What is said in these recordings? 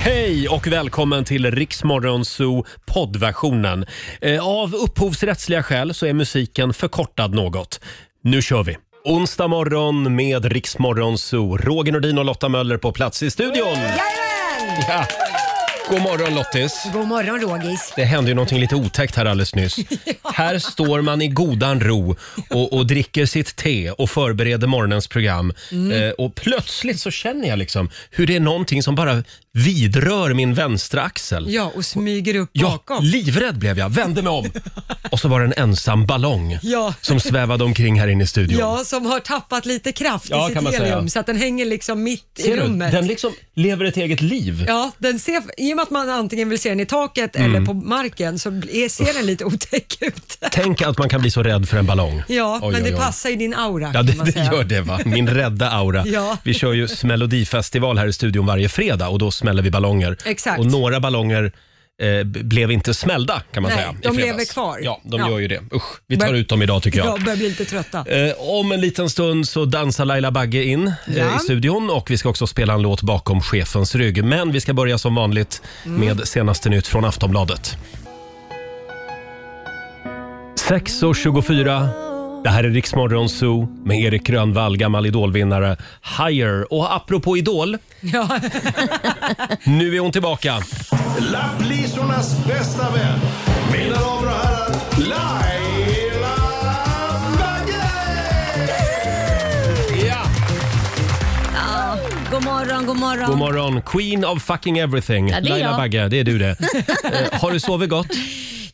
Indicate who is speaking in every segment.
Speaker 1: Hej och välkommen till Riksmorgon Zoo poddversionen. Eh, Av upphovsrättsliga skäl så är musiken förkortad något. Nu kör vi! Onsdag morgon med Riksmorgon Zoo. Roger Nordin och Lotta Möller på plats i studion.
Speaker 2: Jajamän!
Speaker 1: Ja. God morgon Lottis!
Speaker 2: God morgon Rogis.
Speaker 1: Det hände ju någonting lite otäckt här alldeles nyss. Här står man i godan ro och, och dricker sitt te och förbereder morgonens program.
Speaker 3: Mm.
Speaker 1: Eh, och plötsligt så känner jag liksom hur det är någonting som bara vidrör min vänstra axel.
Speaker 3: Ja, och smyger upp
Speaker 1: Ja,
Speaker 3: bakom.
Speaker 1: livrädd blev jag. Vände mig om. Och så var det en ensam ballong
Speaker 3: Ja.
Speaker 1: som svävade omkring här inne i studion.
Speaker 3: Ja, som har tappat lite kraft
Speaker 1: Ja,
Speaker 3: i
Speaker 1: kan man
Speaker 3: sitt helium
Speaker 1: säga.
Speaker 3: så att den hänger liksom mitt i
Speaker 1: Ser du?
Speaker 3: rummet.
Speaker 1: Den liksom lever ett eget liv.
Speaker 3: Ja, den ser, I och med att man antingen vill se den i taket
Speaker 1: Mm.
Speaker 3: eller på marken så är- ser den lite otäck ut.
Speaker 1: Tänk att man kan bli så rädd för en ballong.
Speaker 3: Ja,
Speaker 1: Oj,
Speaker 3: men
Speaker 1: oj,
Speaker 3: det
Speaker 1: oj.
Speaker 3: passar ju din aura
Speaker 1: Ja,
Speaker 3: kan
Speaker 1: det,
Speaker 3: man
Speaker 1: det
Speaker 3: säga.
Speaker 1: gör det va. Min rädda aura.
Speaker 3: Ja.
Speaker 1: Vi kör ju Melodifestival här i studion varje fredag och då smäller vi ballonger.
Speaker 3: Exakt.
Speaker 1: Och några ballonger eh, b- blev inte smällda kan man
Speaker 3: Nej,
Speaker 1: säga. i
Speaker 3: de
Speaker 1: fredags.
Speaker 3: lever kvar.
Speaker 1: Ja, de
Speaker 3: Ja.
Speaker 1: gör ju det. Usch, vi tar
Speaker 3: Men-
Speaker 1: ut dem idag tycker jag.
Speaker 3: Jag börjar bli lite trötta.
Speaker 1: Eh, om en liten stund så dansar Laila Bagge in eh,
Speaker 3: Ja.
Speaker 1: i studion och vi ska också spela en låt bakom chefens rygg. Men vi ska börja som vanligt med senaste nytt från Aftonbladet. 6.24, det här är Riksmorgon Zoo med Erik Grönvall, gammal idolvinnare. Higher. Och apropå idol,
Speaker 3: Ja,
Speaker 1: nu är hon tillbaka.
Speaker 4: Lapplisornas bästa vän. Mina damer och herrar, Laila Bagge!
Speaker 1: Ja.
Speaker 2: God morgon, god morgon.
Speaker 1: God morgon, Queen of fucking everything.
Speaker 2: det är
Speaker 1: Laila
Speaker 2: jag.
Speaker 1: Bagge, det är du det. Eh, har du sovit gott?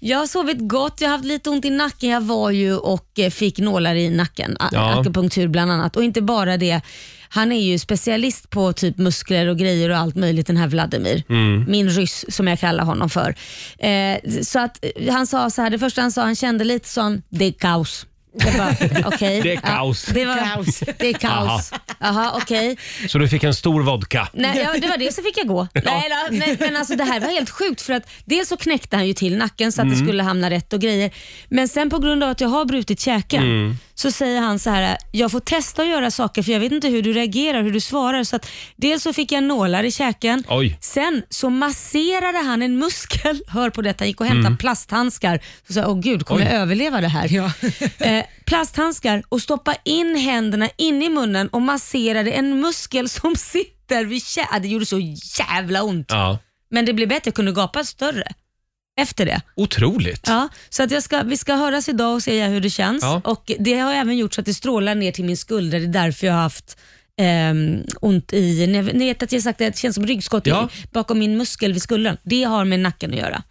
Speaker 2: Jag har sovit gott, jag har haft lite ont i nacken. Jag var ju och eh, fick nålar i nacken, a-
Speaker 1: Ja.
Speaker 2: akupunktur bland annat. Och inte bara det, han är ju specialist på typ muskler och grejer och allt möjligt den här Vladimir.
Speaker 1: Mm.
Speaker 2: Min ryss som jag kallar honom för. Eh, så att eh, han sa så här, det första han sa, han kände lite sån, det är kaos. Jag bara, okej.
Speaker 1: Det är kaos.
Speaker 2: Ja, det, var, kaos. det är kaos. Jaha, okej.
Speaker 1: Så du fick en stor vodka?
Speaker 2: Nej, ja, det var det, så fick jag gå. Nej, då, men, men alltså det här var helt sjukt för att dels så knäckte han ju till nacken så att det skulle hamna rätt och grejer. Men sen på grund av att jag har brutit käken så säger han så här, jag får testa att göra saker för jag vet inte hur du reagerar, hur du svarar. Så att dels så fick jag nålar i käken.
Speaker 1: Oj.
Speaker 2: Sen så masserade han en muskel, hör på detta, gick och hämtade plasthandskar. Så sa jag, åh gud, kommer
Speaker 1: Oj.
Speaker 2: jag överleva det här?
Speaker 3: Ja.
Speaker 2: eh, plasthandskar och stoppa in händerna in i munnen och masserade en muskel som sitter vid kä- Ah, Det gjorde så jävla ont.
Speaker 1: Ja.
Speaker 2: Men det blev bättre, jag kunde gapa större efter det.
Speaker 1: Otroligt.
Speaker 2: Ja, så att jag ska, vi ska höras idag och se hur det känns.
Speaker 1: Ja.
Speaker 2: Och Det har jag även gjort så att det strålar ner till min skulder. Det är därför jag har haft ehm, ont i... Ni ni vet att jag sagt att det känns som ryggskott i-
Speaker 1: Ja.
Speaker 2: bakom min muskel vid skulden. Det har med nacken att göra.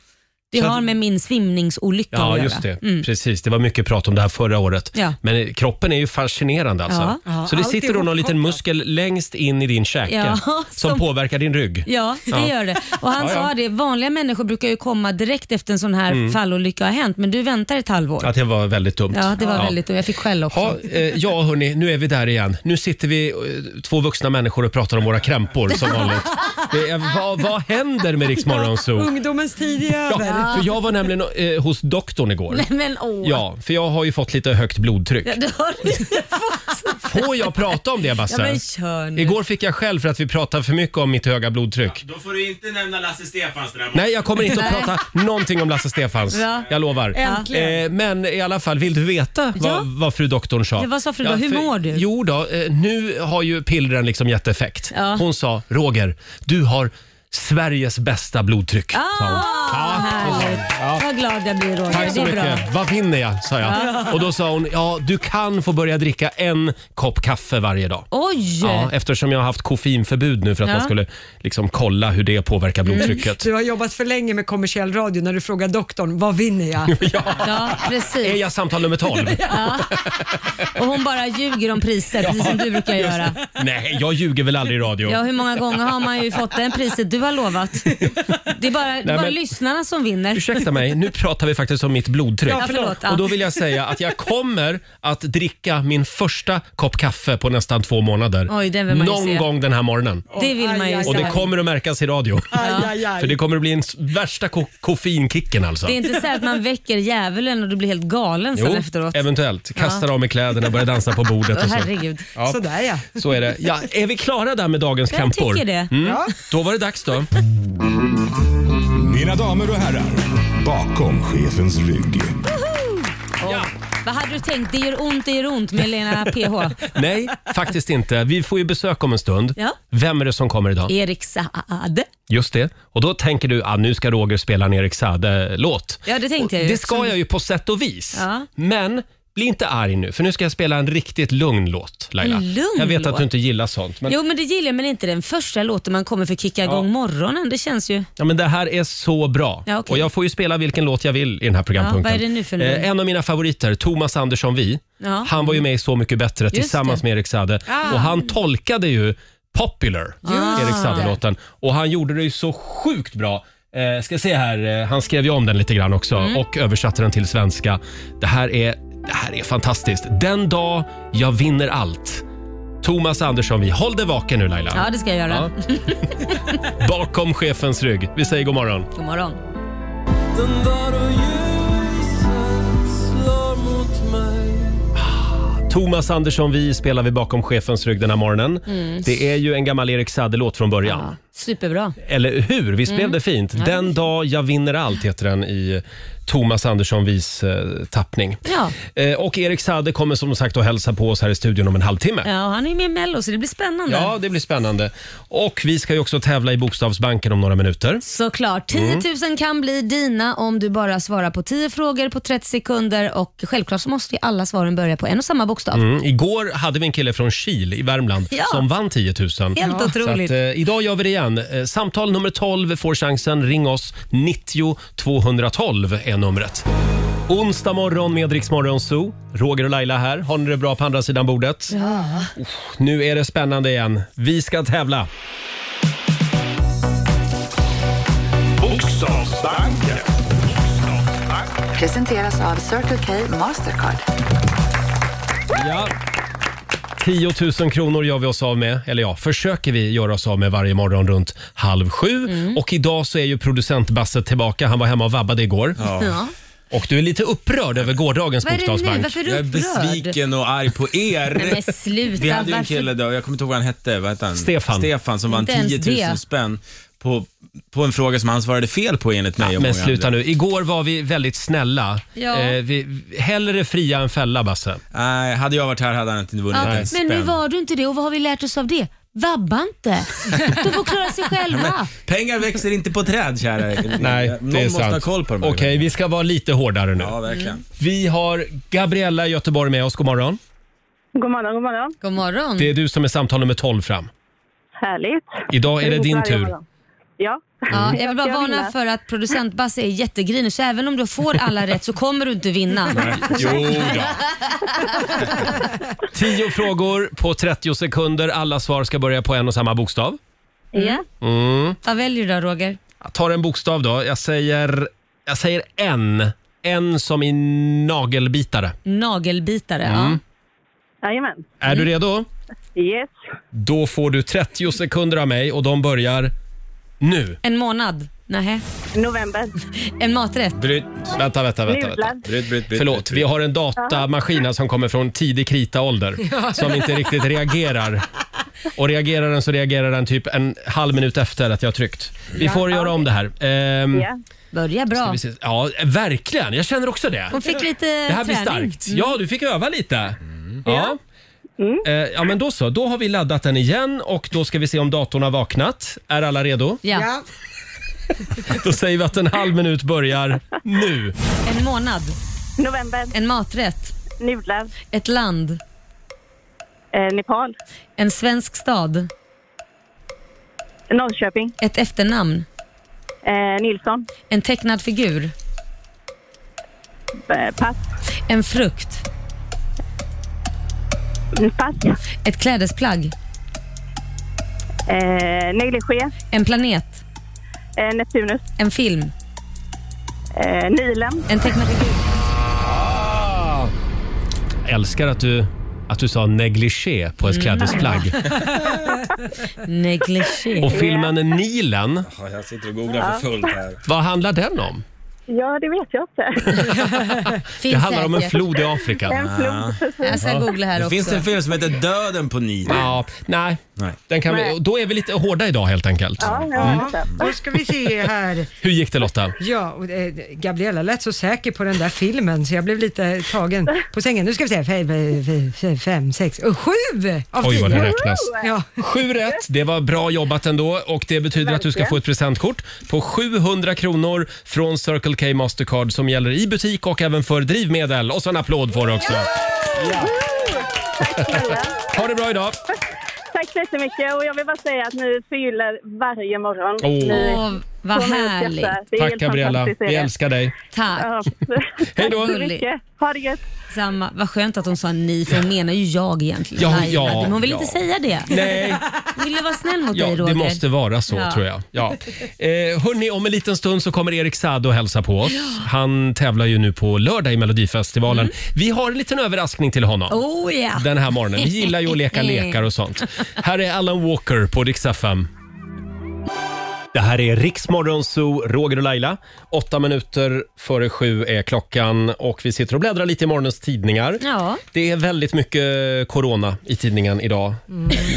Speaker 2: Det
Speaker 1: Så att-
Speaker 2: har med min svimningsolycka att
Speaker 1: Ja,
Speaker 2: göra.
Speaker 1: just det.
Speaker 2: Mm.
Speaker 1: Precis, det var mycket prat om det här förra året.
Speaker 2: Ja.
Speaker 1: Men eh, kroppen är ju fascinerande alltså.
Speaker 2: Ja.
Speaker 3: Ja,
Speaker 1: Så det
Speaker 3: allt
Speaker 1: sitter
Speaker 3: är
Speaker 1: då någon liten
Speaker 3: ihopkopplat.
Speaker 1: muskel längst in i din käke
Speaker 2: Ja,
Speaker 1: som,
Speaker 2: som-
Speaker 1: påverkar din rygg.
Speaker 2: Ja, det
Speaker 1: Ja.
Speaker 2: gör det. Och han
Speaker 1: Ja, ja. Mm.
Speaker 2: sa det, vanliga människor brukar ju komma direkt efter en sån här fallolycka har hänt, men du väntar ett halvår.
Speaker 1: Att det var väldigt dumt.
Speaker 2: Ja, det var väldigt dumt. Jag fick skäll också.
Speaker 1: Ja, eh, ja hörni, nu är vi där igen. Nu sitter vi eh, två vuxna människor och pratar om våra krämpor som vanligt. Det är, vad, vad händer med Rix Morgon Zoo?
Speaker 3: Ungdomens tid är
Speaker 1: Ja,
Speaker 3: över.
Speaker 1: för jag var nämligen eh, hos doktorn igår.
Speaker 2: Nej, men åh.
Speaker 1: Ja, för jag har ju fått lite högt blodtryck.
Speaker 2: Ja, det har du ju fått.
Speaker 1: Får jag prata om det
Speaker 2: Ja,
Speaker 1: Basse?
Speaker 2: men kör nu.
Speaker 1: Igår fick jag skäll för att vi pratade för mycket om mitt höga blodtryck.
Speaker 5: Då får du inte nämna Lasse Stefanz där
Speaker 1: Nej, jag kommer inte att
Speaker 2: Nej.
Speaker 1: prata någonting om Lasse Stefanz.
Speaker 2: Ja.
Speaker 1: Jag lovar.
Speaker 3: Äntligen.
Speaker 1: Eh, Men i alla fall, vill du veta
Speaker 2: Ja.
Speaker 1: vad, vad fru doktorn sa?
Speaker 2: Ja, vad sa fru då? Hur
Speaker 1: för-
Speaker 2: mår du?
Speaker 1: Jo då, eh, nu har ju pillren liksom gett effekt.
Speaker 2: Ja.
Speaker 1: Hon sa, Roger, du har Sveriges bästa blodtryck. sa
Speaker 2: Ah,
Speaker 1: hon.
Speaker 2: härligt. Vad glad jag blir Roger.
Speaker 1: Tack
Speaker 2: Det
Speaker 1: så
Speaker 2: är bra.
Speaker 1: mycket. Vad vinner jag? sa jag. Och då sa hon, ja du kan få börja dricka en kopp kaffe varje dag.
Speaker 2: Oj!
Speaker 1: Ja, eftersom jag har haft koffeinförbud nu för att
Speaker 2: Ja. Mm.
Speaker 1: man skulle liksom kolla hur det påverkar blodtrycket.
Speaker 3: Du har jobbat för länge med kommersiell radio när du frågar doktorn, vad vinner jag?
Speaker 2: Ja,
Speaker 1: Är
Speaker 2: precis.
Speaker 1: jag samtal nummer 12?
Speaker 2: Och hon bara ljuger om priser, precis som du brukar göra.
Speaker 1: Nej, jag ljuger väl aldrig i radio.
Speaker 2: Ja, hur många gånger har man ju fått det priset du har lovat? Det är bara, det är bara
Speaker 1: men-
Speaker 2: lyssnarna som vinner.
Speaker 1: Ursäkta mig, nu pratar vi faktiskt om mitt blodtryck.
Speaker 2: Ja, förlåt. Ja.
Speaker 1: Och då vill jag säga att jag kommer att dricka min första kopp kaffe på nästan två månader.
Speaker 2: Oj, den vill man ju
Speaker 1: Någon
Speaker 2: se.
Speaker 1: gång den här morgonen.
Speaker 2: Det vill man ju
Speaker 3: Aj, aj, aj.
Speaker 2: se.
Speaker 1: Och det kommer att märkas i radio.
Speaker 3: Aj, aj, aj.
Speaker 1: För det kommer att bli den värsta ko- koffeinkicken alltså.
Speaker 2: Det är inte så här att man väcker djävulen och du blir helt galen sen
Speaker 1: Jo,
Speaker 2: efteråt.
Speaker 1: eventuellt. Kastar av mig kläderna, börjar dansa på bordet
Speaker 2: Åh,
Speaker 1: och så.
Speaker 2: herregud.
Speaker 1: Ja.
Speaker 3: Sådär ja.
Speaker 1: Så är det. Ja, är vi klara där med dagens
Speaker 2: Jag
Speaker 1: krämpor?
Speaker 2: tycker det.
Speaker 1: Mm. Då var det dags då. också.
Speaker 4: Mina damer och herrar, bakom chefens rygg.
Speaker 2: Vad hade du tänkt? Det gör ont, det gör ont med Lena PH.
Speaker 1: Nej, faktiskt inte. Vi får ju besök om en stund.
Speaker 2: Ja.
Speaker 1: Vem är det som kommer idag?
Speaker 2: Erik Saade.
Speaker 1: Just det. Och då tänker du att ah, nu ska Roger spela en Erik Saade-låt.
Speaker 2: Ja, det tänkte jag ju.
Speaker 1: Det ska jag ju på sätt och vis.
Speaker 2: Ja.
Speaker 1: Men bli inte arg nu, för nu ska jag spela en riktigt lugn låt, Laila.
Speaker 2: En lugn
Speaker 1: jag vet att
Speaker 2: låt?
Speaker 1: du inte gillar sånt. Men,
Speaker 2: Jo, men det gillar jag, men inte den första låten man kommer för att kicka igång morgonen. Det känns ju...
Speaker 1: ja, men det här är så bra.
Speaker 2: Ja, okej.
Speaker 1: Och jag får ju spela vilken låt jag vill i den här programpunkten.
Speaker 2: Ja, vad är det nu för låt?
Speaker 1: eh, en av mina favoriter, Thomas Andersson Vi.
Speaker 2: Ja.
Speaker 1: Han var ju med i Så mycket bättre tillsammans
Speaker 2: det. Ah.
Speaker 1: med Erik Saade. Och han tolkade ju Popular, Erik Saade-låten. Och han gjorde det ju så sjukt bra. Eh, ska se här, eh, han skrev ju om den lite grann också
Speaker 2: Mm.
Speaker 1: och översatte den till svenska. Det här, är, det här är fantastiskt. Den dag jag vinner allt. Thomas Andersson, vi håll dig vaken nu Laila.
Speaker 2: Ja, det ska jag göra.
Speaker 1: Ja. Bakom chefens rygg. Vi säger god morgon.
Speaker 2: God morgon.
Speaker 1: Thomas Andersson, vi spelar vi bakom chefens rygg den här morgonen. Det är ju en gammal Erik Saade-låt från början.
Speaker 2: Mm. Ja, Mm. superbra.
Speaker 1: Eller hur? Visst blev det fint? Den dag jag vinner allt heter den i Thomas Andersson Vis eh, tappning.
Speaker 2: Ja.
Speaker 1: Eh, och Erik Sade kommer som sagt att hälsa på oss här i studion om en halvtimme.
Speaker 2: Ja, han är ju med i Mello så det blir spännande.
Speaker 1: Ja, det blir spännande. Och vi ska ju också tävla i Bokstavsbanken om några minuter.
Speaker 2: Såklart. 10
Speaker 1: Mm.
Speaker 2: 000 kan bli dina om du bara svarar på 10 frågor på 30 sekunder och självklart så måste ju alla svaren börja på en och samma bokstav.
Speaker 1: Mm. Igår hade vi en kille från Kil i Värmland
Speaker 2: Ja.
Speaker 1: som vann 10 000.
Speaker 2: Helt otroligt.
Speaker 1: Så att, eh, idag gör vi det igen. Eh, samtal nummer 12 får chansen. Ring oss. 90 212 är numret. Onsdag morgon med Rix Morgon Zoo. Roger och Laila här. Har ni det bra på andra sidan bordet? Ja. nu är det spännande igen. Vi ska tävla.
Speaker 4: Bokstavsbanken.
Speaker 6: Presenteras av Circle K Mastercard.
Speaker 1: Ja. 10 000 kronor gör vi oss av med, eller ja, försöker vi göra oss av med varje morgon runt halv sju.
Speaker 2: Mm.
Speaker 1: Och idag så är ju producent Basse tillbaka. Han var hemma och vabbade igår.
Speaker 2: Ja.
Speaker 1: Och du är lite upprörd över gårdagens
Speaker 2: Vad är det nu?
Speaker 1: bokstavsbank.
Speaker 2: Varför är
Speaker 5: Jag
Speaker 2: du
Speaker 5: är
Speaker 2: upprörd?
Speaker 5: besviken och arg på er.
Speaker 2: Nej, men sluta.
Speaker 5: Vi hade ju en
Speaker 2: Varför-
Speaker 5: kille då, jag kommer inte ihåg vad han hette. Vad hette han?
Speaker 1: Stefan.
Speaker 5: Stefan som vann
Speaker 2: Inte ens
Speaker 5: 10 000
Speaker 2: det.
Speaker 5: spänn på, på en fråga som han svarade fel på enligt mig. och
Speaker 1: Men
Speaker 5: många
Speaker 1: sluta
Speaker 5: andra.
Speaker 1: nu. Igår var vi väldigt snälla.
Speaker 2: Ja.
Speaker 1: Eh, vi, hellre fria än fälla, Basse.
Speaker 5: Nej, hade jag varit här hade han inte vunnit
Speaker 2: Ja,
Speaker 5: en spänn.
Speaker 2: men nu var du inte det och vad har vi lärt oss av det? Vabba inte. Du får klara sig själva.
Speaker 5: Pengar växer inte på träd kära. Någon måste ha koll på dem. här
Speaker 1: Okej,
Speaker 5: grejerna.
Speaker 1: vi ska vara lite hårdare nu.
Speaker 5: Ja, verkligen.
Speaker 1: Vi har Gabriella i Göteborg med oss. God
Speaker 2: Mm.
Speaker 1: morgon.
Speaker 7: God morgon, god morgon.
Speaker 2: God morgon.
Speaker 1: Det är du som är samtal nummer 12 fram.
Speaker 7: Härligt.
Speaker 1: Idag är det din
Speaker 7: Varje
Speaker 1: tur.
Speaker 7: morgon. Ja.
Speaker 2: Ja, jag vill bara
Speaker 7: Jag
Speaker 2: varna
Speaker 7: vinner.
Speaker 2: för att producent Basse är jättegrinig så även om du får alla rätt så kommer du inte vinna.
Speaker 1: Jo då. Tio frågor på 30 sekunder. Alla svar ska börja på en och samma bokstav.
Speaker 2: Ja.
Speaker 1: Mm.
Speaker 2: Vad väljer du då Roger?
Speaker 1: Jag tar en bokstav då. Jag säger, jag säger en. En som i nagelbitare.
Speaker 2: Nagelbitare.
Speaker 1: Mm.
Speaker 2: Ja.
Speaker 7: Jajamän.
Speaker 1: Är
Speaker 2: Mm.
Speaker 1: du redo?
Speaker 7: Yes.
Speaker 1: Då får du 30 sekunder av mig och de börjar nu.
Speaker 2: En månad? Nähä.
Speaker 7: November.
Speaker 2: En maträtt?
Speaker 5: Bryt,
Speaker 1: Vänta, vänta, vänta. vänta.
Speaker 7: Nudlar.
Speaker 5: bryt, bryt, bryt.
Speaker 1: Förlåt, vi har en datamaskin här som kommer från tidig kritaålder som inte riktigt reagerar. Och reagerar den så reagerar den typ en halv minut efter att jag har tryckt. Vi får göra om det här. Ehm,
Speaker 7: Ja.
Speaker 2: Börja
Speaker 1: ska
Speaker 2: bra.
Speaker 1: vi se. Ja, verkligen. Jag känner också det.
Speaker 2: Hon fick lite
Speaker 1: Det här blir
Speaker 2: träning. Mm.
Speaker 1: starkt. Ja, du fick öva lite.
Speaker 5: Mm.
Speaker 1: Ja. Eh, ja, men då så. Då har vi laddat den igen och då ska vi se om datorn har vaknat. Är alla redo?
Speaker 2: Ja.
Speaker 3: Ja.
Speaker 1: Då säger vi att en halv minut börjar nu.
Speaker 2: En månad?
Speaker 7: November.
Speaker 2: En maträtt?
Speaker 7: Nudlar.
Speaker 2: Ett land?
Speaker 7: Eh, Nepal.
Speaker 2: En svensk stad?
Speaker 7: Norrköping.
Speaker 2: Ett efternamn?
Speaker 7: Eh, Nilsson.
Speaker 2: En tecknad figur?
Speaker 7: Eh, pass.
Speaker 2: En frukt?
Speaker 7: Mm, Pass.
Speaker 2: Ett klädesplagg?
Speaker 7: Eh, negligé.
Speaker 2: En planet?
Speaker 7: Eh, Neptunus.
Speaker 2: En film?
Speaker 7: Eh, Nilen.
Speaker 2: En tecknad figur?
Speaker 1: Jag älskar att du, att du sa negligé på ett klädesplagg.
Speaker 2: Negligé?
Speaker 1: Och filmen Nilen,
Speaker 5: Ja, Jag sitter och googlar för fullt här.
Speaker 1: vad handlar den om?
Speaker 7: Ja, det vet jag inte.
Speaker 2: Finns
Speaker 1: Det handlar om en
Speaker 2: säkert.
Speaker 1: flod i Afrika.
Speaker 7: En flod, precis.
Speaker 2: Jag ska googla här
Speaker 5: Det
Speaker 2: också.
Speaker 5: finns en film som heter Döden på Nilen.
Speaker 1: Ja, nej.
Speaker 5: Nej.
Speaker 1: Den kan vi,
Speaker 7: Nej.
Speaker 1: då är vi lite hårda idag helt enkelt.
Speaker 7: Ja, jag
Speaker 1: Mm.
Speaker 7: vet inte.
Speaker 3: Då ska vi se här.
Speaker 1: Hur gick det Lotta?
Speaker 3: Ja, och, eh, Gabriella lät så säker på den där filmen så jag blev lite tagen på sängen. Nu ska vi se, fem, fem, fem, fem sex, oh, sju av
Speaker 1: Oj vad det
Speaker 3: tio.
Speaker 1: räknas.
Speaker 3: Ja.
Speaker 1: Sju rätt, det var bra jobbat ändå och det betyder att du ska få ett presentkort på 700 kronor från Circle K Mastercard som gäller i butik och även för drivmedel. Och så en applåd får du också.
Speaker 7: Tack snälla.
Speaker 1: Ha det bra idag!
Speaker 7: Tack så jättemycket och jag vill bara säga att ni förgyller varje morgon.
Speaker 1: Åh.
Speaker 7: Ni
Speaker 2: Åh, vad
Speaker 7: får mig att
Speaker 2: härligt.
Speaker 7: skratta. Det är
Speaker 1: Tack
Speaker 7: helt
Speaker 1: Gabriella,
Speaker 7: fantastiskt, är
Speaker 1: vi
Speaker 7: det.
Speaker 1: älskar dig.
Speaker 2: Tack.
Speaker 7: Ja. Tack
Speaker 1: då.
Speaker 7: så mycket. Ha det gött.
Speaker 2: Samma. Vad skönt att hon sa ni, för hon menar ju jag egentligen.
Speaker 1: Ja,
Speaker 2: Laila.
Speaker 1: ja,
Speaker 2: Men hon vill
Speaker 1: ja.
Speaker 2: inte säga det.
Speaker 1: Nej,
Speaker 2: Hon ville vara snäll mot
Speaker 1: ja,
Speaker 2: dig Roger.
Speaker 1: det måste vara så
Speaker 2: Ja.
Speaker 1: tror jag. Ja. Eh, hörni, om en liten stund så kommer Erik Saade och hälsa på oss. Han tävlar ju nu på lördag i Melodifestivalen.
Speaker 2: Mm.
Speaker 1: Vi har en liten överraskning till honom.
Speaker 2: Oh ja.
Speaker 1: den här morgonen. Vi gillar ju att leka lekar och sånt. Här är Alan Walker på Dix FM. Det här är Riksmorgon Zoo, Roger och Laila. Åtta minuter före sju är klockan och vi sitter och bläddrar lite i morgonens tidningar.
Speaker 2: Ja.
Speaker 1: Det är väldigt mycket corona i tidningen idag.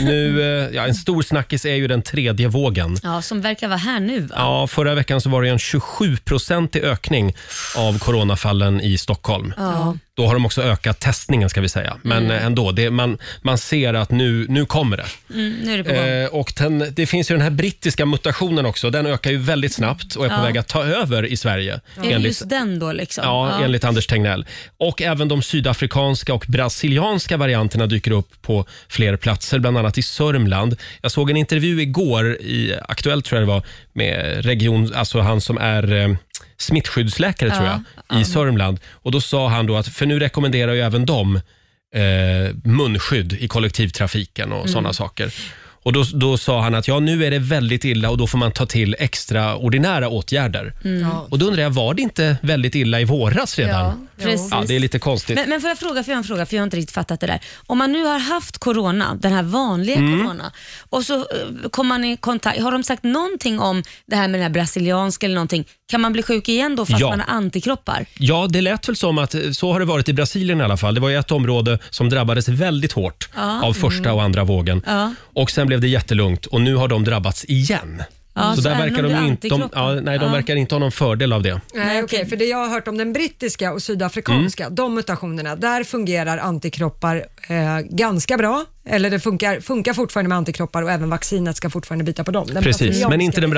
Speaker 1: Nu, eh, ja, en stor snackis är ju den tredje vågen.
Speaker 2: ja, som verkar vara här nu. Va?
Speaker 1: Ja, förra veckan så var det en 27-procentig ökning av coronafallen i Stockholm.
Speaker 2: Ja.
Speaker 1: Då har de också ökat testningen ska vi säga. Men eh, ändå, det, man, man ser att nu, nu kommer det.
Speaker 2: Mm, nu är det på gång.
Speaker 1: Eh, och den, det finns ju den här brittiska mutationen också. Den ökar ju väldigt snabbt och är på
Speaker 2: Ja.
Speaker 1: väg att ta över i Sverige.
Speaker 2: är det
Speaker 1: Enligt,
Speaker 2: just den då liksom?
Speaker 1: ja, enligt Anders Tegnell. Och även de sydafrikanska och brasilianska varianterna dyker upp på fler platser, bland annat i Sörmland. Jag såg en intervju igår i Aktuellt tror jag det var, med region, alltså han som är eh, smittskyddsläkare tror jag,
Speaker 2: Ja.
Speaker 1: i Sörmland. Och då sa han då att, för nu rekommenderar ju även de eh, munskydd i kollektivtrafiken
Speaker 2: Mm.
Speaker 1: och sådana saker. Och då, då sa han att ja, nu är det väldigt illa och då får man ta till extraordinära åtgärder. Och då undrar jag, var det inte väldigt illa i våras redan?
Speaker 2: Mm. Ja,
Speaker 1: Ja,
Speaker 2: precis.
Speaker 1: det är lite konstigt.
Speaker 2: Men, men får jag fråga, för jag har en fråga, för jag har inte riktigt fattat det där. Om man nu har haft corona, den här vanliga
Speaker 1: Mm.
Speaker 2: corona, och så eh, kommer man i kontakt, har de sagt någonting om det här med den här brasilianska eller någonting? Kan man bli sjuk igen då fast
Speaker 1: Ja.
Speaker 2: man har antikroppar?
Speaker 1: Ja, det lät väl som att eh, så har det varit i Brasilien i alla fall. Det var ju ett område som drabbades väldigt hårt
Speaker 2: Ja.
Speaker 1: av första och andra vågen.
Speaker 2: Ja.
Speaker 1: Och sen blev det jättelugnt och nu har de drabbats igen.
Speaker 2: Ja, så även om
Speaker 1: de,
Speaker 2: du
Speaker 1: ju
Speaker 2: har
Speaker 1: inte, de, ja,
Speaker 2: antikroppar?
Speaker 1: nej, de
Speaker 2: Ja.
Speaker 1: verkar inte ha någon fördel av det.
Speaker 3: Nej, okej, för det jag har hört om den brittiska och sydafrikanska,
Speaker 1: Mm.
Speaker 3: de mutationerna, där fungerar antikroppar eh, ganska bra. Eller det funkar, funkar fortfarande med antikroppar och även vaccinet ska fortfarande byta på dem. Den
Speaker 1: Precis, men inte den
Speaker 3: brasilianska-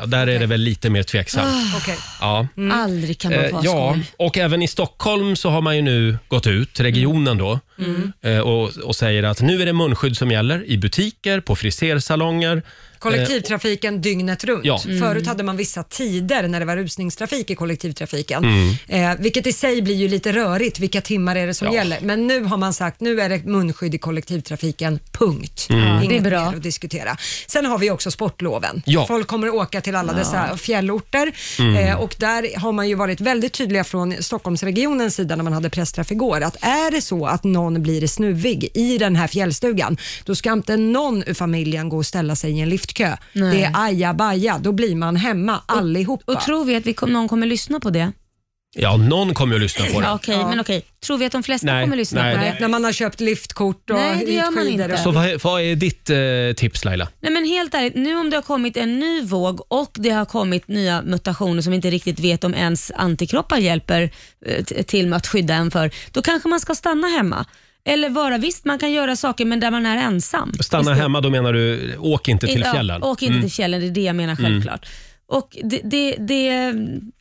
Speaker 1: brasilianska. Där är det väl lite mer tveksamt.
Speaker 2: Ah.
Speaker 3: Okej.
Speaker 1: Ja.
Speaker 2: Mm, Aldrig kan man
Speaker 1: Eh,
Speaker 2: få ha
Speaker 1: ja,
Speaker 2: skoj.
Speaker 1: och även i Stockholm så har man ju nu gått ut, regionen då,
Speaker 2: Mm.
Speaker 1: eh, och, och säger att nu är det munskydd som gäller i butiker, på frisersalonger.
Speaker 3: Kollektivtrafiken dygnet runt.
Speaker 1: Ja.
Speaker 2: Mm.
Speaker 3: Förut hade man vissa tider när det var rusningstrafik i kollektivtrafiken, eh, vilket i sig blir ju lite rörigt. Vilka timmar är det som
Speaker 1: Mm. Ja.
Speaker 3: gäller? Men nu har man sagt, nu är det munskydd i kollektivtrafiken, punkt.
Speaker 1: Mm.
Speaker 2: Det är
Speaker 3: Inget
Speaker 2: bra.
Speaker 3: mer att diskutera. Sen har vi också sportloven.
Speaker 1: Ja. Mm.
Speaker 3: Folk kommer att åka till alla dessa fjällorter eh, och där har man ju varit väldigt tydliga från Stockholmsregionens sida när man hade pressträff igår att är det så att någon blir snuvig i den här fjällstugan, då ska inte någon ur familjen gå och ställa sig i en liftkö.
Speaker 2: Nej.
Speaker 3: Det är ajabaja, då blir man hemma allihopa.
Speaker 2: Och tror vi att vi kom, någon kommer lyssna på det?
Speaker 1: Ja, någon kommer ju att lyssna på
Speaker 2: Ja,
Speaker 1: det.
Speaker 2: okej, men okej. Tror vi att de flesta
Speaker 1: Nej,
Speaker 2: kommer lyssna
Speaker 1: nej.
Speaker 2: på
Speaker 3: Nej,
Speaker 2: det?
Speaker 3: när man har köpt liftkort och
Speaker 2: Nej, det gör man
Speaker 3: skidor
Speaker 2: inte.
Speaker 3: och-
Speaker 1: Så vad, är- vad är ditt eh, tips Laila?
Speaker 2: Nej men helt ärligt, nu om det har kommit en ny våg och det har kommit nya mutationer som vi inte riktigt vet om ens antikroppar hjälper eh, t- till med att skydda en för, då kanske man ska stanna hemma. Eller vara, visst man kan göra saker men där man är ensam.
Speaker 1: Stanna hemma, då menar du åk inte till
Speaker 2: Ja,
Speaker 1: fjällen? Mm.
Speaker 2: Åk inte till fjällen, det är det jag menar självklart. Och det, det, det,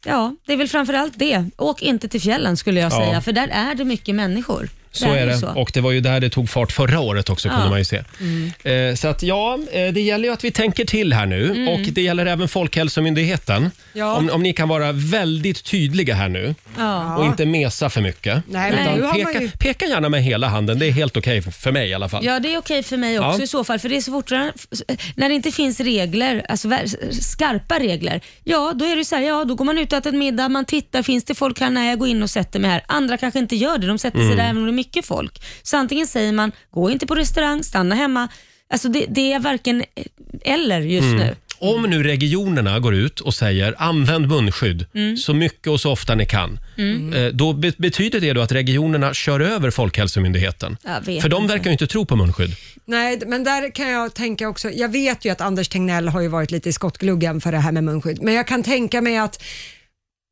Speaker 2: ja, det är väl framförallt det. Åk inte till fjällen skulle jag
Speaker 1: Ja.
Speaker 2: säga, för där är det mycket människor.
Speaker 1: Så
Speaker 2: Där
Speaker 1: är
Speaker 2: ju
Speaker 1: det.
Speaker 2: så.
Speaker 1: Och det var ju där det tog fart förra året också kunde
Speaker 2: Ja.
Speaker 1: man ju se.
Speaker 3: Mm.
Speaker 1: Eh, så att ja, eh, det gäller ju att vi tänker till här nu och det gäller även Folkhälsomyndigheten.
Speaker 3: Mm. Ja.
Speaker 1: Om, om ni kan vara väldigt tydliga här nu och inte mesa för mycket.
Speaker 3: Nej, men nu har man
Speaker 1: Peka,
Speaker 3: ju-
Speaker 1: peka gärna med hela handen, det är helt okej för mig i alla fall.
Speaker 2: Ja, det är okej för mig också
Speaker 1: Ja.
Speaker 2: i så fall. För det är så fort, när det inte finns regler, alltså ver- skarpa regler, ja då är det så här, ja då går man ut och äter en middag, man tittar, finns det folk här? Nej, jag går in och sätter mig här. Andra kanske inte gör det, de sätter sig
Speaker 1: Mm.
Speaker 2: där även om det är mycket folk. Så antingen säger
Speaker 1: Mm.
Speaker 2: man, gå inte på restaurang, stanna hemma. Alltså det, det är varken eh, eller just nu.
Speaker 1: Om nu regionerna går ut och säger använd munskydd
Speaker 3: Mm.
Speaker 1: så mycket och så ofta ni kan. eh, Då be- betyder det då att regionerna kör över Folkhälsomyndigheten.
Speaker 2: Jag vet
Speaker 1: För de
Speaker 2: inte.
Speaker 1: verkar ju inte tro på munskydd.
Speaker 3: Nej, men där kan jag tänka också, jag vet ju att Anders Tegnell har ju varit lite i skottgluggen för det här med munskydd, men jag kan tänka mig att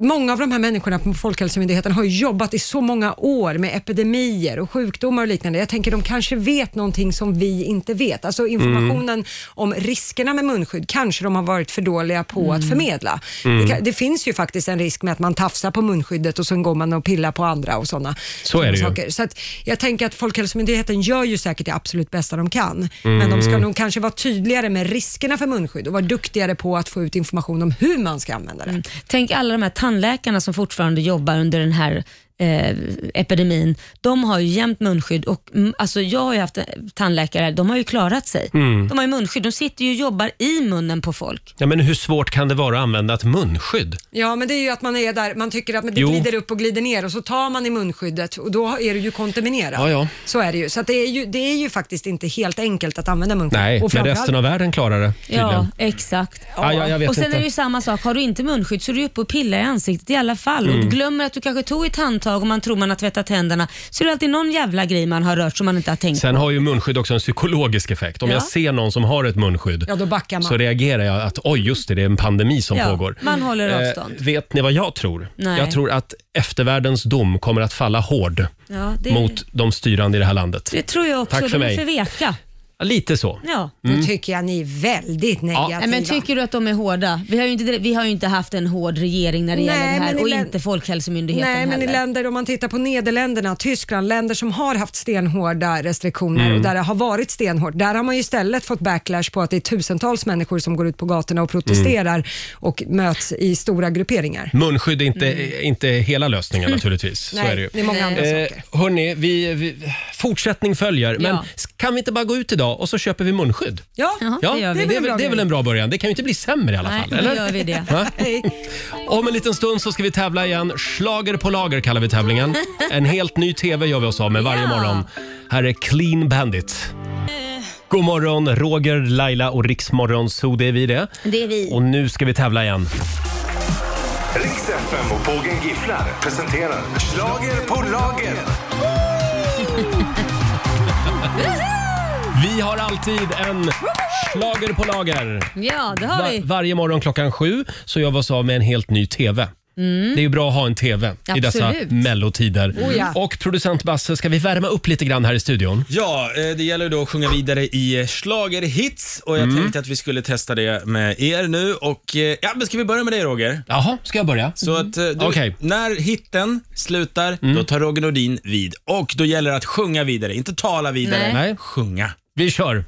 Speaker 3: Många av de här människorna på Folkhälsomyndigheten har ju jobbat i så många år med epidemier och sjukdomar och liknande. Jag tänker de kanske vet någonting som vi inte vet. Alltså
Speaker 1: Mm.
Speaker 3: informationen om riskerna med munskydd kanske de har varit för dåliga på att
Speaker 1: Mm.
Speaker 3: förmedla. Det, kan, det finns ju faktiskt en risk med att man tafsar på munskyddet och sen går man och pillar på andra och sådana
Speaker 1: Så är det ju.
Speaker 3: saker. Så att jag tänker att Folkhälsomyndigheten gör ju säkert det absolut bästa de kan, men de
Speaker 1: Mm.
Speaker 3: ska nog kanske vara tydligare med riskerna för munskydd och vara duktigare på att få ut information om hur man ska använda det.
Speaker 2: Tänk alla de här tandläkarna som fortfarande jobbar under den här eh, epidemin. De har ju jämt munskydd och mm, alltså jag har ju haft eh, tandläkare, de har ju klarat sig.
Speaker 1: Mm.
Speaker 2: De har ju munskydd, de sitter ju och jobbar i munnen på folk.
Speaker 1: Ja, men hur svårt kan det vara att använda ett munskydd?
Speaker 3: Ja, men det är ju att man är där, man tycker att det
Speaker 1: Jo.
Speaker 3: glider upp och glider ner och så tar man i munskyddet och då är du ju kontaminerad.
Speaker 1: Ja, ja.
Speaker 3: Så är det ju. Så att det, är ju, det är ju faktiskt inte helt enkelt att använda munskydd.
Speaker 1: Nej,
Speaker 3: och
Speaker 1: men
Speaker 3: framförallt-
Speaker 1: resten av världen klarar det tydligen.
Speaker 2: Ja, exakt.
Speaker 1: Ja, ja, jag vet
Speaker 2: och sen
Speaker 1: inte.
Speaker 2: är det ju samma sak, har du inte munskydd så är du uppe och pillar i ansiktet i alla fall. Och
Speaker 1: Mm.
Speaker 2: du glömmer att du kanske tog ett handtag och man tror man har tvättat tänderna. Så är det alltid någon jävla grej man har rört som man inte har tänkt
Speaker 1: Sen har ju munskydd också en psykologisk effekt. Om
Speaker 2: Ja.
Speaker 1: jag ser någon som har ett munskydd
Speaker 3: Ja, då backar man.
Speaker 1: så reagerar jag att oj, just det, det är en pandemi som
Speaker 2: Ja,
Speaker 1: pågår.
Speaker 2: man håller avstånd.
Speaker 1: Eh, vet ni vad jag tror?
Speaker 2: Nej.
Speaker 1: Jag tror att eftervärldens dom kommer att falla hård
Speaker 2: Ja, det-
Speaker 1: mot de styrande i det här landet.
Speaker 2: Det tror jag också.
Speaker 1: Tack för
Speaker 2: de är
Speaker 1: mig.
Speaker 2: för veka.
Speaker 1: Lite så.
Speaker 2: Ja.
Speaker 3: Nu
Speaker 1: Mm.
Speaker 3: tycker jag ni är väldigt negativa.
Speaker 2: Nej, men tycker du att de är hårda? Vi har ju inte, vi har ju inte haft en hård regering när det
Speaker 3: Nej,
Speaker 2: gäller det
Speaker 3: men
Speaker 2: här
Speaker 3: i
Speaker 2: och
Speaker 3: län-
Speaker 2: inte Folkhälsomyndigheten
Speaker 3: Nej, men i
Speaker 2: heller.
Speaker 3: länder, om man tittar på Nederländerna, Tyskland, länder som har haft stenhårda restriktioner
Speaker 1: Mm.
Speaker 3: och där det har varit stenhårt, där har man ju istället fått backlash på att det är tusentals människor som går ut på gatorna
Speaker 1: Mm.
Speaker 3: och protesterar och möts i stora grupperingar.
Speaker 1: Munskydd är inte,
Speaker 2: Mm.
Speaker 1: inte hela lösningen naturligtvis. Så
Speaker 3: Nej,
Speaker 1: är det ju.
Speaker 3: det är många andra
Speaker 1: Eh,
Speaker 3: saker.
Speaker 1: hörni, vi, vi, fortsättning följer. Men
Speaker 2: Ja.
Speaker 1: s- kan vi inte bara gå ut idag och så köper vi munskydd?
Speaker 3: Ja,
Speaker 2: Ja,
Speaker 1: Ja,
Speaker 2: det gör vi.
Speaker 1: det, är väl, det är väl en bra början. Det kan ju inte bli sämre i alla
Speaker 2: Nej,
Speaker 1: fall.
Speaker 2: då
Speaker 1: Eller?
Speaker 2: gör vi det.
Speaker 1: Va? Om en liten stund så ska vi tävla igen. Slager på lager kallar vi tävlingen. En helt ny TV gör vi oss av med varje
Speaker 2: Ja.
Speaker 1: morgon. Här är Clean Bandit. God morgon, Roger, Laila och Riksmorgon Zoo, det är vi det.
Speaker 2: Det är vi.
Speaker 1: Och nu ska vi tävla igen.
Speaker 8: Riks FM och Pågen Gifflar presenterar Schlager på lager.
Speaker 1: Vi har alltid en slager på lager.
Speaker 2: Ja, det har
Speaker 1: Va-
Speaker 2: vi.
Speaker 1: varje morgon klockan sju så gör vi oss av med en helt ny TV. Det är ju bra att ha en TV i dessa
Speaker 2: Mm. Absolut. Oh,
Speaker 1: mellotider.
Speaker 3: ja.
Speaker 1: Och producent Basse, ska vi värma upp lite grann här i studion?
Speaker 5: Ja, eh, det gäller ju då att sjunga vidare i schlagerhits och jag
Speaker 1: Mm.
Speaker 5: tänkte att vi skulle testa det med er nu och eh, ja, men ska vi börja med dig Roger?
Speaker 1: Jaha, ska jag börja?
Speaker 5: Så att eh, du,
Speaker 1: Mm. Okej. Mm.
Speaker 5: när hitten slutar, då tar Roger Nordin vid och då gäller det att sjunga vidare, inte tala vidare.
Speaker 2: Nej.
Speaker 1: Nej.
Speaker 5: Sjunga.
Speaker 1: Vi kör!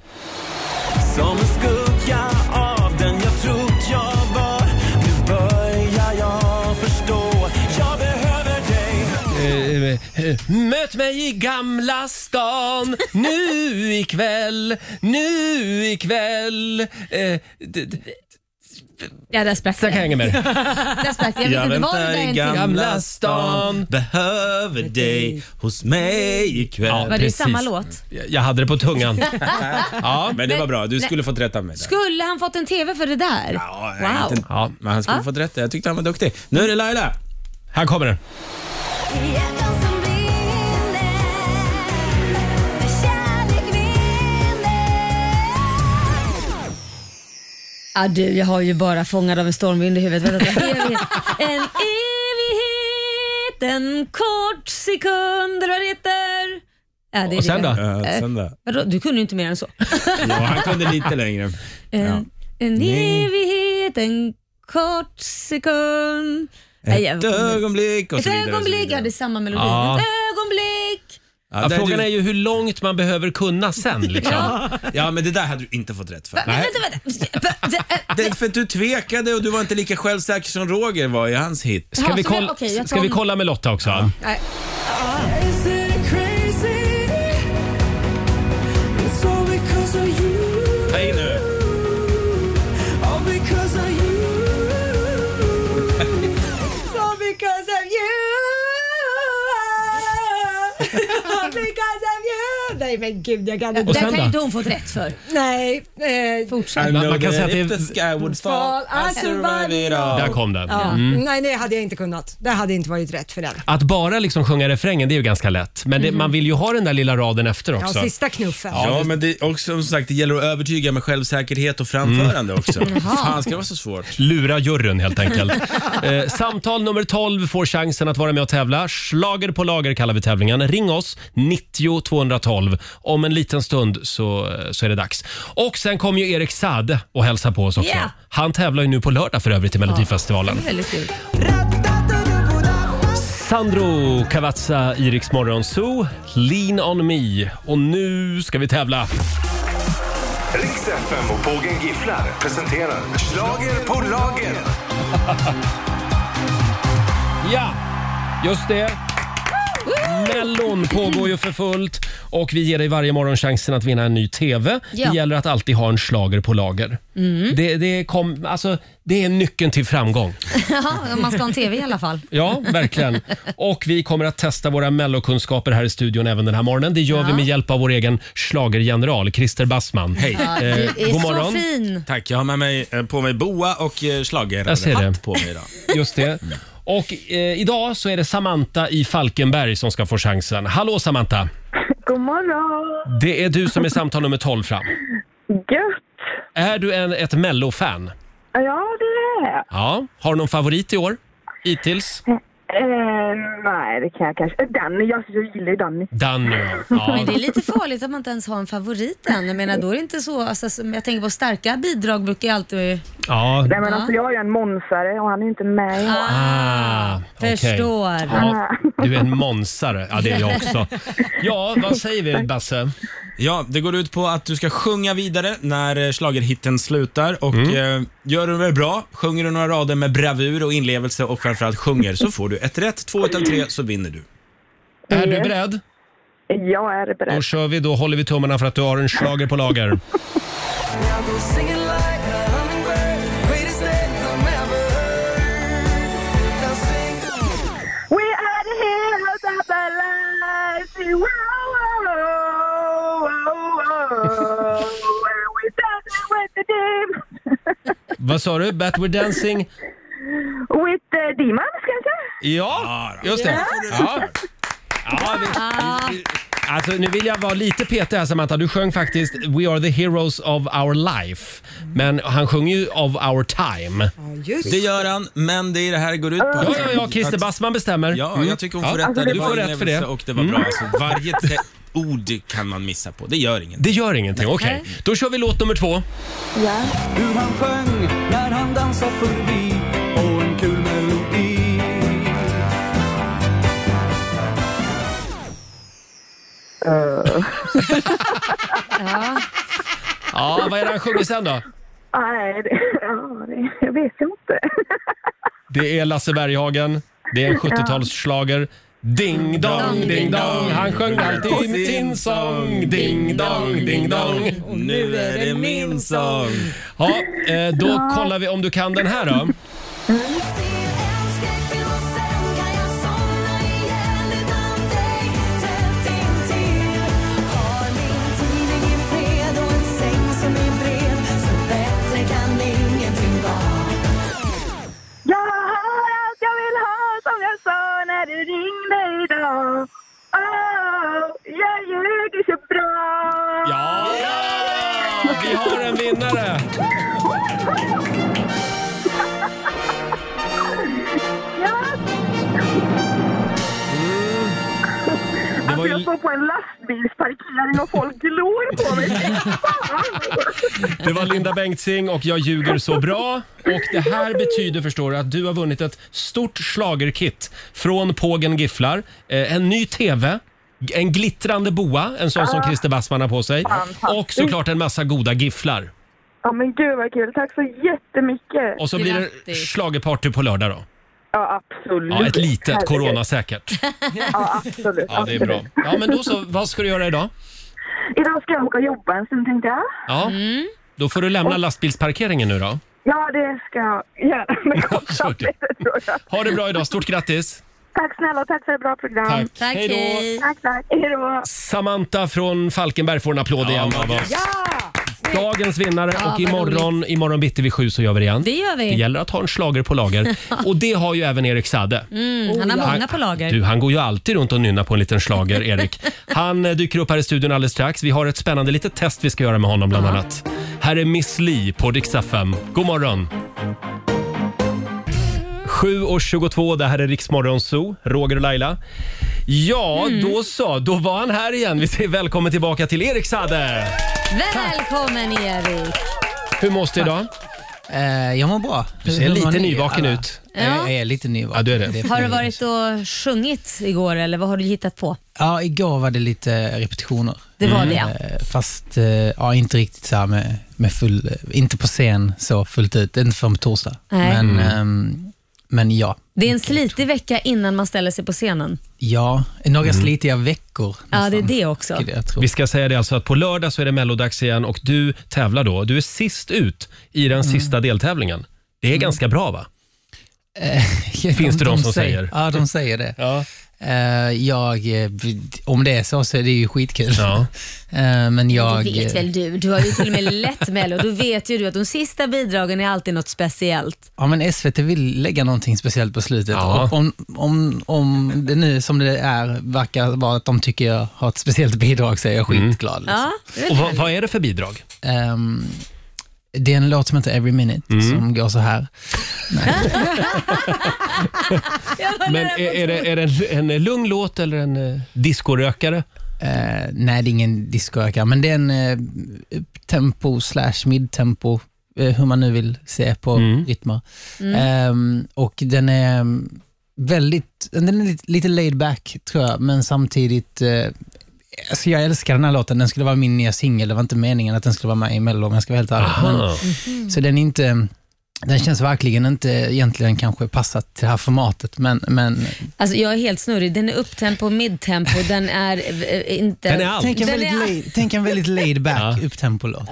Speaker 9: Som en skugga av den jag trott jag var Nu börjar jag förstå Jag behöver dig
Speaker 1: Eh, eh, Möt mig i Gamla stan nu ikväll, nu ikväll. Eh, d- d-
Speaker 2: Ja, där sprack
Speaker 1: Sen kan jag
Speaker 2: det.
Speaker 1: inget mer.
Speaker 2: Där sprack det. Jag vet
Speaker 5: Jag
Speaker 2: inte vad det
Speaker 5: väntar
Speaker 2: där
Speaker 5: i
Speaker 2: är
Speaker 1: gamla-
Speaker 2: till.
Speaker 5: Gamla stan, behöver dig hos mig
Speaker 1: Ja,
Speaker 5: ikväll.
Speaker 2: Var det
Speaker 1: precis.
Speaker 2: samma låt?
Speaker 1: Jag jag hade det på tungan.
Speaker 5: Ja, men det var bra, du skulle fått rätt av mig. där.
Speaker 2: Skulle han fått en TV för det där?
Speaker 5: Ja,
Speaker 2: wow.
Speaker 5: inte-
Speaker 1: Ja.
Speaker 5: Men han skulle fått rätt där. Jag tyckte han var duktig. Nu är det Laila.
Speaker 1: Här kommer den.
Speaker 2: Ja, du, jag har ju bara fångad av en stormvind i huvudet. Vänta, vänta. Evighet. En evighet, en kort sekund, eller vad det heter. Ja, det är
Speaker 1: Och sen
Speaker 2: det.
Speaker 1: då?
Speaker 5: Ja, sen då.
Speaker 2: Vadå? Du kunde ju inte mer än så.
Speaker 5: Äh, Ja, han kunde lite längre.
Speaker 2: En,
Speaker 5: Ja.
Speaker 2: Eh, en
Speaker 5: Nej.
Speaker 2: evighet, en kort sekund. Nej, jag-
Speaker 5: Ett ögonblick och
Speaker 2: Ett
Speaker 5: så vidare. och så
Speaker 2: ögonblick, ja
Speaker 5: vidare.
Speaker 2: det är samma melodi.
Speaker 1: Ja.
Speaker 2: Ett ögonblick.
Speaker 5: Ja,
Speaker 1: Ja,
Speaker 5: där
Speaker 1: frågan
Speaker 5: du-
Speaker 1: är ju hur långt man behöver kunna sen. Liksom.
Speaker 5: Ja, men det där hade du inte fått rätt för.
Speaker 2: Va, vänta, vänta. Va, det- äh,
Speaker 5: Det är för att du tvekade och du var inte lika självsäker som Roger var i hans hit.
Speaker 1: Ska,
Speaker 2: Jaha,
Speaker 1: vi,
Speaker 2: så jag-
Speaker 1: kolla,
Speaker 2: okej, jag tar
Speaker 1: ska vi
Speaker 2: om-
Speaker 1: kolla med Lotta också?
Speaker 3: Nej.
Speaker 5: Nej nu.
Speaker 3: Because of you. nej men gud jag kan inte.
Speaker 2: Det
Speaker 1: sen
Speaker 2: kan ju
Speaker 1: då?
Speaker 2: inte hon fått rätt för.
Speaker 3: Nej. Eh,
Speaker 2: Fortsätt.
Speaker 1: Man- man kan säga att det är-
Speaker 5: If the sky would fall,
Speaker 3: Fall,
Speaker 5: I
Speaker 3: I survive
Speaker 5: survive it
Speaker 3: it
Speaker 5: all.
Speaker 1: Där kom den.
Speaker 3: ja. Nej, det hade jag inte kunnat. Det hade inte varit rätt för den.
Speaker 1: Att bara liksom sjunga refrängen det är ju ganska lätt. Men det, man vill ju ha den där lilla raden efter
Speaker 3: Ja,
Speaker 1: också.
Speaker 3: sista knuffen.
Speaker 5: Ja, men det, också, som sagt, det gäller att övertyga med självsäkerhet och framförande
Speaker 1: Mm.
Speaker 5: också. Fan, ska det vara så svårt?
Speaker 1: Lura juryn helt enkelt. eh, samtal nummer 12 får chansen att vara med och tävla. Slager på lager kallar vi tävlingen. Ring oss, 90 212. Om en liten stund så, eh, så är det dags. Och sen kommer ju Erik Saade och hälsa på oss också.
Speaker 2: Ja.
Speaker 1: Han tävlar ju nu på lördag för övrigt i Melodifestivalen.
Speaker 2: Det är väldigt kul.
Speaker 1: Sandro Cavazza, Iriks Morgonzoo, Lean on me. Och nu ska vi tävla.
Speaker 8: Riks FM och Pågen Gifflar presenterar Schlager på lager.
Speaker 1: Ja, just det. Mellon pågår ju för fullt och vi ger dig varje morgon chansen att vinna en ny TV.
Speaker 2: Ja. Mm.
Speaker 1: Det gäller att alltid ha en slager på lager. Det, det, kom, alltså, det är nyckeln till framgång.
Speaker 2: Ja, om man ska ha en TV i alla
Speaker 5: Eh,
Speaker 2: fall.
Speaker 1: Ja, verkligen. Och vi kommer att testa våra mellokunskaper här i studion även den här morgonen. Det gör vi med hjälp av vår egen schlagergeneral Christer Bassman. Hej.
Speaker 2: Ja, du är
Speaker 1: god
Speaker 2: så
Speaker 1: morgon.
Speaker 2: fin.
Speaker 5: Tack, jag har med mig, eh, på mig boa och eh, schlager.
Speaker 1: Jag ser
Speaker 5: Hatt
Speaker 1: det.
Speaker 5: på mig idag.
Speaker 1: Just det. Och eh, idag så är det Samantha i Falkenberg som ska få chansen. Hallå Samantha!
Speaker 7: God morgon!
Speaker 1: Det är du som är samtal nummer 12 fram.
Speaker 7: Gött!
Speaker 1: Är du en, ett Mello-fan?
Speaker 7: Ja, det är jag.
Speaker 1: Ja. Har du någon favorit i år? Hittills?
Speaker 7: Eh, nej, det kan jag kanske... Eh, Danny, jag, jag gillar ju Danny.
Speaker 1: Danny. Ja.
Speaker 2: Men det är lite farligt att man inte ens har en favorit än. Jag menar, då är det inte så. Alltså, som- jag tänker på starka bidrag brukar ju alltid...
Speaker 1: ja.
Speaker 7: Nej, men alltså jag är ju en monsare och han är inte med. i år.
Speaker 1: Ah, okej.
Speaker 2: Förstår.
Speaker 1: Ja, du är en monsare. Ja, det är jag också. Ja, vad säger vi Basse?
Speaker 5: Ja, det går ut på att du ska sjunga vidare när slagerhitten slutar och
Speaker 1: Mm.
Speaker 5: eh, gör du det bra, sjunger du några rader med bravur och inlevelse och framförallt sjunger så får du ett rätt, två utav tre så vinner du.
Speaker 1: Är du beredd?
Speaker 7: Jag är beredd.
Speaker 1: Då kör vi. Då håller vi tummarna för att du har en slager på lager.
Speaker 7: We are the heroes of the life. Wow, wow, wow, wow. When we dancing with the team.
Speaker 1: Vad sa du? Bat We're Dancing?
Speaker 7: With the demons kanske?
Speaker 1: Ja, just det. Ja. Ja, vi, vi, vi, alltså, nu vill jag vara lite petig här Samantha. Du sjöng faktiskt We are the heroes of our life. Men han sjöng ju of our time.
Speaker 3: Ja, just
Speaker 5: Det gör han, men det är det här det går ut på.
Speaker 1: Ja, ja, ja. Christer Bassman bestämmer.
Speaker 5: Ja,
Speaker 1: Mm.
Speaker 5: jag tycker hon får
Speaker 1: Ja,
Speaker 5: rätt. där. Det
Speaker 1: Du
Speaker 5: var
Speaker 1: får rätt för det. Mm.
Speaker 5: inlevelse Och det var bra. Alltså, varje te- ord kan man missa på. Det gör inget.
Speaker 1: Det gör ingenting, okej. Då kör vi låt nummer två.
Speaker 9: Hur han sjöng när han dansade förbi och en kul melodi
Speaker 1: Ja, vad är det han sjunger sen då?
Speaker 7: Ah, Nej, det, ja, det, jag vet inte.
Speaker 1: Det är Lasse Berghagen. Det är en 70-talsschlager. Ding dong, ding dong. Han sjöng alltid med sin sång. Ding dong, ding dong.
Speaker 5: Nu är det min sång.
Speaker 1: Ja, eh, då kollar vi om du kan den här då.
Speaker 7: Jag har allt jag vill ha som jag sa när du ringde idag. Oh, jag ljuger så bra.
Speaker 1: Ja! Vi har en vinnare! Det var
Speaker 7: Alltså, jag
Speaker 1: ju,
Speaker 7: står på en lastbilsparkering och folk glor på mig.
Speaker 1: det var Linda Bengtzing och Jag ljuger så bra. Och det här betyder förstår du att du har vunnit ett stort schlagerkit från Pågen Gifflar. Eh, En ny TV. En glittrande boa, en sån som Christer Bassman har på sig. Och såklart en massa goda gifflar.
Speaker 7: Ja men gud vad kul, tack så jättemycket.
Speaker 1: Och så blir det
Speaker 2: Grattis.
Speaker 1: schlagerparty på lördag då.
Speaker 7: Ja absolut.
Speaker 1: Ja, ett litet,
Speaker 7: Herregud.
Speaker 1: coronasäkert.
Speaker 7: Ja absolut.
Speaker 1: Ja, det är bra.
Speaker 7: absolut.
Speaker 1: Ja, men då så. Vad ska du göra idag?
Speaker 7: Idag ska jag åka och jobba en stund tänkte jag.
Speaker 1: Ja. Då får du lämna lastbilsparkeringen nu då.
Speaker 7: Ja det ska jag göra. Men jag
Speaker 1: Ja, så
Speaker 7: kommer
Speaker 1: det.
Speaker 7: lite tror jag.
Speaker 1: Ha det bra idag. Stort grattis!
Speaker 7: Tack snälla och tack för ett bra program.
Speaker 1: Tack.
Speaker 2: Tack,
Speaker 1: Hej då.
Speaker 2: hej.
Speaker 7: Tack, tack. Hej då.
Speaker 1: Samantha från Falkenberg får en applåd igen av oss. Dagens vinnare
Speaker 2: Ja,
Speaker 1: och
Speaker 2: vad
Speaker 1: imorgon, imorgon bitti vid sju så gör vi det igen.
Speaker 2: Det gör vi.
Speaker 1: Det gäller att ha en slager på lager. Och det har ju även Erik Sade.
Speaker 2: Mm,
Speaker 5: Oh,
Speaker 2: han har många
Speaker 1: Han-
Speaker 2: på lager.
Speaker 1: Du, han går ju alltid runt och nynnar på en liten slager, Erik. Han eh, dyker upp här i studion alldeles strax. Vi har ett spännande litet test vi ska göra med honom bland annat. Här är Miss Li på Dix FM. God morgon! 7.22, det här är Riksmorgon Zoo, Roger och Laila. Ja, då så. Då var han här igen. Vi säger välkommen tillbaka till Erik Sade.
Speaker 2: Välkommen Erik!
Speaker 1: Hur mås det idag?
Speaker 10: Eh, jag mår bra.
Speaker 1: Du ser lite nyvaken ut.
Speaker 10: Ja. Jag är lite nyvaken.
Speaker 1: Ja, du är det.
Speaker 10: är för
Speaker 2: Har du
Speaker 10: mig.
Speaker 2: varit och sjungit igår eller vad har du hittat på?
Speaker 10: Ja, igår var det lite repetitioner.
Speaker 2: Det var det ja.
Speaker 10: Eh, Fast eh, ja, inte riktigt så här med, med full, eh, inte på scen så fullt ut, inte förrän på torsdag.
Speaker 2: Nej.
Speaker 10: Men, ehm, men ja.
Speaker 2: Det är en slitig vecka innan man ställer sig på scenen.
Speaker 10: Ja, några slitiga veckor.
Speaker 2: Ja, det är
Speaker 10: nästan,
Speaker 2: det också.
Speaker 10: skulle Jag tror.
Speaker 1: Vi ska säga det alltså att på lördag så är det mellodags igen och du tävlar då. Du är sist ut i den
Speaker 10: Mm.
Speaker 1: sista deltävlingen. Det är ganska bra va? Finns det de som säger?
Speaker 10: Ja, Mm. Eh, de säger det.
Speaker 1: Ja.
Speaker 10: Eh, jag, eh, om det är så så är det ju skitkul.
Speaker 1: Ja.
Speaker 10: Eh, men jag...
Speaker 2: Det vet väl du? Du har ju till och med lett Mello. Då vet ju du att de sista bidragen är alltid något speciellt.
Speaker 10: Ja, men SVT vill lägga någonting speciellt på slutet.
Speaker 1: Ja.
Speaker 10: Och om, om, om det nu som det är verkar vara att de tycker jag har ett speciellt bidrag så är jag skitglad. Liksom.
Speaker 2: Ja, det vet
Speaker 1: Och
Speaker 2: jag.
Speaker 1: vad, vad är det för bidrag?
Speaker 10: Ehm, det är en låt som heter Every Minute som går så här.
Speaker 2: Jag var
Speaker 1: Men
Speaker 2: nära
Speaker 1: är,
Speaker 2: på-
Speaker 1: är det, är det en, en lugn låt eller en eh, discorökare?
Speaker 10: Eh, nej, det är ingen discoökare, men det är en eh, upptempo slash midtempo, eh, hur man nu vill se på
Speaker 1: Mm.
Speaker 10: rytmer. Ehm, och den är mm, väldigt, den är lite, lite laid back tror jag, men samtidigt eh, Alltså jag älskar den här låten, den skulle vara min nya singel. Det var inte meningen att den skulle vara med i Mello om jag ska vara helt ärlig. Men,
Speaker 1: Aha.
Speaker 10: så den är inte, den känns verkligen inte egentligen kanske passat till det här formatet, men, men
Speaker 2: Alltså, jag är helt snurrig. Den är upptempo, midtempo, den är eh, inte...
Speaker 1: Den är allt.
Speaker 10: tänk en
Speaker 2: Den
Speaker 10: väldigt,
Speaker 2: är-
Speaker 10: laid, tänk en väldigt laid back
Speaker 1: Ja.
Speaker 10: upptempo-låt.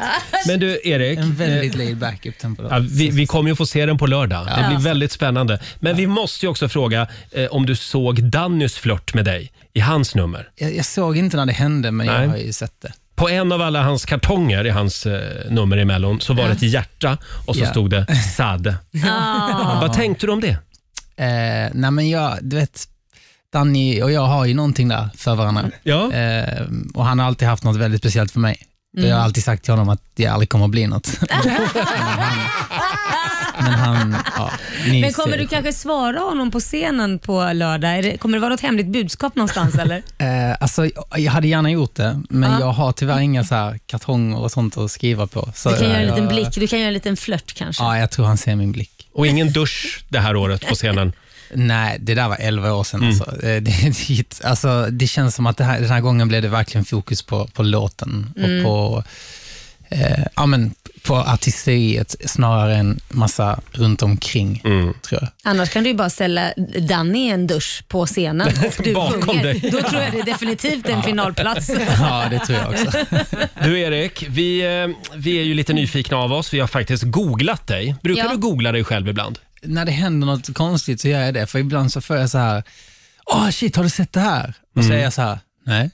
Speaker 1: Men du Erik,
Speaker 10: En
Speaker 1: eh,
Speaker 10: väldigt laid back upptempo-låt.
Speaker 1: ja, vi, vi kommer ju få se den på lördag. Det blir väldigt spännande. Men vi måste ju också fråga eh, om du såg Dannys flört med dig i hans nummer.
Speaker 10: Jag, jag såg inte när det hände, men
Speaker 1: Nej.
Speaker 10: jag har ju sett det.
Speaker 1: På en av alla hans kartonger i hans eh, nummer i Mellon så var det ett hjärta och så
Speaker 10: Ja.
Speaker 1: stod det Sad. Vad tänkte du om det?
Speaker 10: Eh, nej men jag, du vet, Danny och jag har ju någonting där för varandra.
Speaker 1: Ja.
Speaker 10: Eh, och han har alltid haft något väldigt speciellt för mig. Jag
Speaker 11: Mm.
Speaker 10: har alltid sagt till honom att jag aldrig kommer att bli något. men han, men han ja, ni
Speaker 2: Men kommer
Speaker 10: ser.
Speaker 2: du kanske svara honom på scenen på lördag? Är det, kommer det vara något hemligt budskap någonstans eller?
Speaker 10: Eh, alltså, jag- jag hade gärna gjort det, men jag har tyvärr inga så här kartonger och sånt att skriva på. Så
Speaker 2: Du kan göra en liten
Speaker 10: jag,
Speaker 2: blick, du kan göra en liten flört kanske.
Speaker 10: Ja, jag tror han ser min blick.
Speaker 1: Och ingen dusch det här året på scenen.
Speaker 10: Nej, det där var 11 år sedan. Alltså. Eh, Det, det, alltså, det känns som att det här, den här gången blev det verkligen fokus på, på låten och på, eh, ja, men, på artisteriet snarare än massa runt omkring, tror jag.
Speaker 2: Annars kan du ju bara ställa Danny i en dusch på scenen och du
Speaker 1: Bakom
Speaker 2: sjunger.
Speaker 1: dig.
Speaker 2: Då tror jag det är definitivt en finalplats.
Speaker 10: Ja, det tror jag också.
Speaker 1: Du Erik, vi, eh, vi är ju lite nyfikna av oss. Vi har faktiskt googlat dig. Brukar
Speaker 2: Ja.
Speaker 1: du googla dig själv ibland?
Speaker 10: När det händer något konstigt så gör jag det, för ibland så får jag så här, åh shit, har du sett det här? Och
Speaker 5: Mm.
Speaker 10: så är jag så här, nej.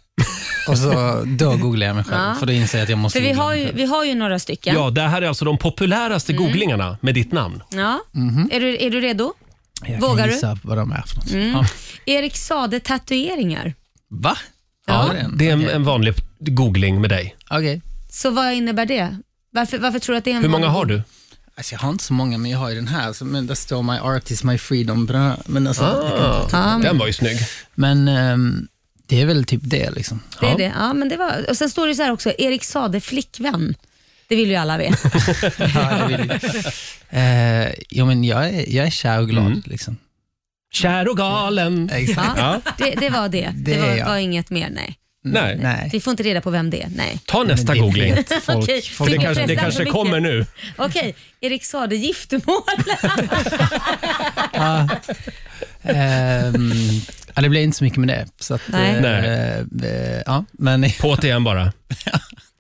Speaker 10: Och så, då googlar jag mig själv,
Speaker 2: Ja.
Speaker 10: för då inser jag att jag måste
Speaker 2: För vi
Speaker 10: googla
Speaker 2: har,
Speaker 10: mig
Speaker 2: ju,
Speaker 10: själv.
Speaker 2: vi har ju några stycken.
Speaker 1: Ja, det här är alltså de populäraste
Speaker 10: Mm.
Speaker 1: googlingarna med ditt namn.
Speaker 2: Ja. Är, du, är du redo?
Speaker 10: Mhm. Jag
Speaker 2: Vågar
Speaker 10: kan
Speaker 2: du? Mm.
Speaker 10: gissa vad de är för något. Ja.
Speaker 2: Erik Sade tatueringar.
Speaker 10: Va? Har du den?
Speaker 1: Det är en,
Speaker 10: Okej.
Speaker 1: en vanlig googling med dig.
Speaker 10: Okej.
Speaker 2: Så vad innebär det? Varför, varför tror du att det är en
Speaker 1: Hur många har du?
Speaker 10: Alltså jag har inte så många, men jag har ju den här. Så, men där står My Art is my freedom. på den här. Men, alltså, jag kan inte-
Speaker 2: Ja, men
Speaker 1: Den var ju snygg.
Speaker 10: men ehm, det är väl typ det. liksom.
Speaker 2: det är det. Ja, men det var, och sen står det så här också, Erik Sade flickvän. Det vill ju alla veta.
Speaker 10: Ja, jag, vill, eh, jo, men jag, är, jag är kär och glad. Liksom.
Speaker 1: Mm. Kär och galen.
Speaker 10: Exakt.
Speaker 2: Ja, det, det var det. Det,
Speaker 10: Det är
Speaker 2: var,
Speaker 10: jag.
Speaker 2: var inget mer, nej.
Speaker 1: Nej.
Speaker 10: Nej.
Speaker 2: Vi får inte reda på vem det är, nej.
Speaker 1: Ta nästa
Speaker 10: Men det
Speaker 1: googling.
Speaker 10: vet Folk,
Speaker 2: Okej,
Speaker 10: folk,
Speaker 1: Det
Speaker 2: Fick
Speaker 1: kanske, det
Speaker 2: pressa för
Speaker 1: kanske
Speaker 2: mycket. Eh,
Speaker 1: kommer nu.
Speaker 2: Okej, Erik Sade giftermål.
Speaker 10: ehm, ja, det blir inte så mycket med det. Så att, eh,
Speaker 2: Nej.
Speaker 1: Nej.
Speaker 10: eh, ja, men,
Speaker 1: På det igen bara.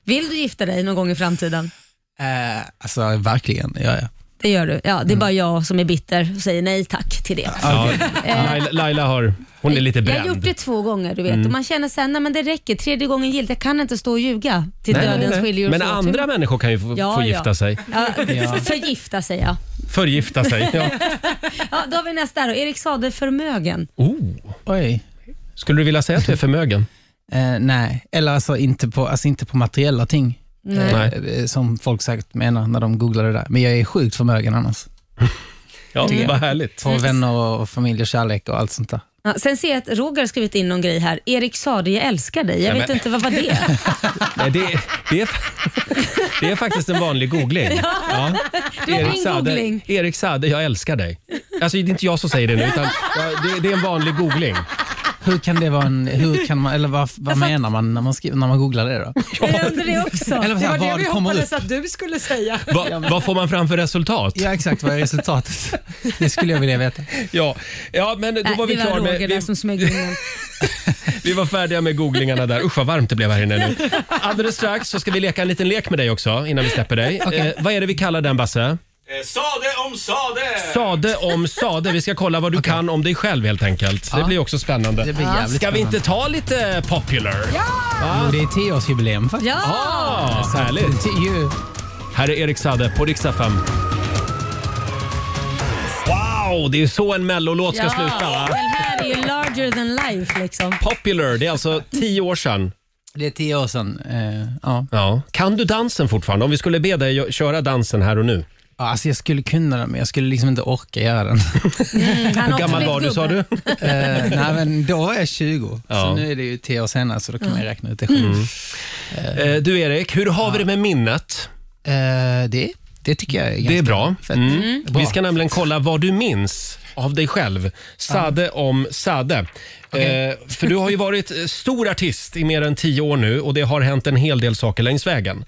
Speaker 2: Vill du gifta dig någon gång i framtiden?
Speaker 10: eh, alltså, verkligen, ja, ja.
Speaker 2: Det gör du. Ja, det är bara jag som är bitter och säger nej tack till det.
Speaker 1: Mm. Ja, Laila- Laila har, hon är lite
Speaker 2: Eh. Jag har gjort
Speaker 1: bränd.
Speaker 2: det två gånger du vet
Speaker 1: Mm.
Speaker 2: och man känner sen, nej men det räcker, tredje gången gillt. Jag kan inte stå och ljuga till
Speaker 1: Nej,
Speaker 2: dödens
Speaker 1: nej.
Speaker 2: skiljer oss
Speaker 1: Men
Speaker 2: åt.
Speaker 1: andra människor kan ju få,
Speaker 2: Ja,
Speaker 1: få
Speaker 2: ja.
Speaker 1: gifta sig.
Speaker 2: Ja,
Speaker 1: Ja.
Speaker 2: Förgifta sig ja.
Speaker 1: Förgifta sig. Ja.
Speaker 2: ja. Då har vi nästa då. Erik Saade, förmögen.
Speaker 1: Oh.
Speaker 11: Oj.
Speaker 1: Skulle du vilja säga att du är förmögen?
Speaker 11: Eh, nej, eller alltså inte på, alltså inte på materiella ting.
Speaker 2: Nej.
Speaker 11: Eh, eh, som folk säkert menar när de googlar det där. Men jag är sjukt förmögen annars.
Speaker 1: Ja,
Speaker 11: Tycker jag.
Speaker 1: vad härligt.
Speaker 11: På vänner och familj och kärlek och allt sånt där.
Speaker 2: Ja, sen ser jag att Roger har skrivit in någon grej här. Erik Saade, jag älskar dig. Jag
Speaker 1: Ja,
Speaker 2: vet
Speaker 1: men-
Speaker 2: inte vad var det
Speaker 1: Nej, det, det, är, det är faktiskt en vanlig googling. Ja.
Speaker 2: Det var min
Speaker 1: Saade,
Speaker 2: googling.
Speaker 1: Erik Saade, jag älskar dig. Alltså det är inte jag som säger det nu, utan ja, det, det är en vanlig googling.
Speaker 11: Hur kan det vara en, hur kan man, eller vad, vad menar man när man, skriver, när man googlar det då?
Speaker 2: Jag undrar det också.
Speaker 11: Eller så
Speaker 3: Det
Speaker 11: här,
Speaker 3: var det
Speaker 11: vad
Speaker 3: vi
Speaker 11: kommer
Speaker 3: hoppades
Speaker 11: upp?
Speaker 3: att du skulle säga.
Speaker 1: Va, vad får man fram för resultat?
Speaker 11: Ja exakt, vad är resultatet? Det skulle jag vilja veta.
Speaker 1: Ja, ja men då
Speaker 2: Nej,
Speaker 1: var vi
Speaker 2: det var
Speaker 1: klara
Speaker 2: Roger
Speaker 1: med...
Speaker 2: där
Speaker 1: Vi,
Speaker 2: som smög in någon.
Speaker 1: vi var färdiga med googlingarna där. Usch vad varmt det blev här inne nu. Alldeles strax så ska vi leka en liten lek med dig också innan vi släpper dig. Eh, vad är det vi kallar den Basse?
Speaker 5: Sade Eh, om sade!
Speaker 1: Sade om Sade. Vi ska kolla vad du kan om dig själv helt enkelt. Det
Speaker 11: Ja.
Speaker 1: blir också spännande.
Speaker 11: Det blir jävligt
Speaker 1: Ska vi inte
Speaker 11: spännande.
Speaker 1: ta lite popular?
Speaker 11: Jo, det är tioårsjubileum faktiskt.
Speaker 2: Ja!
Speaker 1: Ah, härligt.
Speaker 11: Tio.
Speaker 1: Här är Erik Sade på riksdag 5. Wow, det är så en mellolåt ska
Speaker 2: ja.
Speaker 1: sluta va?
Speaker 2: Men här är ju larger than life liksom.
Speaker 1: Popular, det är alltså tio år sedan.
Speaker 11: Det är tio år sedan. Eh, ja.
Speaker 1: Ja. Kan du dansen fortfarande? Om vi skulle be dig köra dansen här och nu.
Speaker 11: Ja, Alltså jag skulle kunna den, men jag skulle liksom inte orka göra den.
Speaker 2: Mm, han har
Speaker 1: Hur
Speaker 2: också
Speaker 1: gammal
Speaker 2: blivit
Speaker 1: var du sa
Speaker 2: gubbe.
Speaker 1: du?
Speaker 11: Eh, nej, men då var jag 20,
Speaker 1: Ja.
Speaker 11: så nu är det ju 10 år senare, så då kan man ju räkna ut det själv.
Speaker 1: Eh, Du Erik, hur har vi det med minnet?
Speaker 11: Eh, det, det tycker jag är ganska
Speaker 1: Det är bra.
Speaker 11: fett.
Speaker 1: Mm.
Speaker 11: Bra.
Speaker 1: Vi ska nämligen kolla vad du minns av dig själv. Sade om Sade. Eh, för du har ju varit eh, stor artist i mer än tio år nu och det har hänt en hel del saker längs vägen.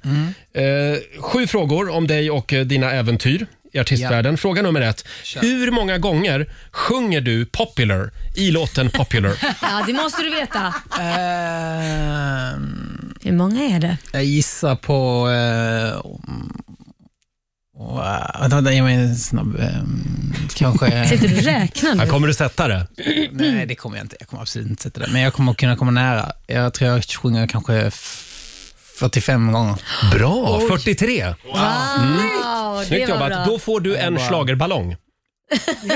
Speaker 1: Eh, sju frågor om dig och eh, dina äventyr i artistvärlden. Fråga nummer ett. Hur många gånger sjunger du Popular i låten Popular?
Speaker 2: Ja, det måste du veta.
Speaker 11: Ehm,
Speaker 2: Hur många är det?
Speaker 11: jag gissar på... Uh, vänta, vänta, ge mig en snabb... ehm,
Speaker 1: Eh.
Speaker 11: kanske...
Speaker 2: Sitter du och räknar
Speaker 1: Här
Speaker 2: nu?
Speaker 1: kommer du sätta det.
Speaker 11: nej, det kommer jag inte. Jag kommer absolut inte sätta det. Men jag kommer kunna komma nära. Jag tror jag sjunger kanske f- 45 gånger.
Speaker 1: Bra! 43.
Speaker 2: Wow,
Speaker 1: Mm. Snyggt
Speaker 2: det var
Speaker 1: jobbat.
Speaker 2: bra.
Speaker 1: Då får du en
Speaker 11: Bra.
Speaker 1: schlagerballong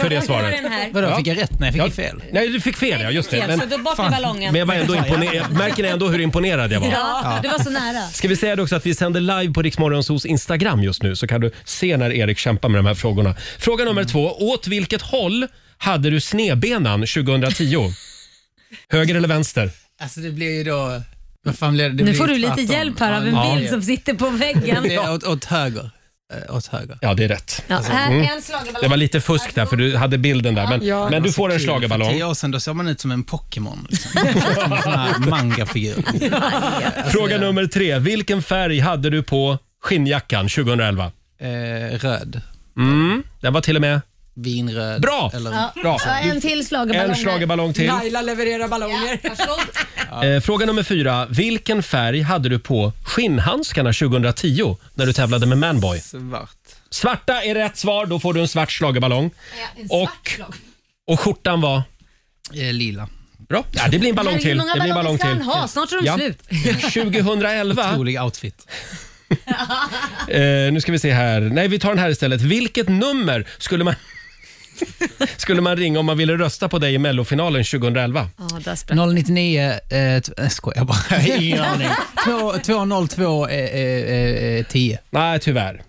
Speaker 1: för det
Speaker 2: Det var
Speaker 1: svaret.
Speaker 2: den här.
Speaker 11: Vadå,
Speaker 1: Ja.
Speaker 11: fick jag rätt? Nej, jag fick
Speaker 1: Ja.
Speaker 11: ju fel.
Speaker 1: Nej, du fick fel ja. Just det.
Speaker 2: Fel,
Speaker 1: Men,
Speaker 2: så då bort med
Speaker 11: Fan.
Speaker 2: ballongen.
Speaker 1: men jag var ändå imponerad. Märker ni ändå hur imponerad jag var?
Speaker 2: Ja, det var så nära.
Speaker 1: Ska vi säga det också att vi sänder live på Riksmorgonsos Instagram just nu så kan du se när Erik kämpar med de här frågorna. Fråga nummer
Speaker 2: Mm.
Speaker 1: två. Åt vilket håll hade du snedbenan 2010? Höger eller vänster?
Speaker 11: Alltså det blir ju då... Vad fan blir det? det
Speaker 2: Nu
Speaker 11: blir
Speaker 2: får
Speaker 11: ju
Speaker 2: du lite
Speaker 11: tvärtom.
Speaker 2: hjälp här av en
Speaker 11: Ja,
Speaker 2: bild
Speaker 11: ja.
Speaker 2: som sitter på väggen.
Speaker 11: Det är åt, åt höger. Eh, åt höger.
Speaker 1: Ja, det är rätt.
Speaker 2: Ja, här är en
Speaker 1: Det var
Speaker 2: schlagerballong.
Speaker 1: lite fusk där för du hade bilden där. Men, men du får en
Speaker 11: För
Speaker 1: schlagerballong.
Speaker 11: tio år sedan då såg man ut som en Pokémon. Liksom. som en sån här mangafigur.
Speaker 1: Fråga nummer tre. Vilken färg hade du på skinnjackan 2011?
Speaker 11: Eh, röd.
Speaker 1: Mm, den var till och med
Speaker 11: Vinröd.
Speaker 1: Bra!
Speaker 11: Eller,
Speaker 2: Ja, ja, en till
Speaker 1: en
Speaker 2: schlagerballong. där.
Speaker 1: schlagerballong till.
Speaker 3: Laila levererar ballonger.
Speaker 2: Varsågod.
Speaker 1: Eh, fråga nummer fyra. Vilken färg hade du på skinnhandskarna 2010 när du tävlade med Manboy?
Speaker 11: Svart.
Speaker 1: Svarta är rätt svar. Då får du en svart schlagerballong.
Speaker 2: Ja, en
Speaker 1: Och-
Speaker 2: svart schlager.
Speaker 1: Och skjortan var?
Speaker 11: Eh, lila.
Speaker 1: Bra. Ja, det blir en ballong
Speaker 2: Herregud,
Speaker 1: till.
Speaker 2: Hur många
Speaker 1: det blir en
Speaker 2: ballonger
Speaker 1: ballong
Speaker 2: ska han
Speaker 1: till.
Speaker 2: ha? Snart är de
Speaker 1: Ja.
Speaker 2: slut.
Speaker 1: 2011.
Speaker 11: Otrolig outfit.
Speaker 1: Eh, nu ska vi se här. Nej, vi tar den här istället. Vilket nummer skulle man skulle man ringa om man ville rösta på dig i mellofinalen 2011?
Speaker 2: Ja, där sprack
Speaker 11: 099... Eh, t- jag skojar bara. Jag har Ingen aning. Två- 202 eh, eh, eh, 10.
Speaker 1: Nej, tyvärr.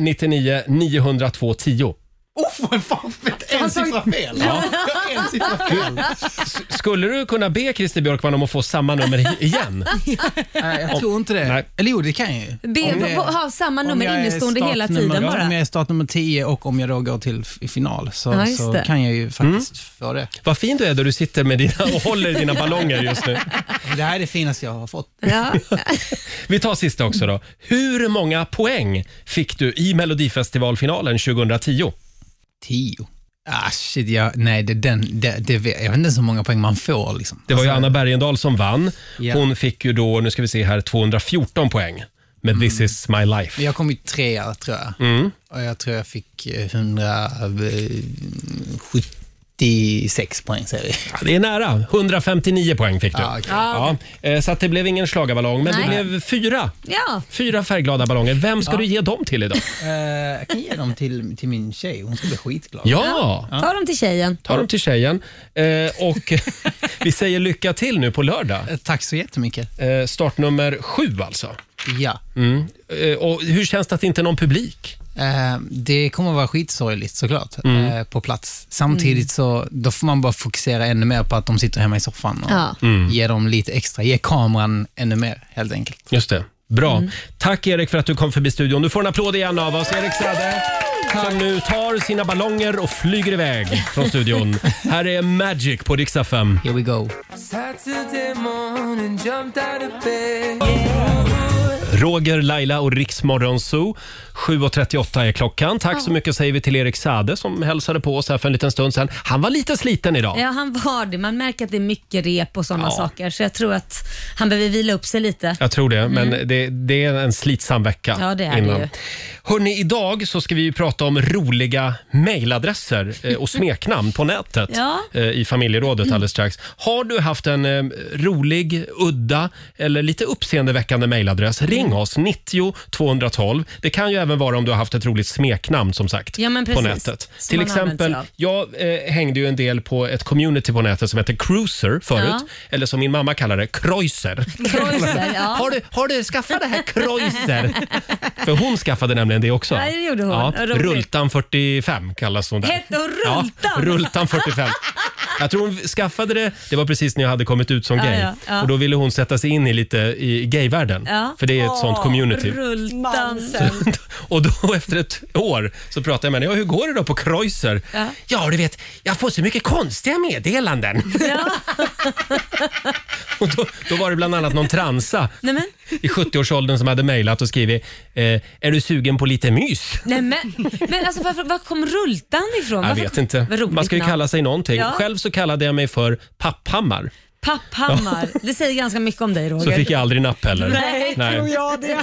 Speaker 1: 099 902 10.
Speaker 11: Oh, vad fan! En siffra fel. En siffra fel.
Speaker 1: Skulle du kunna be Christer Björkman om att få samma nummer i- igen?
Speaker 11: Nej, jag tror inte det.
Speaker 1: Nej.
Speaker 11: Eller jo, det kan jag ju.
Speaker 2: Be,
Speaker 11: Om det-
Speaker 2: på, ha samma
Speaker 11: om
Speaker 2: nummer
Speaker 11: jag är
Speaker 2: innestående hela
Speaker 11: startnummer-
Speaker 2: tiden
Speaker 11: ja,
Speaker 2: bara.
Speaker 11: Om jag är startnummer 10 och om jag då går till f- i final så,
Speaker 2: Ja, just
Speaker 11: så
Speaker 2: det.
Speaker 11: kan jag ju faktiskt få det.
Speaker 1: Vad fin du är där du sitter med dina, och håller i dina ballonger just nu.
Speaker 11: Det här är det finaste jag har fått.
Speaker 2: Ja.
Speaker 1: Vi tar sista också då. Hur många poäng fick du i Melodifestivalfinalen 2010?
Speaker 11: 10. Ah, shit, jag, nej, det, den, det, det, jag vet inte ens hur många poäng man får. Liksom.
Speaker 1: Det var ju
Speaker 11: Alltså,
Speaker 1: Anna Bergendahl som vann.
Speaker 11: Ja.
Speaker 1: Hon fick ju då, nu ska vi se här, 214 poäng. med
Speaker 11: Mm.
Speaker 1: This is my life.
Speaker 11: Jag kom ju trea tror jag.
Speaker 1: Mm.
Speaker 11: Och jag tror jag fick eh, 176 poäng säger vi.
Speaker 1: Ja, Det är nära. 159 poäng fick du.
Speaker 11: Ja, Ah, okej.
Speaker 2: Ja.
Speaker 1: Ja, eh, så att det blev ingen schlagerballong, men det
Speaker 2: Nej.
Speaker 1: blev fyra.
Speaker 2: Ja,
Speaker 1: Fyra färgglada ballonger. Vem ska du ge dem till idag?
Speaker 11: Eh, jag kan ge dem till, till min tjej, hon ska bli skitglad.
Speaker 1: Ja!
Speaker 2: ta dem till tjejen.
Speaker 1: Ta dem till tjejen. Eh, och vi säger lycka till nu på lördag.
Speaker 11: Eh, Tack så jättemycket.
Speaker 1: Eh, startnummer sju alltså.
Speaker 11: Ja.
Speaker 1: Mm. Eh, och hur känns det att det inte är någon publik?
Speaker 11: Eh, Det kommer vara skitsorgligt såklart
Speaker 5: Mm.
Speaker 11: eh, på plats. Samtidigt
Speaker 2: Mm.
Speaker 11: så då får man bara fokusera ännu mer på att de sitter hemma i soffan och
Speaker 2: Ja.
Speaker 5: Mm.
Speaker 11: ge dem lite extra, ge kameran ännu mer helt enkelt.
Speaker 1: Just det. Bra.
Speaker 11: Mm.
Speaker 1: Tack Erik för att du kom förbi studion. Du får en applåd igen av oss, Erik Sade. Som nu tar sina ballonger och flyger iväg från studion. Här är Magic på Riksa 5.
Speaker 11: Here we go.
Speaker 1: Roger, Laila och Riksmorgon Zoo. 7.38 är klockan. Tack så mycket säger vi till Erik Sade som hälsade på oss här för en liten stund sedan. Han var lite sliten idag.
Speaker 2: Ja, han var det. Man märker att det är mycket rep och sådana saker. Så jag tror att han behöver vila upp sig lite.
Speaker 1: Jag tror det, men det, det är en slitsam vecka.
Speaker 2: Mm. Ja, det är det ju.
Speaker 1: Hörrni, idag så ska vi ju prata om roliga mejladresser eh, och smeknamn på nätet
Speaker 2: Ja. Mm.
Speaker 1: eh, i familjerådet alldeles strax. Har du haft en eh, rolig, udda eller lite uppseendeväckande mejladress?
Speaker 2: Mm.
Speaker 1: Ring oss, 90 212. Det kan ju även vara om du har haft ett roligt smeknamn som sagt
Speaker 2: Ja, men
Speaker 1: på
Speaker 2: precis.
Speaker 1: nätet.
Speaker 2: Som
Speaker 1: Till
Speaker 2: man har använt sig
Speaker 1: exempel, jag eh, hängde ju en del på ett community på nätet som heter Cruiser förut,
Speaker 2: Ja.
Speaker 1: eller som min mamma kallar det, Kreuser.
Speaker 2: Kreuser, ja.
Speaker 1: Har du, har du skaffat det här Kreuser? För hon skaffade nämligen det också.
Speaker 2: Ja, det gjorde hon. Roligt.
Speaker 1: Rultan 45 kallas hon där.
Speaker 2: Hette hon Rultan?
Speaker 1: Ja, Rultan 45. Jag tror hon skaffade det, det var precis när jag hade kommit ut som
Speaker 2: Ja,
Speaker 1: gay.
Speaker 2: ja, ja.
Speaker 1: Och då ville hon sätta sig in i lite i gayvärlden.
Speaker 2: Ja.
Speaker 1: För det är ett sånt community.
Speaker 2: Rultan.
Speaker 1: Och då efter ett år så pratade jag med henne. Ja, hur går det då på Kreuser?
Speaker 2: Ja.
Speaker 1: ja, du vet, jag får så mycket konstiga meddelanden.
Speaker 2: Ja.
Speaker 1: Och då, då var det bland annat någon transa
Speaker 2: Nej, men.
Speaker 1: i 70-årsåldern som hade mejlat och skrivit eh, “Är du sugen på lite mys?”
Speaker 2: Nej, men, men alltså, varför, var kom Rultan ifrån?
Speaker 1: Jag
Speaker 2: Varför-
Speaker 1: vet inte.
Speaker 2: Vad roligt
Speaker 1: Man ska ju
Speaker 2: namn.
Speaker 1: kalla sig någonting.
Speaker 2: Ja.
Speaker 1: Själv så kallade jag mig för Papphammar.
Speaker 2: Papphammar. Det säger ganska mycket om dig
Speaker 1: Så
Speaker 2: Roger.
Speaker 1: fick jag aldrig napp heller.
Speaker 2: Nej,
Speaker 3: Tror jag det.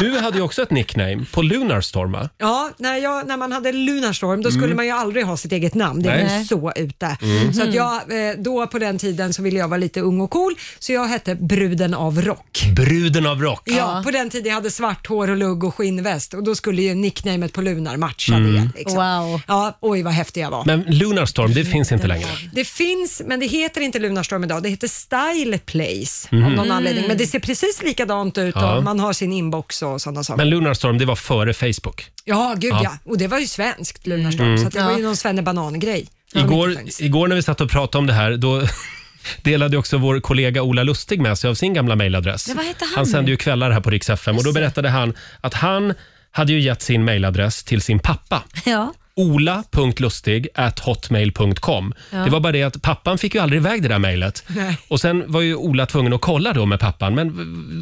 Speaker 1: Du hade ju också ett nickname på Lunarstorm va?
Speaker 3: Ja, när, jag, när man hade Lunarstorm då skulle man ju aldrig ha sitt eget namn. Det var
Speaker 2: Nej.
Speaker 3: ju så ute. Så att jag, eh, då på den tiden så ville jag vara lite ung och cool så jag hette Bruden av Rock.
Speaker 1: Bruden av rock.
Speaker 3: Ja, på den tiden jag hade svart hår och lugg och skinnväst och då skulle ju nicknamet på Lunar matcha det. Liksom.
Speaker 2: Wow.
Speaker 3: Ja, oj vad häftig jag var.
Speaker 1: Men Lunarstorm, det finns inte längre.
Speaker 3: Det finns, men det heter inte Lunarstorm idag. Det heter Style Place av någon anledning. Men det ser precis likadant ut
Speaker 1: Ja.
Speaker 3: och man har sin inbox och sådana saker.
Speaker 1: Men Lunarstorm, det var före Facebook.
Speaker 3: Ja, gud
Speaker 1: Ja.
Speaker 3: ja. Och det var ju svenskt Lunarstorm, så att det var ju någon svennebanan-grej.
Speaker 1: Igår,
Speaker 3: Mycket svenskt.
Speaker 1: igår när vi satt och pratade om det här, då delade också vår kollega Ola Lustig med sig av sin gamla mejladress.
Speaker 2: Ja, vad hette han
Speaker 1: han sände
Speaker 2: nu?
Speaker 1: ju kvällar här på Rix FM och då berättade han att han hade ju gett sin mejladress till sin pappa.
Speaker 2: Ja.
Speaker 1: ola.lustig.hotmail.com. Det var bara det att pappan fick ju aldrig iväg det där mejlet. Och sen var ju Ola tvungen att kolla då med pappan. Men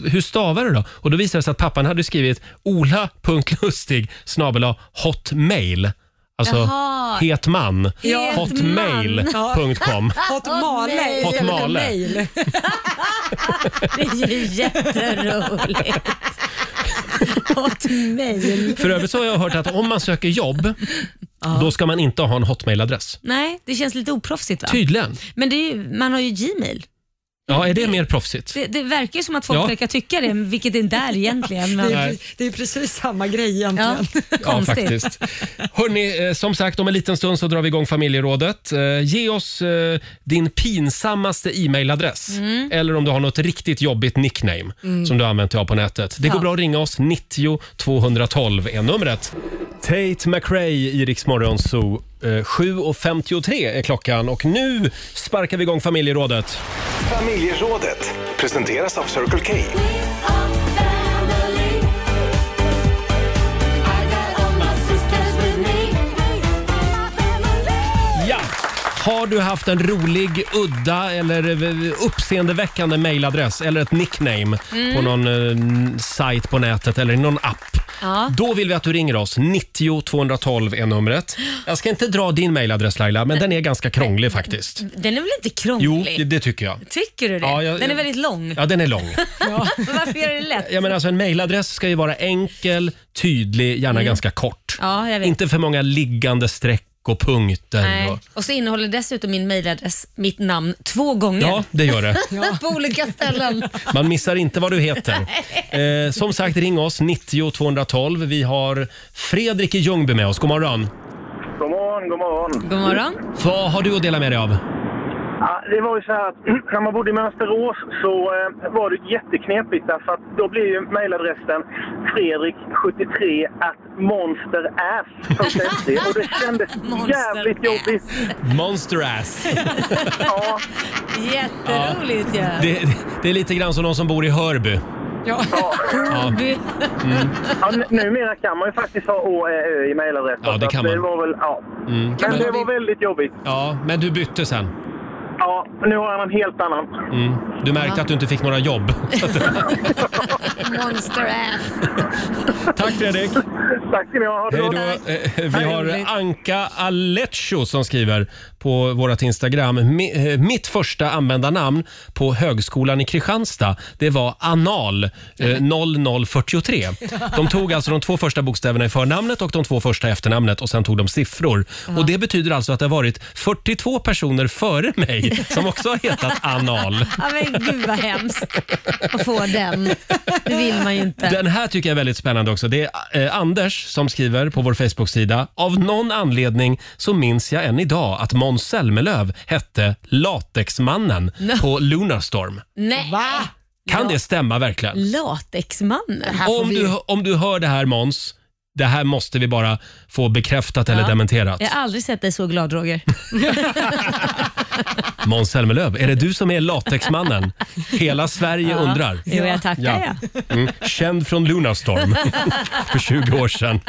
Speaker 1: v- hur stavar det då? Och då visade det sig att pappan hade skrivit ola.lustig snabel-a hotmail. Alltså
Speaker 2: Jaha.
Speaker 1: het man.
Speaker 2: Ja.
Speaker 1: Hotmail.com.
Speaker 3: Hot
Speaker 2: Åh,
Speaker 3: Male.
Speaker 2: nej.
Speaker 1: Hot Male.
Speaker 3: Male.
Speaker 2: Det är ju jätteroligt. Åt mejl.
Speaker 1: För övrigt så har jag hört att om man söker jobb, då ska man inte ha en hotmailadress.
Speaker 2: Nej, det känns lite oproffsigt va?
Speaker 1: Tydligen.
Speaker 2: Men det är ju, man har ju Gmail.
Speaker 1: Ja, är det mer proffsigt?
Speaker 2: Det, det verkar ju som att folk
Speaker 1: Ja.
Speaker 2: verkar tycka det, vilket det inte är egentligen.
Speaker 3: Det
Speaker 2: Men,
Speaker 3: är, ju- det är ju precis samma grej egentligen.
Speaker 2: ja, konstigt.
Speaker 1: Ja, faktiskt. Hörrni, eh, som sagt, om en liten stund så drar vi igång familjerådet. Eh, Ge oss eh, din pinsammaste e-mailadress
Speaker 2: Mm.
Speaker 1: eller om du har något riktigt jobbigt nickname som du har använt dig av på nätet. Det går
Speaker 2: Ja.
Speaker 1: bra att ringa oss. 90 212 är numret. Tate McRae i Rix Morgon Zoo. Eh, 7.53 är klockan och nu sparkar vi igång familjerådet.
Speaker 8: Familjerådet presenteras av Circle K.
Speaker 1: Ja! Har du haft en rolig, udda eller eh, uppseendeväckande mailadress eller ett nickname
Speaker 2: Mm.
Speaker 1: på någon eh, sajt på nätet eller i någon app?
Speaker 2: Ja.
Speaker 1: Då vill vi att du ringer oss. 90 212 är numret. Jag ska inte dra din mailadress Laila, men den är ganska krånglig faktiskt.
Speaker 2: Den är väl inte
Speaker 1: Jo,
Speaker 2: Mm, krånglig?
Speaker 1: det- det tycker jag.
Speaker 2: Tycker du det?
Speaker 1: Ja, jag-
Speaker 2: den är väldigt lång.
Speaker 1: Ja, den är lång.
Speaker 2: Varför gör du det lätt?
Speaker 1: Ja, men alltså, en mailadress ska ju vara enkel, tydlig, gärna
Speaker 2: Mm.
Speaker 1: ganska kort.
Speaker 2: Ja, jag vet.
Speaker 1: Inte för många liggande streck och punkter.
Speaker 2: Nej.
Speaker 1: Och...
Speaker 2: Och så innehåller dessutom min mejladress mitt namn två gånger.
Speaker 1: Ja, det gör det.
Speaker 2: På olika ställen.
Speaker 1: Man missar inte vad du heter. Eh, som sagt, ring oss 90 212. Vi har Fredrik i Ljungby med oss. God morgon.
Speaker 12: God morgon, god morgon.
Speaker 2: God morgon.
Speaker 1: Vad har du att dela med dig av?
Speaker 12: Ja, det var ju så här att när man bodde i Mönsterås så eh, var det jätteknepigt därför att då blir ju mejladressen fredrik73 at monsterass.se och det kändes jävligt jobbigt.
Speaker 1: Monster ass.
Speaker 12: Ja.
Speaker 2: Jätteroligt ju.
Speaker 1: Det, det är lite grann som någon som bor i Hörby.
Speaker 12: Ja.
Speaker 1: Ja. Mm.
Speaker 12: Ja, n- numera kan man ju faktiskt ha å, ä, ö i mejladressen.
Speaker 1: Ja, det
Speaker 12: så att
Speaker 1: kan
Speaker 12: Det
Speaker 1: man.
Speaker 12: var väl, ja.
Speaker 1: Mm.
Speaker 12: Men det
Speaker 1: Men,
Speaker 12: var väldigt jobbigt.
Speaker 1: ja, men du bytte sen.
Speaker 12: Ja, nu har jag en helt annan.
Speaker 1: Mm. Du märkte att du inte fick några jobb.
Speaker 2: Monster ass.
Speaker 1: Tack Fredrik.
Speaker 12: Tack ska ni ha.
Speaker 1: Hej då. Eh, Vi har Anka Aleccio som skriver på vårt Instagram. Mi- eh, Mitt första användarnamn på högskolan i Kristianstad, det var anal eh, 0043. De tog alltså de två första bokstäverna i förnamnet och de två första i efternamnet och sen tog de siffror. Och det betyder alltså att det har varit 42 personer före mig som också har hetat anal.
Speaker 2: Ja, men gud vad hemskt att få den. Det vill man ju inte.
Speaker 1: Den här tycker jag är väldigt spännande också. Det är eh, Anders som skriver på vår Facebook-sida. Av någon anledning så minns jag än idag att Måns Zelmerlöw hette Latexmannen på Lunarstorm.
Speaker 2: Nej. Va?
Speaker 1: Kan det stämma verkligen?
Speaker 2: Latexmannen.
Speaker 1: Om du, om du hör det här Måns, det här måste vi bara få bekräftat eller
Speaker 2: Ja.
Speaker 1: dementerat.
Speaker 2: Jag har aldrig sett dig så glad Roger.
Speaker 1: Måns Zelmerlöw, är det du som är Latexmannen? Hela Sverige
Speaker 2: Ja.
Speaker 1: undrar.
Speaker 2: Jo, jag tackar,
Speaker 1: Mm. Känd från Lunarstorm för 20 år sedan.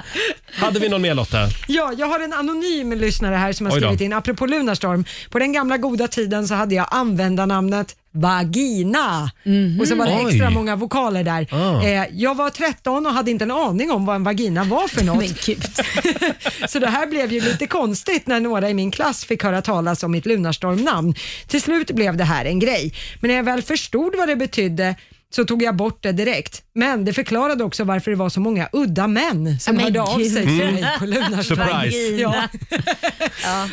Speaker 1: Hade vi någon mer Lotta?
Speaker 3: Ja, jag har en anonym lyssnare här som har
Speaker 1: Oj då.
Speaker 3: skrivit in, apropå Lunarstorm. På den gamla goda tiden så hade jag användarnamnet Vagina.
Speaker 13: Mhm.
Speaker 3: Och så var det
Speaker 13: Oj.
Speaker 3: extra många vokaler där.
Speaker 13: Ah.
Speaker 3: Eh, jag var 13 och hade inte en aning om vad en vagina var för
Speaker 2: något.
Speaker 3: så det här blev ju lite konstigt när några i min klass fick höra talas om mitt Lunarstorm-namn. Till slut blev det här en grej. Men när jag väl förstod vad det betydde så tog jag bort det direkt. Men det förklarade också varför det var så många udda män som
Speaker 13: Men
Speaker 3: hörde av
Speaker 13: gud.
Speaker 3: sig till
Speaker 13: Mm.
Speaker 3: mig på Lunarstorm.
Speaker 13: Surprise.
Speaker 3: Ja.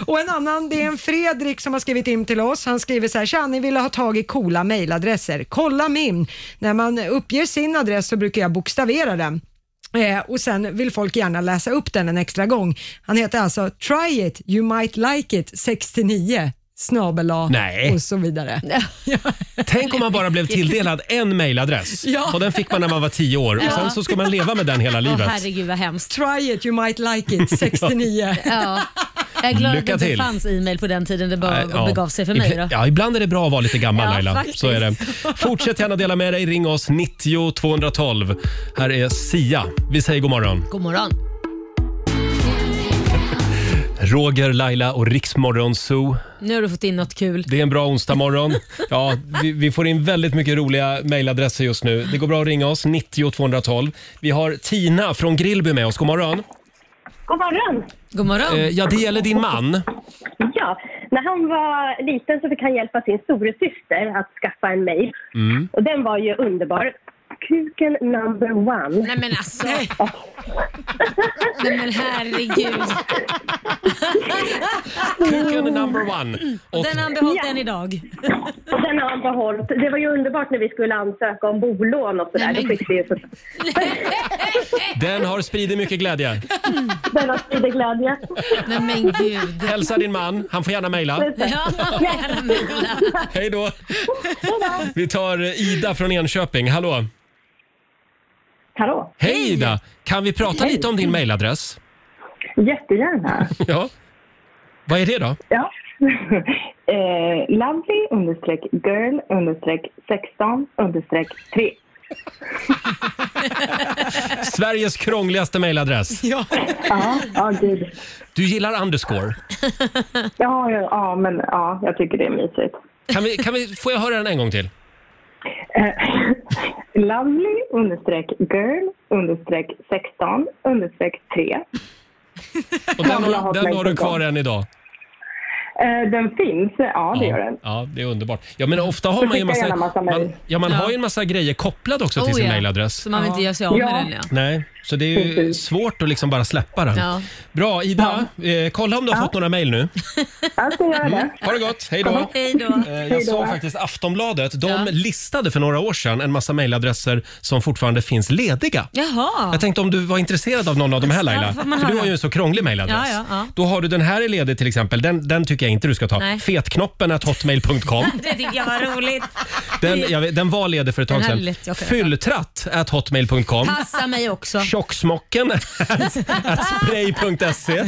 Speaker 3: Och en annan, det är en Fredrik som har skrivit in till oss. Han skriver så här, tja ni ville ha tag i coola mejladresser. Kolla min. När man uppger sin adress så brukar jag bokstavera den. Eh, och sen vill folk gärna läsa upp den en extra gång. Han heter alltså Try it, you might like it 69 snabel
Speaker 1: Nej.
Speaker 3: och så vidare.
Speaker 1: Tänk om man bara blev tilldelad en mailadress
Speaker 3: Ja.
Speaker 1: och den fick man när man var tio år och
Speaker 3: Ja.
Speaker 1: sen så ska man leva med den hela livet.
Speaker 2: herregud vad hemskt.
Speaker 3: Try it, you might like it 69.
Speaker 2: ja. Jag är glad
Speaker 1: Lycka
Speaker 2: att det
Speaker 1: till.
Speaker 2: inte fanns e-mail på den tiden det bara
Speaker 1: Nej, ja.
Speaker 2: begav sig för mig.
Speaker 1: Ibla-
Speaker 2: Då.
Speaker 1: Ja, ibland är det bra att vara lite gammal
Speaker 2: Ja,
Speaker 1: Laila.
Speaker 2: faktiskt.
Speaker 1: Så är det. Fortsätt gärna dela med dig. Ring oss 90 212. Här är Sia. Vi säger god morgon.
Speaker 2: God morgon.
Speaker 1: Roger, Laila och Riksmorgon Zoo.
Speaker 2: Nu har du fått in något kul.
Speaker 1: Det är en bra onsdagmorgon. Ja, vi, vi får in väldigt mycket roliga mejladresser just nu. Det går bra att ringa oss, 90 212. Vi har Tina från Grillby med oss. God morgon.
Speaker 14: God morgon!
Speaker 2: God morgon.
Speaker 1: Eh, Ja, det gäller din man.
Speaker 14: Ja, när han var liten så fick han hjälpa sin storasyster att skaffa en mail.
Speaker 1: Mm.
Speaker 14: Och den var ju underbar. Kuken number one.
Speaker 2: Nej men alltså. Nej men herregud.
Speaker 1: Kuken number one. Och-
Speaker 2: Den har han behållit än idag.
Speaker 14: Och den har han behållit. Det var ju underbart när vi skulle ansöka om bolån och sådär. Då fick vi ju så...
Speaker 1: Den har spridit mycket glädje.
Speaker 14: Den har spridit glädje.
Speaker 2: Nej men gud.
Speaker 1: Hälsa din man. Han får gärna mejla. Hej då. Vi tar Ida från Enköping. Hallå.
Speaker 14: Hallå.
Speaker 1: Hej Ida. Kan vi prata
Speaker 14: Hej.
Speaker 1: lite om din mejladress?
Speaker 14: Jättegärna.
Speaker 1: Ja. Vad är det då?
Speaker 15: Ja. eh, lovely understreck girl understreck 16 understreck 3.
Speaker 1: Sveriges krångligaste mejladress.
Speaker 2: Ja.
Speaker 13: Ja, ja gud.
Speaker 1: Du gillar underscore.
Speaker 13: Ja, ja, ja, men ja, jag tycker det är mysigt.
Speaker 1: Kan vi, kan vi, får jag höra den en gång till?
Speaker 13: Eh, Lovely understreck girl understreck 16 understreck 3.
Speaker 1: Och den, har, den har du kvar än idag?
Speaker 13: Eh, Den finns, ja det gör den.
Speaker 1: Ja, det är underbart. Ja, men ofta har
Speaker 13: Så
Speaker 1: man ju en
Speaker 13: skicka
Speaker 1: massa,
Speaker 13: gärna massa mejl.
Speaker 1: man, ja, man
Speaker 13: Ja.
Speaker 1: har ju en massa grejer kopplad också till
Speaker 2: Oh,
Speaker 1: sin
Speaker 2: ja.
Speaker 1: mejladress.
Speaker 2: Så man vill inte göra sig av med den ja.
Speaker 1: Nej, så det är ju
Speaker 2: Precis.
Speaker 1: svårt att liksom bara släppa den.
Speaker 2: Ja.
Speaker 1: Bra, Ida. Eh, kolla om du har fått några mejl nu. Mm.
Speaker 13: Ja, så gör jag det.
Speaker 1: Ha det gott, hej då.
Speaker 2: Hej då.
Speaker 1: Eh, Jag såg faktiskt Aftonbladet. De listade för några år sedan en massa mejladresser som fortfarande finns lediga.
Speaker 2: Jaha.
Speaker 1: Jag tänkte om du var intresserad av någon av de här Laila,
Speaker 2: Ja, får man
Speaker 1: för du
Speaker 2: höra.
Speaker 1: har ju en så krånglig mejladress.
Speaker 2: Ja, ja, ja.
Speaker 1: Då har du den här är ledig till exempel, den, den tycker jag inte du ska ta.
Speaker 2: Nej.
Speaker 1: Fetknoppen at hotmail.com.
Speaker 2: Det tyckte jag var roligt.
Speaker 1: Den, jag vet, den var ledig för ett
Speaker 2: Den
Speaker 1: tag
Speaker 2: här
Speaker 1: sedan.
Speaker 2: lät jag själv.
Speaker 1: Fylltratt at hotmail.com.
Speaker 2: Passa mig också.
Speaker 1: Tjocksmocken at spray.se.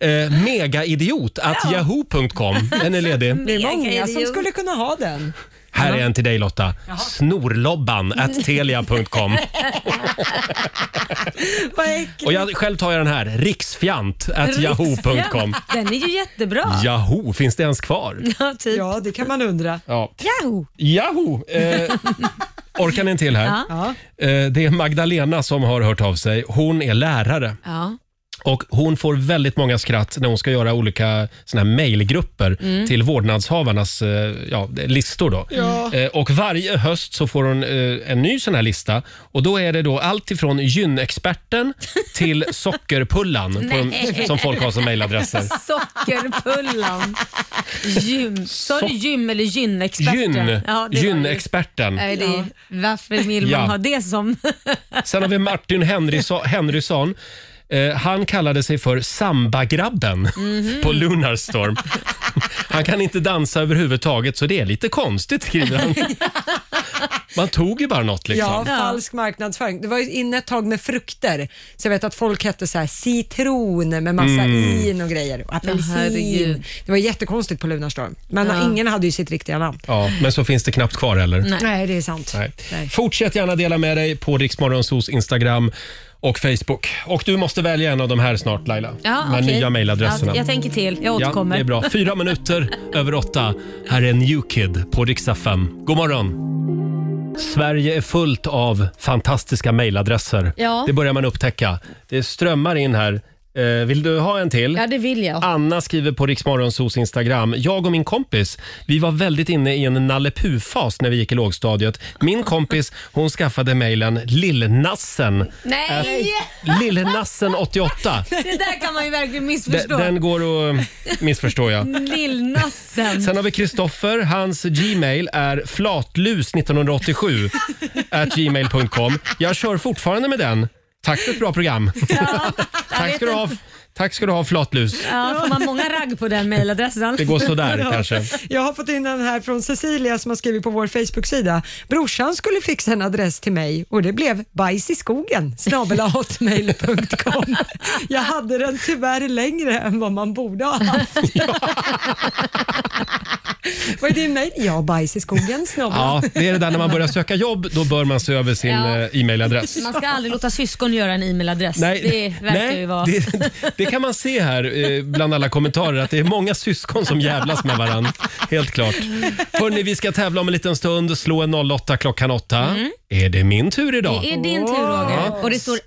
Speaker 1: Eh, megaidiot at yahoo.com. Den är ledig.
Speaker 3: Det är många som skulle kunna ha den.
Speaker 1: Här är en till dig Lotta. Snorlobban at telia.com.
Speaker 3: Vad äckligt.
Speaker 1: Och jag, själv tar jag den här. Riksfjant at yahoo.com.
Speaker 2: Den är ju jättebra.
Speaker 1: Yahoo, finns det ens kvar?
Speaker 2: Ja, typ.
Speaker 3: ja, det kan man undra.
Speaker 1: Ja.
Speaker 2: Yahoo!
Speaker 1: Yahoo! Eh, orkar ni en till här?
Speaker 2: Ja.
Speaker 1: Eh, det är Magdalena som har hört av sig. Hon är lärare.
Speaker 2: Ja.
Speaker 1: Och Hon får väldigt många skratt när hon ska göra olika såna här mejlgrupper
Speaker 2: Mm.
Speaker 1: till vårdnadshavarnas eh, ja, listor. Då.
Speaker 2: Ja.
Speaker 1: Eh, Och Varje höst så får hon eh, en ny sån här lista. Och Då är det då allt ifrån gynexperten till sockerpullan på,
Speaker 2: Nej.
Speaker 1: som folk har som mejladresser.
Speaker 2: Sockerpullan. Gym. Sa du gym eller gynexperten?
Speaker 1: Gyn,
Speaker 2: Ja, det var ju-
Speaker 1: gynexperten.
Speaker 2: Nej, det är, varför vill man
Speaker 1: Ja.
Speaker 2: ha det som...
Speaker 1: Sen har vi Martin Henrysa- Henrysson. Eh, han kallade sig för Sambagrabben
Speaker 2: Mhm.
Speaker 1: på Lunarstorm. Han kan inte dansa överhuvudtaget så det är lite konstigt skriver han. Man tog ju bara något liksom.
Speaker 3: Ja, falsk marknadsföring. Det var ju inne ett tag med frukter, så jag vet att folk hette så här citron med massa
Speaker 1: Mm.
Speaker 3: in och grejer och
Speaker 2: Ja, herregud.
Speaker 3: apelsin. Det var jättekonstigt på Lunarstorm, men
Speaker 2: Ja.
Speaker 3: ingen hade ju sitt riktiga namn.
Speaker 1: Ja, men så finns det knappt kvar heller.
Speaker 3: Nej, det är sant.
Speaker 1: Nej. Fortsätt gärna dela med dig på Riksmorgonsos Instagram och Facebook. Och du måste välja en av de här snart Laila.
Speaker 2: Ja,
Speaker 1: de här
Speaker 2: okej.
Speaker 1: nya mejladresserna.
Speaker 2: Ja, jag tänker till. Jag
Speaker 1: Ja,
Speaker 2: återkommer.
Speaker 1: det är bra. Fyra minuter över åtta. Här är New Kid på riksdag 5. God morgon! Sverige är fullt av fantastiska mejladresser.
Speaker 2: Ja.
Speaker 1: Det börjar man upptäcka. Det strömmar in här. Eh, vill du ha en till?
Speaker 2: Ja, det vill jag.
Speaker 1: Anna skriver på Riksmorgonsos Instagram. Jag och min kompis, vi var väldigt inne i en Nalle fas när vi gick i lågstadiet. Min kompis, hon skaffade mejlen lillnassen.
Speaker 2: Nej!
Speaker 1: Lillnassen88.
Speaker 2: Det där kan man ju verkligen
Speaker 1: Den,
Speaker 2: missförstå.
Speaker 1: den går att missförstå ja.
Speaker 2: Lillnassen.
Speaker 1: Sen har vi Kristoffer. Hans Gmail är flatlus1987 at gmail.com. Jag kör fortfarande med den. Tack för ett bra program. Tack, ska du ha, tack ska du ha flatlus.
Speaker 2: Ja, får man många ragg på den mejladressen?
Speaker 1: Det går sådär kanske.
Speaker 3: Jag har fått in den här från Cecilia som har skrivit på vår Facebook-sida. Brorsan skulle fixa en adress till mig och det blev bajs i skogen hotmail.com. Jag hade den tyvärr längre än vad man borde ha haft. vad är din mejl? Ja, bajs i skogen snabel-a-
Speaker 1: Ja, det är det där när man börjar söka jobb, då bör man se över sin
Speaker 2: Ja.
Speaker 1: eh, e-mailadress.
Speaker 2: Man ska aldrig låta syskon göra en e-mailadress.
Speaker 1: Nej,
Speaker 2: det verkar
Speaker 1: nej,
Speaker 2: ju vara...
Speaker 1: det, det kan man se här eh, bland alla kommentarer att det är många syskon som jävlas med varandra. Helt klart.
Speaker 2: Mm.
Speaker 1: Hörni, vi ska tävla om en liten stund. Slå en 08 klockan 8. Är det min tur idag?
Speaker 2: Mm. Det är din tur Roger.
Speaker 1: Ja.
Speaker 2: Och det står 1-1.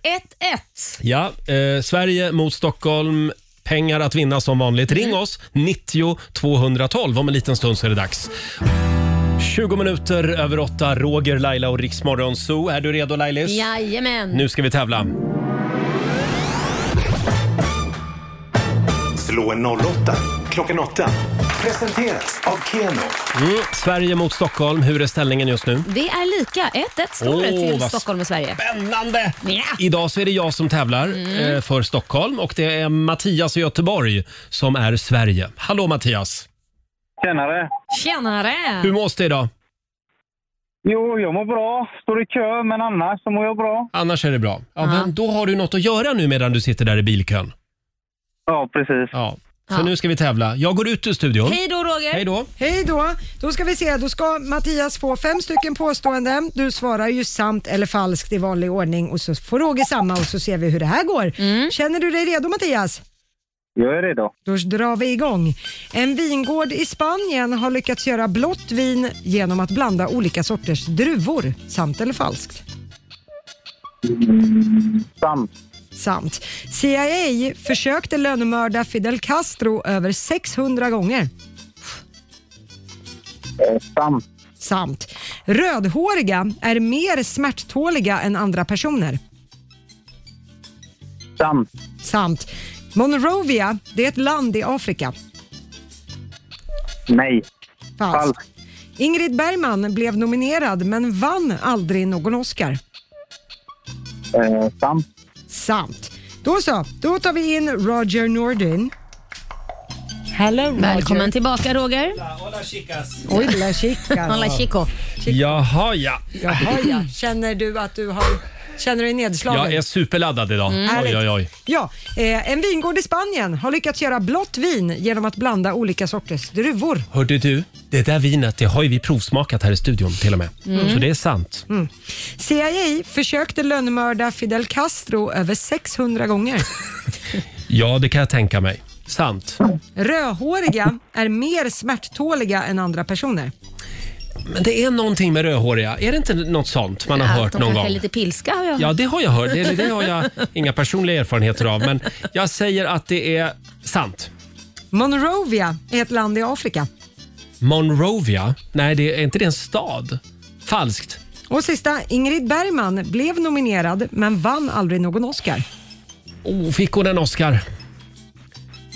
Speaker 1: Ja, eh, Sverige mot Stockholm. Pengar att vinna som vanligt. Ring oss, 90 212. Om en liten stund så är det dags. 20 minuter över 8, Roger, Laila och Riksmorgon Zoo. Är du redo Lailis?
Speaker 2: Jajamän.
Speaker 1: Nu ska vi tävla. Mm.
Speaker 8: Slå en 08 klockan 8. Presenteras av Keno.
Speaker 1: Mm. Sverige mot Stockholm. Hur är ställningen just nu?
Speaker 2: Det är lika. 1-1 står det
Speaker 1: Åh,
Speaker 2: till
Speaker 1: vad
Speaker 2: Stockholm och Sverige.
Speaker 1: Spännande!
Speaker 2: Ja.
Speaker 1: Idag så är det jag som tävlar
Speaker 2: Mm.
Speaker 1: eh, för Stockholm och det är Mattias i Göteborg som är Sverige. Hallå Mattias!
Speaker 15: Tjenare!
Speaker 2: Tjenare!
Speaker 1: Hur mås det idag?
Speaker 15: Jo, jag mår bra. Står i kö, men annars så mår jag bra.
Speaker 1: Annars är det bra. Ja, men då har du något att göra nu medan du sitter där i bilkön.
Speaker 15: Ja, precis.
Speaker 1: Ja. För nu ska vi tävla. Jag går ut ur studion.
Speaker 2: då Roger.
Speaker 1: Hej då.
Speaker 3: Hej då. Då ska vi se, då ska Mattias få fem stycken påståenden. Du svarar ju sant eller falskt i vanlig ordning och så får Roger samma och så ser vi hur det här går. Känner du dig redo Mattias?
Speaker 15: Jag är redo.
Speaker 3: Då drar vi igång. En vingård i Spanien har lyckats göra blått vin genom att blanda olika sorters druvor. Sant eller falskt?
Speaker 15: Sant.
Speaker 3: Sant. CIA försökte lönnmörda Fidel Castro över 600 gånger.
Speaker 15: Eh, Sant.
Speaker 3: Sant. Rödhåriga är mer smärttåliga än andra personer.
Speaker 15: Sant.
Speaker 3: Sant. Monrovia, det är ett land i Afrika.
Speaker 15: Nej.
Speaker 3: Falskt. Ingrid Bergman blev nominerad men vann aldrig någon Oscar.
Speaker 15: Eh, sant.
Speaker 3: Sant. Då så, då tar vi in Roger Nordin. Hello Roger.
Speaker 2: Välkommen tillbaka Roger.
Speaker 3: Oj, la chica.
Speaker 2: Hola chico.
Speaker 1: Jaha, ja.
Speaker 3: Jaha, ja. Känner du att du har... Känner dig nedslagen?
Speaker 1: Jag är superladdad idag.
Speaker 3: Mm.
Speaker 1: Oj, oj, oj.
Speaker 3: Ja, eh, en vingård i Spanien har lyckats göra blått vin genom att blanda olika sorters druvor.
Speaker 1: Hörde du? Det där vinet det har ju vi provsmakat här i studion till och med.
Speaker 3: Mm.
Speaker 1: Så det är sant.
Speaker 3: Mm. CIA försökte lönnmörda Fidel Castro över 600 gånger.
Speaker 1: Ja, det kan jag tänka mig. Sant.
Speaker 3: Rödhåriga är mer smärttåliga än andra personer.
Speaker 1: Men det är någonting med rödhåriga. Är det inte något sånt man har hört
Speaker 2: de
Speaker 1: någon
Speaker 2: kanske
Speaker 1: gång?
Speaker 2: är lite pilska har jag
Speaker 1: Ja, det har jag hört. Det, det har jag inga personliga erfarenheter av. Men jag säger att det är sant.
Speaker 3: Monrovia är ett land i Afrika.
Speaker 1: Monrovia? Nej, det är inte det en stad? Falskt.
Speaker 3: Och sista, Ingrid Bergman blev nominerad men vann aldrig någon Oscar.
Speaker 1: Oh, fick hon en Oscar?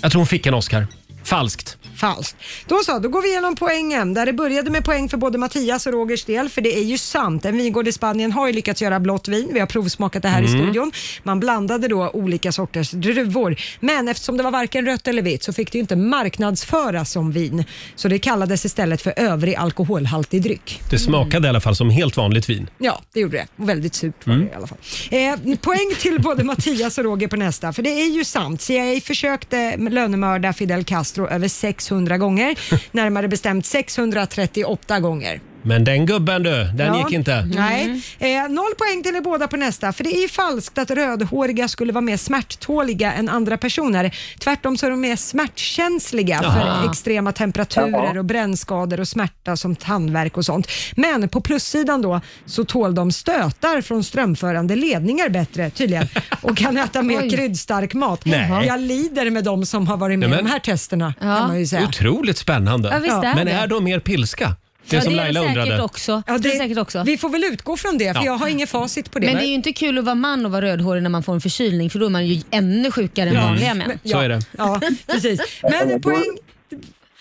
Speaker 1: Jag tror hon fick en Oscar. Falskt.
Speaker 3: Falskt. Då så, då går vi igenom poängen. Där det började med poäng för både Mattias och Rogers del, för det är ju sant. En vingård i Spanien har ju lyckats göra blått vin. Vi har provsmakat det här i
Speaker 10: Mm.
Speaker 3: studion. Man blandade då olika sorters druvor. Men eftersom det var varken rött eller vitt så fick det ju inte marknadsföras som vin. Så det kallades istället för övrig alkoholhaltig dryck.
Speaker 1: Det smakade i alla fall som helt vanligt vin.
Speaker 3: Ja, det gjorde det. Och Väldigt surt var
Speaker 1: Mm.
Speaker 3: det i alla fall. Eh, poäng till både Mattias och Roger på nästa, för det är ju sant. CIA försökte lönnmörda Fidel Castro över 600 gånger, närmare bestämt 638 gånger.
Speaker 1: Men den gubben du, den
Speaker 3: Ja.
Speaker 1: gick inte.
Speaker 3: Nej. Eh, noll poäng till er båda på nästa, för det är ju falskt att rödhåriga skulle vara mer smärttåliga än andra personer. Tvärtom så är de mer smärtkänsliga
Speaker 10: Jaha.
Speaker 3: för extrema temperaturer
Speaker 10: Jaha.
Speaker 3: och brännskador och smärta som tandvärk och sånt. Men på plussidan då så tål de stötar från strömförande ledningar bättre tydligen och kan äta mer
Speaker 2: Oj.
Speaker 3: kryddstark mat.
Speaker 1: Nej.
Speaker 3: Jag lider med de som har varit med
Speaker 1: Ja,
Speaker 3: i
Speaker 1: men-
Speaker 3: de här testerna kan man ju säga.
Speaker 1: Otroligt spännande.
Speaker 3: Ja, visst är
Speaker 1: Men
Speaker 3: det.
Speaker 1: är de mer pilska? Det som Laila undrade.
Speaker 3: Ja, det, säkert också. Vi får väl utgå från det, för
Speaker 1: Ja.
Speaker 3: jag har inget facit på det.
Speaker 2: Men det är ju inte kul att vara man och vara rödhårig när man får en förkylning för då är man ju ännu sjukare
Speaker 1: Mm.
Speaker 2: än vanliga män.
Speaker 1: Så är det.
Speaker 3: Ja, precis. Men poäng...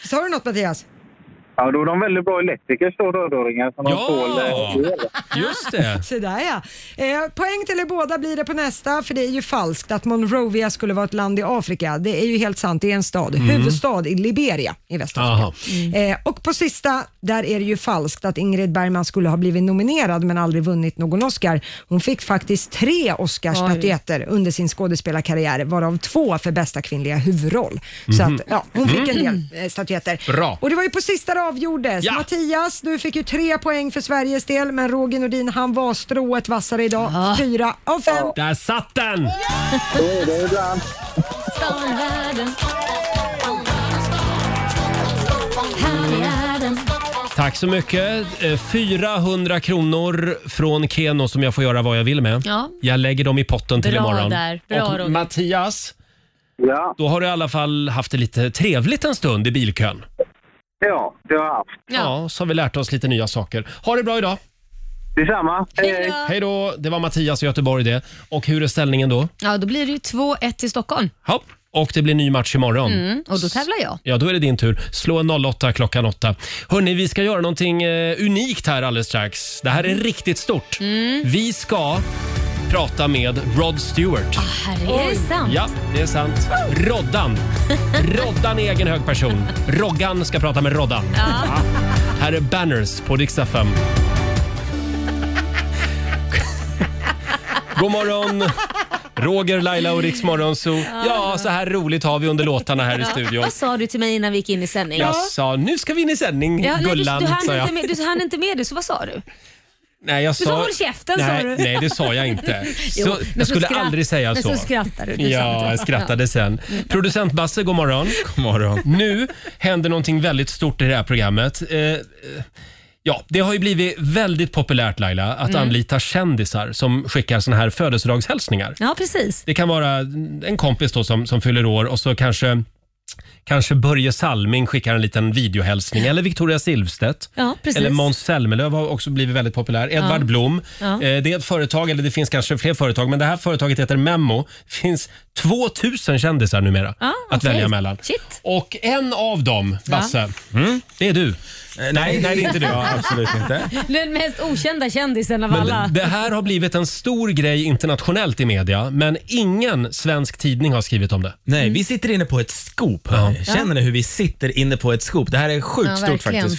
Speaker 3: Sa du något Mattias?
Speaker 15: Ja, då är de väldigt bra elektriker, så rödöringar. Som
Speaker 1: Ja!
Speaker 15: de tål, eh, el.
Speaker 1: Just det.
Speaker 3: Så där ja. Eh, poäng till er båda blir det på nästa, för det är ju falskt att Monrovia skulle vara ett land i Afrika. Det är ju helt sant, det är en stad.
Speaker 10: Mm.
Speaker 3: Huvudstad i Liberia i Västafrika.
Speaker 10: Jaha.
Speaker 3: Eh, och på sista, där är det ju falskt att Ingrid Bergman skulle ha blivit nominerad men aldrig vunnit någon Oscar. Hon fick faktiskt tre Oscarsstatyetter under sin skådespelarkarriär, varav två för bästa kvinnliga huvudroll. Så
Speaker 10: Mhm.
Speaker 3: att, ja, hon fick en
Speaker 10: Mm.
Speaker 3: del eh, statyetter.
Speaker 10: Bra.
Speaker 3: Och det var ju på sista det avgjordes. Mattias, du fick ju tre poäng för Sveriges del, men Roger Nordin, han var strået vassare idag. Fyra av fem.
Speaker 1: Där satt den!
Speaker 15: Det är det ibland.
Speaker 2: Stan världen. Här är den.
Speaker 1: Tack så mycket. Eh, 400 kronor från Keno som jag får göra vad jag vill med.
Speaker 2: Ja.
Speaker 1: Jag lägger dem i potten till
Speaker 2: Bra
Speaker 1: imorgon.
Speaker 2: där. Bra, Roger.
Speaker 1: Och Mattias, då har du i alla fall haft det lite trevligt en stund i bilkön.
Speaker 15: Ja, det har jag haft.
Speaker 1: Ja. så har vi lärt oss lite nya saker. Ha det bra idag!
Speaker 15: Detsamma.
Speaker 2: Hej.
Speaker 1: Hej då! Det var Mattias i Göteborg det. Och hur är ställningen då?
Speaker 2: Ja, då blir det ju 2-1 till Stockholm.
Speaker 1: Ja. Och det blir ny match imorgon.
Speaker 2: Mm, och då tävlar jag.
Speaker 1: Ja, då är det din tur. Slå en 08 klockan 8. Hörni, vi ska göra någonting eh, unikt här alldeles strax. Det här är riktigt stort. Vi ska prata med Rod Stewart.
Speaker 2: Här är det sant.
Speaker 1: Ja, det är sant. Roddan. Roddan är egen hög person. Roggan ska prata med Roddan.
Speaker 2: Ja.
Speaker 1: Här är Banners på riksdag 5. God morgon! Roger, Laila och Rix Morgonzoo.
Speaker 2: Ja.
Speaker 1: Ja, så här roligt har vi under låtarna här i
Speaker 2: Ja,
Speaker 1: studion.
Speaker 2: Vad sa du till mig innan vi gick in i sändning?
Speaker 1: Jag sa, nu ska vi in i sändning
Speaker 2: Ja, nej,
Speaker 1: Gullan,
Speaker 2: du, du,
Speaker 1: sa
Speaker 2: hann
Speaker 1: jag.
Speaker 2: inte med, du hann inte med det, så vad sa du?
Speaker 1: Nej, jag
Speaker 2: Du sa håll käften, sa
Speaker 1: nej,
Speaker 2: du.
Speaker 1: Nej, det sa jag inte. Så,
Speaker 2: Jo, men
Speaker 1: jag
Speaker 2: så
Speaker 1: skulle
Speaker 2: skratt-
Speaker 1: aldrig säga
Speaker 2: men
Speaker 1: så.
Speaker 2: så skrattade du. Du sa inte
Speaker 1: Ja,
Speaker 2: det.
Speaker 1: jag skrattade sen. Producent Basse, god morgon. God morgon. Nu händer någonting väldigt stort i det här programmet. Eh, eh, Ja, det har ju blivit väldigt populärt Laila att
Speaker 2: Mm.
Speaker 1: anlita kändisar som skickar såna här födelsedagshälsningar.
Speaker 2: Ja, precis.
Speaker 1: Det kan vara en kompis då som, som fyller år och så kanske, kanske Börje Salming skickar en liten videohälsning eller Victoria Silvstedt.
Speaker 2: Ja, precis.
Speaker 1: Eller Måns Zelmerlöw har också blivit väldigt populär. Edvard
Speaker 2: Ja.
Speaker 1: Blom.
Speaker 2: Ja.
Speaker 1: Eh, Det är ett företag, eller det finns kanske fler företag, men det här företaget heter Memmo. Det finns 2000 kändisar numera
Speaker 2: Ah,
Speaker 5: Ja,
Speaker 1: att
Speaker 5: okej.
Speaker 1: välja mellan. Och en av dem, Basse, det är du.
Speaker 5: Eh, nej, nej, det är inte du. Ja,
Speaker 1: absolut inte.
Speaker 2: Den mest okända kändisen av alla.
Speaker 1: Men det här har blivit en stor grej internationellt i media, men ingen svensk tidning har skrivit om det.
Speaker 5: Nej,
Speaker 2: Mm.
Speaker 5: vi sitter inne på ett skop. hörni. Känner ni hur vi sitter inne på ett skop? Det här är sjukt
Speaker 2: Ja,
Speaker 5: stort
Speaker 2: verkligen.
Speaker 5: faktiskt.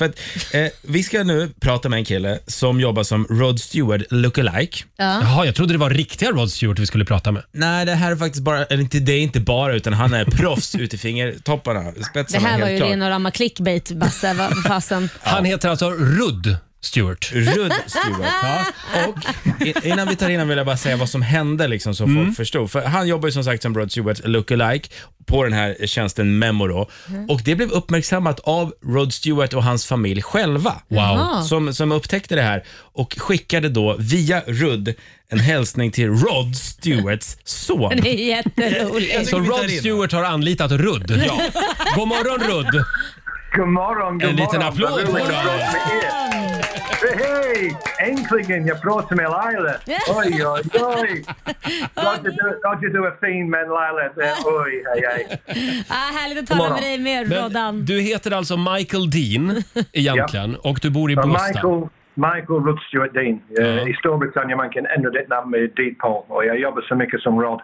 Speaker 5: För att, eh, vi ska nu prata med en kille som jobbar som Rod Stewart lookalike.
Speaker 2: Ja.
Speaker 1: Jaha, jag trodde det var riktiga Rod Stewart vi skulle prata med.
Speaker 5: Nej, det här är faktiskt bara, eller inte, det är inte bara, utan han är proffs ut i fingertopparna.
Speaker 2: Det
Speaker 5: Spetsarna
Speaker 2: här var
Speaker 5: helt
Speaker 2: ju
Speaker 5: klart.
Speaker 2: rena rama clickbait, Basse. Vad vad fasen.
Speaker 1: Han heter alltså Rudd Stewart.
Speaker 5: Rudd Stewart. Ja. Och i- innan vi tar in honom vill jag bara säga vad som hände liksom, så folk förstod. För han jobbar ju som sagt som Rod Stewart lookalike på den här tjänsten Memo då.
Speaker 9: Mm.
Speaker 5: Och det blev uppmärksammat av Rod Stewart och hans familj själva.
Speaker 9: Jaha.
Speaker 5: Som, som upptäckte det här och skickade då via Rudd en hälsning till Rod Stewarts son.
Speaker 2: Den är jätterolig.
Speaker 1: Så Rod Stewart har anlitat Rudd.
Speaker 5: Ja.
Speaker 1: God morgon Rudd!
Speaker 10: God morgon, god
Speaker 1: En liten
Speaker 10: morgon.
Speaker 1: applåd
Speaker 10: Vad roligt
Speaker 1: på
Speaker 10: att
Speaker 1: det.
Speaker 10: prata med er. Hej! Äntligen jag pratar med Laila. Oj, oj, oj. Roger, du- Roger, du är fin, men Laila, eh, oj, hej, hej.
Speaker 2: Ah, härligt att
Speaker 1: God
Speaker 2: tala
Speaker 1: morgon.
Speaker 2: med dig mer,
Speaker 1: Men
Speaker 2: Roddan.
Speaker 1: Du heter alltså Michael Dean egentligen och du bor i
Speaker 10: Så
Speaker 1: Båstad.
Speaker 10: Michael, Michael Rudd Stewart Dean. Eh, I Storbritannien man kan ändra ditt namn med dit på och jag jobbar så mycket som Rod.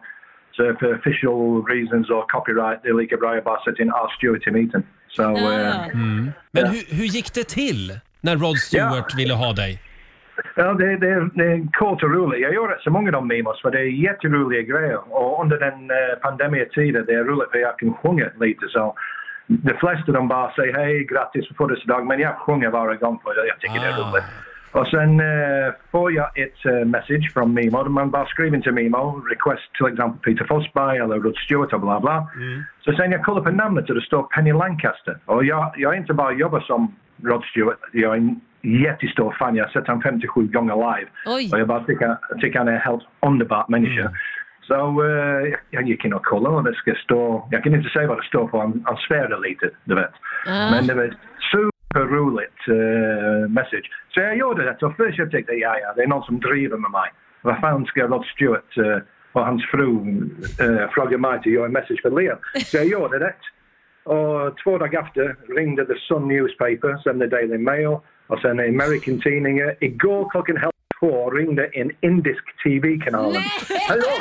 Speaker 10: Så för official reasons or copyright, det är lika bra jag bara sätter in R. Stewart i mitten. Så, eh,
Speaker 1: Mm. Men hur, hur gick det till när Rod Stewart ville ha dig?
Speaker 10: Ja, det, det, det är kort och roligt. Jag gör rätt så många av de memos för det är jätteroliga grejer. Och under den eh, pandemitiden det är roligt för jag kan sjunga lite så de flesta de bara säger hej, grattis på födelsedag men jag sjunger varje gång för jag tycker det är roligt. Och sen eh, får jag ett eh, message från Mimo. Man bara skriver till Mimo, request till exempel Peter Forsberg eller Rod Stewart och bla bla. Så sen jag kollar på namnet och det står Penny Lancaster. Och jag, jag inte bara jobbar som Rod Stewart, jag är en jättestor fan. Jag har sett honom 57 gånger live.
Speaker 2: Oj.
Speaker 10: Och jag bara tycker, jag tycker han är en helt underbar människa. Så eh, jag gick in och kollade och det ska stå, jag kan inte säga vad det står för, han, han svärde lite, du vet.
Speaker 9: Ah.
Speaker 10: Men det var superroligt eh, message. Så jag gjorde det och först jag tänkte, ja ja, det är någon som driver med mig. Vad fan ska Rod Stewart eh, och hans fru eh, fråga mig till att göra en message för Leon? Så jag gjorde det. Och två dagar efter ringde The Sun Newspaper, sen The Daily Mail och sen American tidningar. Igår klockan halv två ringde en indisk TV-kanal. Hello,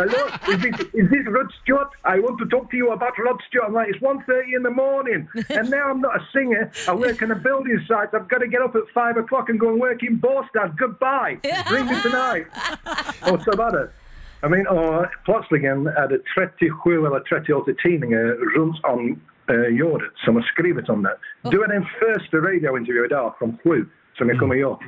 Speaker 10: hello, is this, is this Rod Stewart? I want to talk to you about Rod Stewart. I'm like, it's 1.30 in the morning and now I'm not a singer. I work on a building site. I've got to get up at five o'clock and go and work in Båstad. Goodbye. Ring me tonight. Och så var det. Jag menar, och plötsligen är det 37 eller 38 tidningar runt om eh, jorden som har skrivit om det. Du är den första radiointervjun idag från sju som jag kommer göra.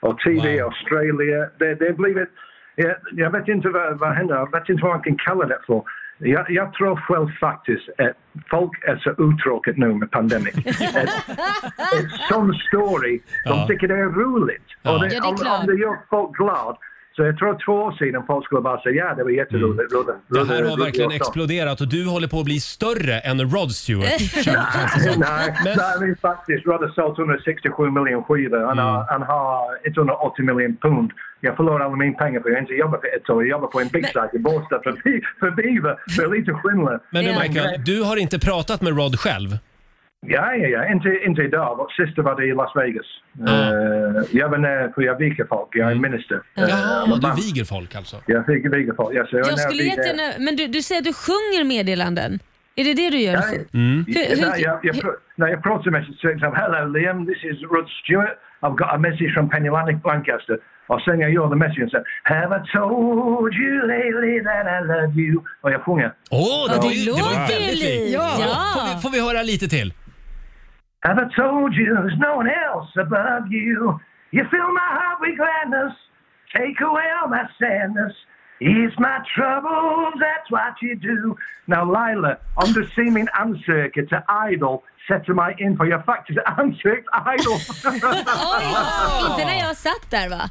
Speaker 10: Och TV Australien, det, det har blivit... Jag, jag vet inte vad, vad händer, jag vet inte vad man kan kalla det för. Jag, jag tror själv faktiskt att folk är så uttråkade nu med pandemin. en sån story. De
Speaker 9: Ja.
Speaker 10: tycker det är roligt.
Speaker 9: Ja.
Speaker 10: Och
Speaker 9: Ja, det är
Speaker 10: om,
Speaker 9: klart.
Speaker 10: om det gör folk glad. Så jag tror två år sedan folk skulle bara säga ja, det var jätteroligt. Mm.
Speaker 1: Det här har verkligen exploderat och du håller på att bli större än Rod Stewart.
Speaker 10: Nej, nej, det är faktiskt. Rod har sålt 167 miljoner skivor. Han, har,
Speaker 1: Mm.
Speaker 10: han har 180 miljoner pund. Jag förlorar alla mina pengar för jag har inte jobbat på ett år. Jag jobbar på en big site i Båstad för, bi- för Beaver, för lite skimmer.
Speaker 1: Men du Michael, du har inte pratat med Rod själv?
Speaker 10: Ja, ja, ja. Inte, inte idag. Vår syster var det i Las Vegas. Eh, jag var nere, för jag viker folk. Jag är minister. Eh,
Speaker 1: Ja,
Speaker 10: I'm a
Speaker 1: du
Speaker 10: man.
Speaker 1: viger folk alltså?
Speaker 10: Jag viker, viker folk. Ja, så jag
Speaker 2: Jag
Speaker 10: var nere och
Speaker 2: skulle
Speaker 10: vigde-
Speaker 2: jättegärna... Men du, du säger att du sjunger meddelanden. Är det det du gör?
Speaker 10: Nej.
Speaker 2: Hur- hur-
Speaker 10: Nej, jag, jag, pr- nej, jag pratar med sig till exempel. Hello Liam, this is Rod Stewart. I've got a message from Penny Lan- Lancaster. Och sen jag gör the message och säger Have I told you lately that I love you? Oh, Och jag sjunger.
Speaker 1: Åh, det,
Speaker 10: Ja.
Speaker 1: var ju- det var ju väldigt likt. Får, vi, får vi höra lite till?
Speaker 10: Have I told you there's no one else above you? You fill my heart with gladness, take away all my sadness. Ease my troubles, that's what you do. Now, Lila, om du ser min ansökan till Idol, sätter mig in för jag har faktiskt ansökt Idol.
Speaker 2: Oj, inte när jag satt där va?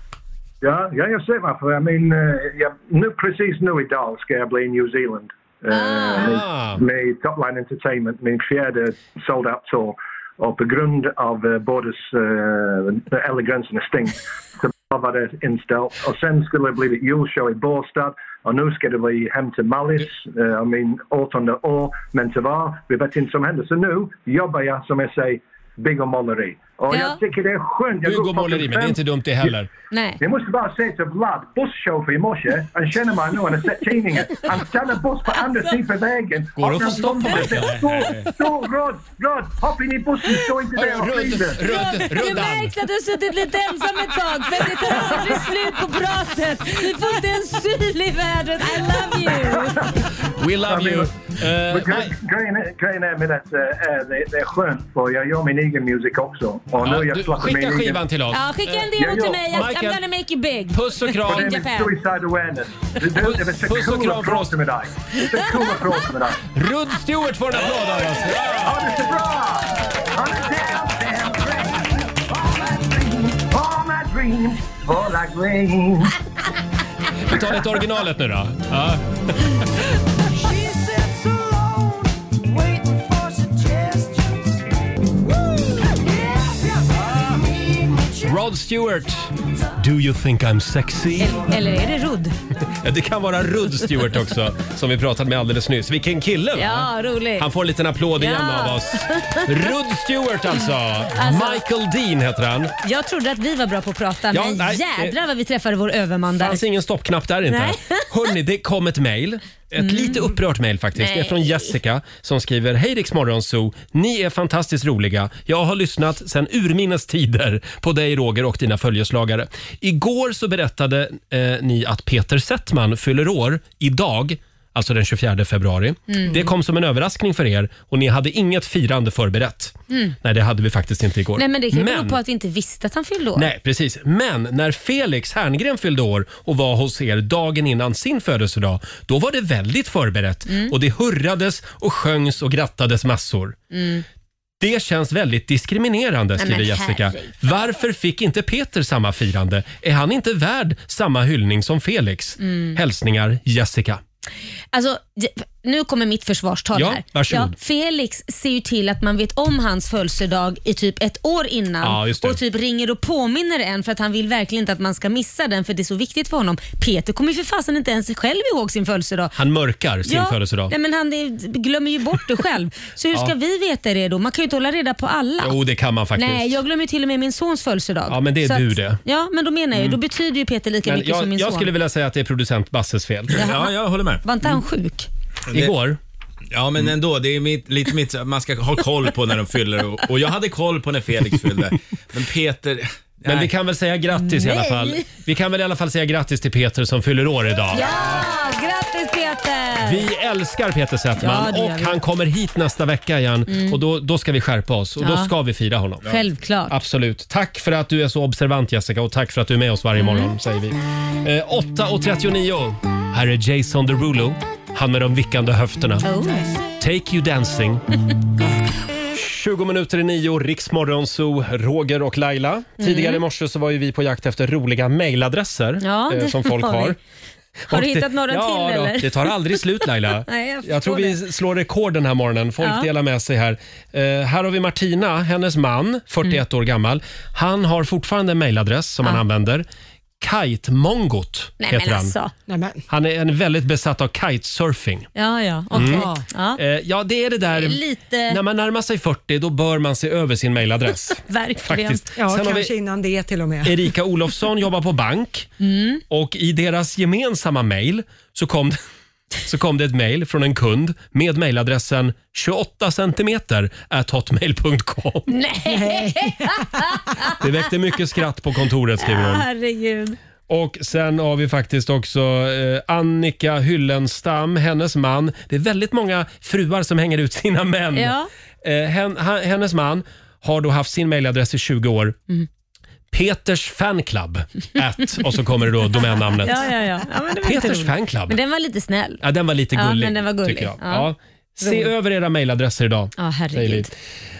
Speaker 10: ja, ja, jag ser varför. Jag men, eh, jag, nu, precis nu idag ska jag bli i New Zealand. eh,
Speaker 1: Ah.
Speaker 10: med, med Topline Entertainment, min fjärde sold out tour. Och på grund av eh, Borders, eh, eller gränsen är stängt, så var det inställt. Och sen skulle det bli ett julshow i Båstad och nu ska det bli hem till Mallis, eh, och min åttonde år. Men tyvärr, vi vet inte vad som händer. Så nu jobbar jag, som jag säger, bygg och måleri. Och jag tycker det är skönt. Jag
Speaker 1: Bygg
Speaker 10: går
Speaker 1: och
Speaker 10: på
Speaker 1: måleri,
Speaker 10: min
Speaker 1: men det är
Speaker 10: fem-
Speaker 1: inte dumt det heller.
Speaker 2: Nej.
Speaker 10: jag måste bara säga till Vlad, busschaufför i morse, han känner mig nu, han har sett tidningen. Han stannar buss på andra
Speaker 2: Alltså.
Speaker 10: sidan vägen.
Speaker 1: Går det att
Speaker 10: Och
Speaker 1: få stopp på
Speaker 10: han-
Speaker 1: det?
Speaker 10: Stå, stå, Rod, Rod, hoppa in i bussen, stå inte där och
Speaker 1: Rudd,
Speaker 10: skiter.
Speaker 1: rudd,
Speaker 2: Du märks att du har suttit lite ensam ett tag för det tar aldrig slut på pratet. Du får inte en syl i vädret. I love you!
Speaker 1: We love you. Eh,
Speaker 10: Men gre- grejen är- Grejen är med att eh, eh, det, det är skönt för jag gör min egen musik också. Och
Speaker 1: Ja,
Speaker 10: nu
Speaker 1: du-
Speaker 10: jag släpper
Speaker 1: skicka
Speaker 10: min egen-
Speaker 1: skivan till
Speaker 2: Ja, skicka en
Speaker 10: Jag
Speaker 2: demo till
Speaker 10: gör-
Speaker 2: mig. Jag- I'm gonna make you big.
Speaker 1: Puss och
Speaker 10: Och det är
Speaker 2: In
Speaker 10: min
Speaker 2: Japan.
Speaker 10: suicide awareness. Det, det, det är så
Speaker 1: Puss och
Speaker 10: kul
Speaker 1: kram
Speaker 10: att
Speaker 1: från
Speaker 10: prata med dig. Det är så kul att prata med dig.
Speaker 1: Rudd Stewart får en applåd av oss.
Speaker 10: Ha det så bra! Ha det All my dreams, all my dreams.
Speaker 1: Vi tar lite originalet nu då. Ja.
Speaker 9: She sits alone, waiting for suggestions.
Speaker 1: Rod Stewart, Do you think I'm sexy?
Speaker 2: Eller är det Rudd?
Speaker 1: Ja, Det kan vara Rudd Stewart också, som vi pratade med alldeles nyss. Vilken kille! va?
Speaker 2: Ja, roligt.
Speaker 1: Han får en liten applåd igen
Speaker 2: Ja.
Speaker 1: av oss. Rudd Stewart alltså.
Speaker 2: Alltså-
Speaker 1: Michael Dean heter han.
Speaker 2: Jag trodde att vi var bra på att prata,
Speaker 1: Ja,
Speaker 2: men
Speaker 1: nej,
Speaker 2: jädrar vad vi träffade vår överman
Speaker 1: Det
Speaker 2: där.
Speaker 1: fanns ingen stoppknapp där inte.
Speaker 2: Nej. Mm.
Speaker 1: Hörni, det kom ett mejl. Ett lite upprört mejl faktiskt. Det är
Speaker 2: Nej.
Speaker 1: från Jessica som skriver Hej Rix Morgonzoo! Ni är fantastiskt roliga. Jag har lyssnat sedan urminnes tider på dig Roger och dina följeslagare. Igår så berättade eh, ni att Peter Settman fyller år idag. Alltså den 24 februari.
Speaker 9: Mm.
Speaker 1: Det kom som en överraskning för er och ni hade inget firande förberett. Mm. Nej, det hade vi faktiskt inte igår.
Speaker 2: Nej, men det kan ju bero på att vi inte visste att han fyllde år.
Speaker 1: Nej, precis. Men när Felix Herngren fyllde år och var hos er dagen innan sin födelsedag, då var det väldigt förberett
Speaker 9: Mm.
Speaker 1: och det hurrades och sjöngs och grattades massor.
Speaker 9: Mm.
Speaker 1: Det känns väldigt diskriminerande,
Speaker 9: Nej,
Speaker 1: skriver
Speaker 9: men
Speaker 1: Jessica.
Speaker 9: herregud.
Speaker 1: Varför fick inte Peter samma firande? Är han inte värd samma hyllning som Felix?
Speaker 2: Mm.
Speaker 1: Hälsningar Jessica.
Speaker 2: Alltså, j- nu kommer mitt försvarstal
Speaker 1: Ja,
Speaker 2: här.
Speaker 1: varsågod.
Speaker 2: Felix ser ju till att man vet om hans födelsedag i typ ett år innan
Speaker 1: Ja, just det.
Speaker 2: och typ ringer och påminner en för att han vill verkligen inte att man ska missa den för det är så viktigt för honom. Peter kommer ju för fasen inte ens själv ihåg sin födelsedag.
Speaker 1: Han mörkar sin födelsedag.
Speaker 2: Nej, men han är, glömmer ju bort det själv. Så hur ska
Speaker 1: Ja.
Speaker 2: vi veta det då? Man kan ju inte hålla reda på alla.
Speaker 1: Jo, det kan man faktiskt.
Speaker 2: Nej, jag glömmer ju till och med min sons födelsedag.
Speaker 1: Ja, men det är
Speaker 2: Så
Speaker 1: du det.
Speaker 2: Ja, men då menar jag ju,
Speaker 1: Mm.
Speaker 2: då betyder ju Peter lika
Speaker 1: Men
Speaker 2: mycket som
Speaker 1: jag,
Speaker 2: min
Speaker 1: jag
Speaker 2: son.
Speaker 1: skulle vilja Mm. säga att det är producent Basses fel.
Speaker 2: Jaha. Ja,
Speaker 5: jag håller med.
Speaker 2: Var inte han sjuk?
Speaker 1: Igår?
Speaker 5: Ja, men ändå. Det är mitt, lite mitt, man ska ha koll på när de fyller och, och jag hade koll på när Felix fyllde. Men Peter...
Speaker 1: Men vi kan väl säga grattis i alla
Speaker 2: Nej.
Speaker 1: fall. Vi kan väl i alla fall säga grattis till Peter som fyller år idag.
Speaker 2: Ja, grattis Peter!
Speaker 1: Vi älskar Peter
Speaker 2: Ja,
Speaker 1: Settman
Speaker 2: det gör
Speaker 1: och
Speaker 2: vi.
Speaker 1: han kommer hit nästa vecka igen
Speaker 2: Mm.
Speaker 1: och då, då ska vi skärpa oss och då
Speaker 2: Ja.
Speaker 1: ska vi fira honom.
Speaker 2: Självklart.
Speaker 1: Absolut. Tack för att du är så observant Jessica och tack för att du är med oss varje
Speaker 2: Mm.
Speaker 1: morgon säger vi. Eh, 8.39. Här är Jason Derulo. Han med de vickande höfterna.
Speaker 2: Oh.
Speaker 1: Take you dancing. 20 minuter i nio, Riksmorgon, Zoo, Roger och Laila. Tidigare i morse så var ju vi på jakt efter roliga mejladresser
Speaker 2: Mm. Ja,
Speaker 1: eh,
Speaker 2: det
Speaker 1: som folk
Speaker 2: var vi.
Speaker 1: har.
Speaker 2: Har du
Speaker 1: Och det-
Speaker 2: hittat några
Speaker 1: ja,
Speaker 2: till
Speaker 1: då.
Speaker 2: eller?
Speaker 1: Det tar aldrig slut Laila.
Speaker 2: Nej, jag
Speaker 1: jag tror
Speaker 2: förstår
Speaker 1: vi slår rekord den här morgonen. Folk
Speaker 2: Ja.
Speaker 1: delar med sig här. Eh, här har vi Martina, hennes man, 41 år gammal. Han har fortfarande en mejladress som han använder. Kitemongot
Speaker 2: Nej
Speaker 1: heter
Speaker 2: men
Speaker 1: han.
Speaker 2: alltså. Nej, men.
Speaker 1: Han är en väldigt besatt av kitesurfing.
Speaker 2: Ja, ja, okej.
Speaker 1: Mm.
Speaker 2: Ja.
Speaker 1: Eh, ja, det är det där.
Speaker 2: Lite-
Speaker 1: När man närmar sig 40 då bör man se över sin mejladress.
Speaker 2: Verkligen.
Speaker 1: Faktiskt.
Speaker 3: Ja,
Speaker 1: Sen har
Speaker 3: kanske
Speaker 1: vi-
Speaker 3: innan det till och med.
Speaker 1: Erika Olofsson jobbar på bank
Speaker 2: Mm.
Speaker 1: och i deras gemensamma mejl så kom så kom det ett mejl från en kund med mejladressen 28 centimeter at hotmail.com.
Speaker 2: Nej!
Speaker 1: Det väckte mycket skratt på kontoret skriver hon.
Speaker 2: Herregud.
Speaker 1: Mm. Och sen har vi faktiskt också eh, Annika Hyllenstam, hennes man. Det är väldigt många fruar som hänger ut sina män.
Speaker 2: Ja.
Speaker 1: Eh, hen, ha- hennes man har då haft sin mailadress i 20 år.
Speaker 2: Mm.
Speaker 1: Peters fanclub, at, och så kommer det då domännamnet.
Speaker 2: Ja, ja, ja. ja men det var
Speaker 1: Peters
Speaker 2: roligt.
Speaker 1: fanclub.
Speaker 2: Men den var lite snäll.
Speaker 1: Ja, den var lite
Speaker 2: Ja,
Speaker 1: gullig.
Speaker 2: men den var gullig.
Speaker 1: Tycker jag.
Speaker 2: Ja.
Speaker 1: Ja. Se
Speaker 2: Rolig.
Speaker 1: över era mejladresser idag.
Speaker 2: Ja, herregud.
Speaker 1: säger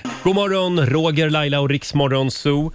Speaker 1: vi. God morgon, Roger, Laila och Riksmorgon Zoo.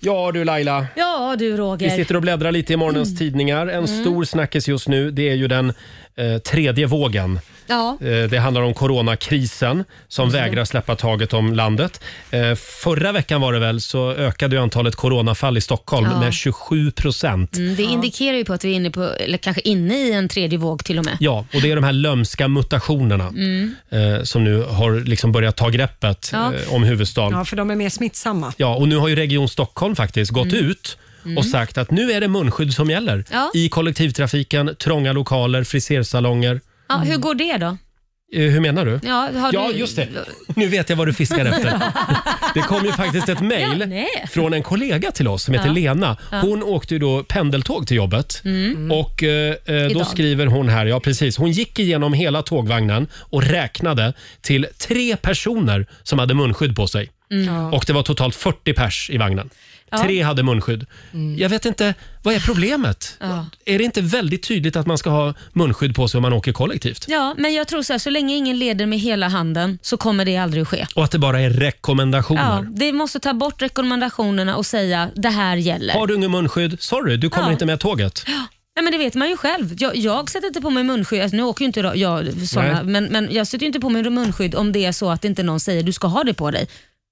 Speaker 1: Ja du Laila,
Speaker 2: Ja du Roger.
Speaker 1: vi sitter och bläddrar lite i morgonens
Speaker 2: Mm.
Speaker 1: tidningar. En stor snackis just nu det är ju den eh, tredje vågen.
Speaker 2: Ja.
Speaker 1: Eh, Det handlar om coronakrisen som vägrar släppa taget om landet. Eh, Förra veckan var det väl så ökade ju antalet coronafall i Stockholm
Speaker 2: Ja.
Speaker 1: med 27 procent.
Speaker 2: Mm, det indikerar ju på att vi är inne på, eller kanske inne i en tredje våg till och med.
Speaker 1: Ja, och det är de här lömska mutationerna
Speaker 2: Mm.
Speaker 1: eh, som nu har liksom börjat ta greppet
Speaker 3: Ja.
Speaker 1: eh, om huvudstaden.
Speaker 3: Ja, för de är mer smittsamma.
Speaker 1: Ja, och nu har ju Region Stockholm faktiskt gått
Speaker 3: Mm.
Speaker 1: ut
Speaker 3: Mm.
Speaker 1: och sagt att nu är det munskydd som gäller
Speaker 2: Ja.
Speaker 1: i kollektivtrafiken, trånga lokaler, frisersalonger.
Speaker 2: Ja, hur går det då?
Speaker 1: Eh, Hur menar du?
Speaker 2: Ja, har
Speaker 1: ja,
Speaker 2: du-
Speaker 1: just det. Nu vet jag vad du fiskar efter. Det kom ju faktiskt ett
Speaker 2: Ja,
Speaker 1: mejl
Speaker 2: nej.
Speaker 1: från en kollega till oss som heter
Speaker 2: Ja.
Speaker 1: Lena.
Speaker 2: Ja.
Speaker 1: Hon åkte ju då pendeltåg till jobbet.
Speaker 2: Mm.
Speaker 1: Och eh, eh, Då
Speaker 2: Idag.
Speaker 1: skriver hon här, ja precis. Hon gick igenom hela tågvagnen och räknade till tre personer som hade munskydd på sig.
Speaker 2: Mm.
Speaker 1: Och det var totalt 40 pers i vagnen.
Speaker 2: Ja. Mm.
Speaker 1: Tre hade munskydd. Jag vet inte, vad är problemet?
Speaker 2: Ja.
Speaker 1: Är det inte väldigt tydligt att man ska ha munskydd på sig om man åker kollektivt?
Speaker 2: Ja, men jag tror så här, så länge ingen leder med hela handen så kommer det aldrig att ske.
Speaker 1: Och att det bara är rekommendationer?
Speaker 2: Ja, det måste ta bort rekommendationerna och säga det här gäller.
Speaker 1: Har du ingen munskydd, sorry, du kommer
Speaker 2: Ja.
Speaker 1: inte med tåget.
Speaker 2: Nej, men det vet man ju själv. Jag, jag sätter inte på mig munskydd. Alltså, nu åker ju inte jag- jag såna,
Speaker 1: Nej.
Speaker 2: men, men jag sätter ju inte på mig munskydd om det är så att inte någon säger du ska ha det på dig.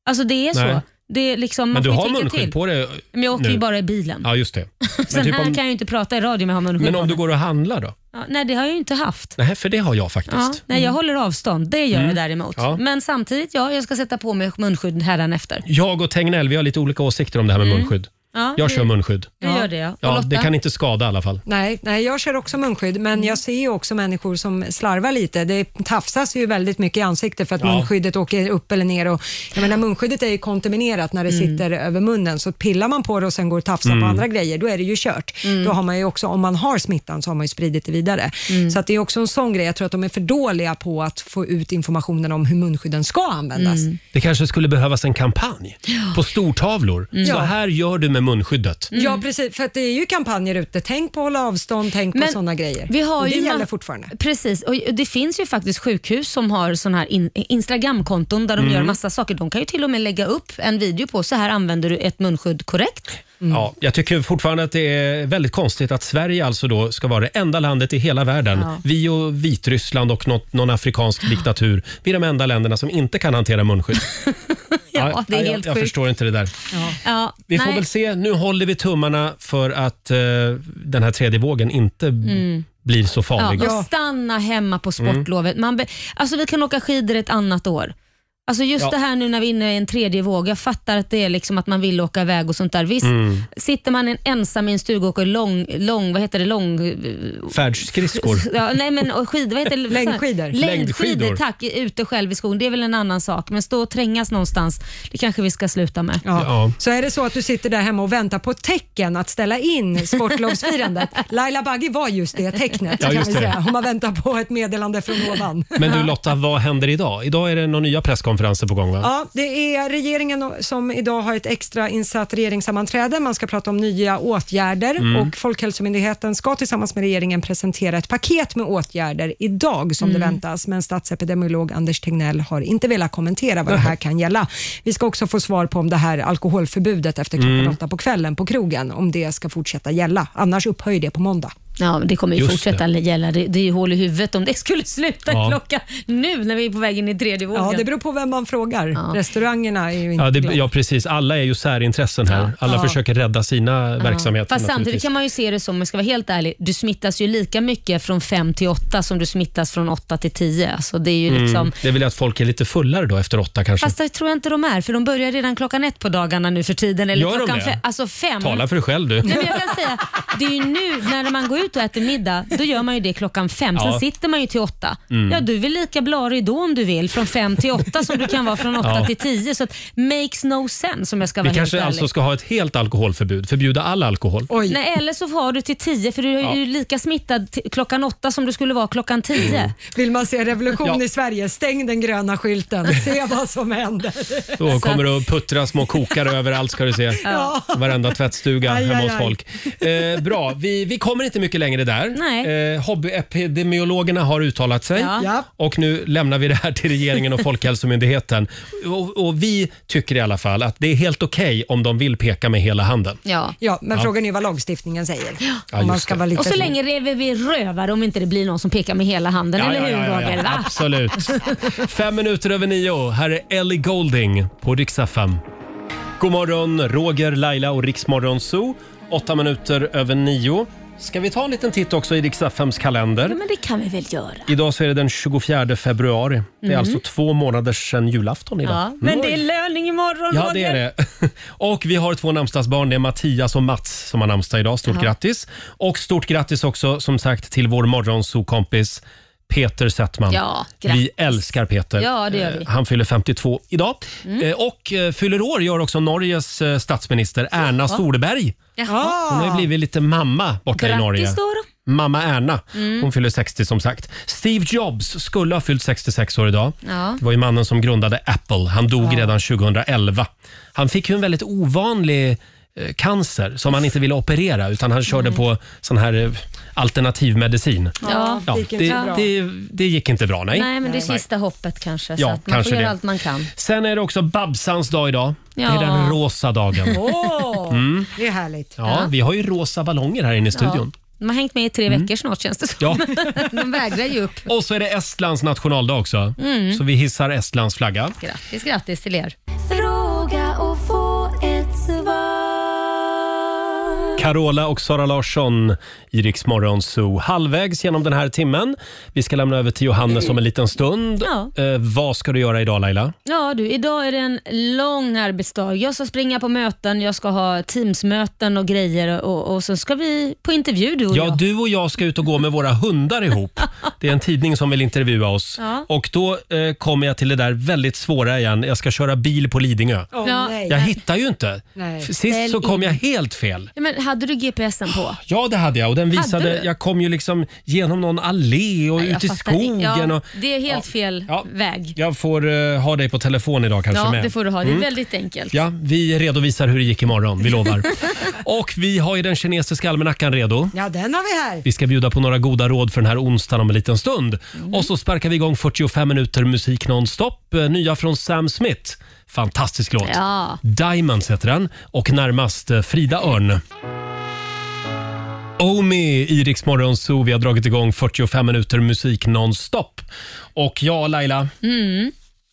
Speaker 2: Alltså det är
Speaker 1: Nej.
Speaker 2: så. Det är liksom, man
Speaker 1: Men du
Speaker 2: får ju
Speaker 1: har
Speaker 2: tänka
Speaker 1: munskydd
Speaker 2: till.
Speaker 1: på dig
Speaker 2: Men jag åker
Speaker 1: nu.
Speaker 2: ju bara i bilen.
Speaker 1: Ja, just det.
Speaker 2: Sen
Speaker 1: Men, typ
Speaker 2: här
Speaker 1: om,
Speaker 2: kan jag ju inte prata i radio med att ha munskydd
Speaker 1: men
Speaker 2: på
Speaker 1: om du
Speaker 2: mig.
Speaker 1: går och handlar då?
Speaker 2: ja, Nej, det har jag ju inte haft.
Speaker 1: Nej, för det har jag
Speaker 2: Ja,
Speaker 1: faktiskt.
Speaker 2: nej, jag håller avstånd. Det gör
Speaker 1: Mm.
Speaker 2: jag däremot.
Speaker 1: Ja.
Speaker 2: Men samtidigt, ja, jag ska sätta på mig munskydd hädanefter.
Speaker 1: Jag och Tegnell, vi har lite olika åsikter om det här med
Speaker 2: Mm.
Speaker 1: munskydd.
Speaker 2: Ja,
Speaker 1: Jag
Speaker 2: det-
Speaker 1: kör munskydd.
Speaker 2: Du gör det, ja. Och
Speaker 1: ja
Speaker 2: Lotta?
Speaker 1: det kan inte skada i alla fall.
Speaker 3: Nej, nej, jag kör också munskydd,
Speaker 2: Mm.
Speaker 3: men jag ser ju också människor som slarvar lite. Det tafsas ju väldigt mycket i ansiktet för att
Speaker 1: Ja.
Speaker 3: munskyddet åker upp eller ner. Och, jag menar, munskyddet är ju kontaminerat när det sitter över munnen, så pillar man på det och sen går och tafsar
Speaker 2: Mm.
Speaker 3: på andra grejer, då är det ju kört.
Speaker 2: Mm.
Speaker 3: Då har man ju också, om man har smittan så har man ju spridit det vidare.
Speaker 2: Mm.
Speaker 3: Så att det är också en sån grej. Jag tror att de är för dåliga på att få ut informationen om hur munskydden ska användas.
Speaker 2: Mm.
Speaker 1: Det kanske skulle behövas en kampanj på stortavlor.
Speaker 3: Mm.
Speaker 1: Så
Speaker 3: Ja.
Speaker 1: här gör du med munskyddet.
Speaker 2: Mm.
Speaker 3: Ja, precis. För att det är ju kampanjer ute. Tänk på att hålla avstånd, tänk på
Speaker 2: Men
Speaker 3: sådana grejer.
Speaker 2: vi har
Speaker 3: och det
Speaker 2: ju
Speaker 3: gäller
Speaker 2: ma-
Speaker 3: fortfarande.
Speaker 2: Precis, och det finns ju faktiskt sjukhus som har såna här in- Instagram-konton där de
Speaker 1: Mm.
Speaker 2: gör massa saker. De kan ju till och med lägga upp en video på så här använder du ett munskydd korrekt.
Speaker 1: Ja, jag tycker fortfarande att det är väldigt konstigt att Sverige alltså då ska vara det enda landet i hela världen.
Speaker 2: Ja.
Speaker 1: Vi och Vitryssland och något, någon afrikansk diktatur. Vi är de enda länderna som inte kan hantera munskydd.
Speaker 2: Ja, det är
Speaker 1: jag,
Speaker 2: helt
Speaker 1: jag
Speaker 2: sjukt.
Speaker 1: förstår inte det där.
Speaker 2: Ja.
Speaker 1: Vi får
Speaker 2: nej.
Speaker 1: väl se. Nu håller vi tummarna för att eh, den här tredje vågen inte b-
Speaker 2: Mm.
Speaker 1: blir så farlig.
Speaker 2: Ja, och stanna hemma på
Speaker 1: Mm.
Speaker 2: sportlovet. Man be- alltså, vi kan åka skidor ett annat år. Alltså just
Speaker 1: Ja.
Speaker 2: det här nu när vi är inne i en tredje våg. Jag fattar att det är liksom att man vill åka iväg och sånt där. Visst,
Speaker 1: Mm.
Speaker 2: sitter man en ensam i en stuga och åker lång, lång vad heter det, lång...
Speaker 1: Färdsskridskor.
Speaker 2: Ja, nej men och skidor, vad heter det?
Speaker 3: Längdskidor.
Speaker 2: Längdskidor,
Speaker 1: Längdskidor.
Speaker 2: tack. Ute själv i skogen, det är väl en annan sak. Men stå och trängas någonstans, det kanske vi ska sluta med.
Speaker 3: Ja.
Speaker 1: Ja.
Speaker 3: Så är det så att du sitter där hemma och väntar på ett tecken att ställa in sportlovsfirandet. Laila Bagge var just det tecknet
Speaker 1: Ja,
Speaker 3: kan
Speaker 1: just
Speaker 3: vi
Speaker 1: det.
Speaker 3: säga. Om man väntar på ett meddelande från ovan.
Speaker 1: Men du Lotta, vad händer idag? Idag är det några nya presskonferenser på gång va?
Speaker 3: Ja, det är regeringen som idag har ett extra insatt regeringssammanträde. Man ska prata om nya åtgärder
Speaker 1: Mm.
Speaker 3: och Folkhälsomyndigheten ska tillsammans med regeringen presentera ett paket med åtgärder idag som det
Speaker 2: Mm.
Speaker 3: väntas. Men statsepidemiolog Anders Tegnell har inte velat kommentera vad det här kan gälla. Vi ska också få svar på om det här alkoholförbudet efter klockan
Speaker 2: Mm.
Speaker 3: åtta på kvällen på krogen, om det ska fortsätta gälla. Annars upphöjer det på måndag.
Speaker 2: Ja, men det kommer ju
Speaker 3: Just
Speaker 2: fortsätta gälla. Det, det är ju hål i huvudet om det skulle sluta
Speaker 1: Ja.
Speaker 2: klockan nu när vi är på väg in i tredje vågen.
Speaker 3: Ja, det beror på vem man frågar. Restaurangerna är ju inte
Speaker 1: Ja, det,
Speaker 3: glada.
Speaker 1: ja, precis. Alla är ju särintressen här. Alla
Speaker 2: Ja.
Speaker 1: försöker rädda sina
Speaker 2: Ja.
Speaker 1: verksamheter.
Speaker 2: Fast samtidigt
Speaker 1: naturligtvis.
Speaker 2: kan man ju se det som, om jag ska vara helt ärlig, du smittas ju lika mycket från fem till åtta som du smittas från åtta till tio. Alltså det är ju liksom,
Speaker 1: Mm. Det är väl att folk är lite fullare då efter åtta kanske.
Speaker 2: Fast det tror jag inte de är, för de börjar redan klockan ett på dagarna nu för tiden. Eller
Speaker 1: Gör de
Speaker 2: klockan
Speaker 1: det?
Speaker 2: Alltså fem.
Speaker 1: Tala för dig själv du.
Speaker 2: Nej, men jag kan säga, det är ju nu när man går ut ut och äter middag, då gör man ju det klockan fem. Sen
Speaker 1: Ja.
Speaker 2: sitter man ju till åtta.
Speaker 1: Mm.
Speaker 2: Ja, du är väl lika blarig då om du vill, från fem till åtta som du kan vara från åtta
Speaker 1: Ja.
Speaker 2: till tio. Så att makes no sense om jag ska vara
Speaker 1: Vi kanske
Speaker 2: helt
Speaker 1: alltså
Speaker 2: ärlig.
Speaker 1: ska ha ett helt alkoholförbud, förbjuda all alkohol.
Speaker 2: Nej, eller så har du till tio för du är ju
Speaker 1: Ja.
Speaker 2: lika smittad t- klockan åtta som du skulle vara klockan tio.
Speaker 1: Mm.
Speaker 3: Vill man se revolution
Speaker 1: Ja.
Speaker 3: i Sverige, stäng den gröna skylten. Se vad som händer.
Speaker 1: Då kommer det att puttra små kokare överallt ska du se.
Speaker 3: Ja.
Speaker 1: Varenda tvättstuga
Speaker 3: Aj,
Speaker 1: hemma
Speaker 3: aj,
Speaker 1: hos
Speaker 3: aj.
Speaker 1: folk. Eh, bra, vi, vi kommer inte mycket längre där.
Speaker 2: Nej.
Speaker 1: Eh, hobbyepidemiologerna har uttalat sig
Speaker 2: Ja. Ja.
Speaker 1: och nu lämnar vi det här till regeringen och Folkhälsomyndigheten. Och, och vi tycker i alla fall att det är helt okej om de vill peka med hela handen.
Speaker 2: Ja.
Speaker 3: ja, men
Speaker 1: Ja.
Speaker 3: frågan är vad lagstiftningen säger.
Speaker 1: Ja,
Speaker 3: Om man
Speaker 1: just
Speaker 3: ska
Speaker 1: det.
Speaker 3: vara lite
Speaker 2: Och så länge rever vi rövar om inte det blir någon som pekar med hela handen. eller hur Roger? Va?
Speaker 1: Absolut. Fem minuter över nio. Här är Ellie Golding på riksdag 5. God morgon, Roger, Laila och Riksmorgon Zoo. Åtta minuter över nio. Ska vi ta en liten titt också i riksdag 5s kalender?
Speaker 2: Ja, men det kan vi väl göra.
Speaker 1: Idag så är det den 24 februari. Det är
Speaker 2: Mm.
Speaker 1: alltså två månader sedan julafton idag.
Speaker 2: Ja, men
Speaker 1: Mm.
Speaker 2: det är löning imorgon
Speaker 1: Ja,
Speaker 2: Roger.
Speaker 1: det är det. Och vi har två namnsdagsbarn. Det är Mattias och Mats som har namnsdag idag. Stort
Speaker 2: Ja.
Speaker 1: grattis! Och stort grattis också som sagt till vår morgonsokompis Peter Settman.
Speaker 2: Ja, grattis.
Speaker 1: vi älskar Peter.
Speaker 2: Ja, det gör vi. Mm.
Speaker 1: Eh, Han fyller 52 idag. Eh, Och eh, fyller år gör också Norges eh, statsminister Erna Solberg.
Speaker 2: Jaha.
Speaker 1: Hon har ju blivit lite mamma borta i
Speaker 2: Grattis
Speaker 1: Norge.
Speaker 2: då då.
Speaker 1: Mamma Erna.
Speaker 2: Mm.
Speaker 1: Hon fyller 60 som sagt. Steve Jobs skulle ha fyllt 66 år idag.
Speaker 2: Ja.
Speaker 1: Det var ju mannen som grundade Apple. Han dog
Speaker 2: Ja.
Speaker 1: redan 2011. Han fick ju en väldigt ovanlig eh, cancer som han inte ville operera utan han körde på sån här eh, alternativmedicin.
Speaker 2: Ja, det gick inte
Speaker 1: det,
Speaker 2: bra.
Speaker 1: det, det gick inte bra. Nej.
Speaker 2: Nej. men det är sista hoppet kanske. så
Speaker 1: Ja,
Speaker 2: att man
Speaker 1: kanske
Speaker 2: får
Speaker 1: det.
Speaker 2: göra allt man kan.
Speaker 1: Sen är det också Babsans dag idag. Det
Speaker 2: Ja.
Speaker 1: är den rosa dagen.
Speaker 2: Åh,
Speaker 1: Mm.
Speaker 3: Det är härligt.
Speaker 1: Ja, vi har ju rosa ballonger här inne i studion. Mm.
Speaker 2: De har hängt med i tre veckor snart känns det som.
Speaker 1: Ja.
Speaker 2: De vägrar ju upp.
Speaker 1: Och så är det Estlands nationaldag också.
Speaker 2: Mm.
Speaker 1: Så vi hissar Estlands flagga.
Speaker 2: Grattis, grattis till er.
Speaker 16: Fråga och få ett svar.
Speaker 1: Carola och Sara Larsson i Rix Morgon Zoo. Halvvägs genom den här timmen. Vi ska lämna över till Johannes om en liten stund.
Speaker 2: Ja.
Speaker 1: Eh, vad ska du göra idag Laila?
Speaker 2: Ja du, idag är det en lång arbetsdag. Jag ska springa på möten, jag ska ha teamsmöten och grejer och, och så ska vi på intervju du och
Speaker 1: Ja,
Speaker 2: jag.
Speaker 1: du och jag ska ut och gå med våra hundar ihop. Det är en tidning som vill intervjua oss.
Speaker 2: Ja.
Speaker 1: Och då eh, kommer jag till det där väldigt svåra igen. Jag ska köra bil på Lidingö.
Speaker 2: Åh, Ja. nej.
Speaker 1: Jag hittar ju inte.
Speaker 2: Nej.
Speaker 1: Sist så
Speaker 2: Ställ
Speaker 1: kom
Speaker 2: in.
Speaker 1: jag helt fel.
Speaker 2: Ja, men hade du GPSen på?
Speaker 1: Ja, det hade jag. Och den
Speaker 2: Hade
Speaker 1: visade,
Speaker 2: du?
Speaker 1: jag kom ju liksom genom någon allé och
Speaker 2: Nej, jag
Speaker 1: ut i
Speaker 2: fattar inte.
Speaker 1: skogen.
Speaker 2: Ja,
Speaker 1: Och
Speaker 2: det är helt fel väg.
Speaker 1: jag får eh, ha dig på telefon idag kanske
Speaker 2: Ja,
Speaker 1: med.
Speaker 2: det får du ha. Det är
Speaker 1: Mm.
Speaker 2: väldigt enkelt.
Speaker 1: Ja, vi redovisar hur det gick imorgon, vi lovar. och vi har ju den kinesiska almanackan redo.
Speaker 3: Ja, den har vi här.
Speaker 1: Vi ska bjuda på några goda råd för den här onsdagen om en liten stund.
Speaker 2: Mm.
Speaker 1: Och så sparkar vi igång 45 minuter musik nonstop. Eh, Nya från Sam Smith. Fantastisk låt.
Speaker 2: Ja.
Speaker 1: Diamonds heter den och närmast eh, Frida Örn. Omi i Rix Morgon Zoo. Vi har dragit igång 45 minuter musik nonstop. Och ja, Laila,
Speaker 2: Mm.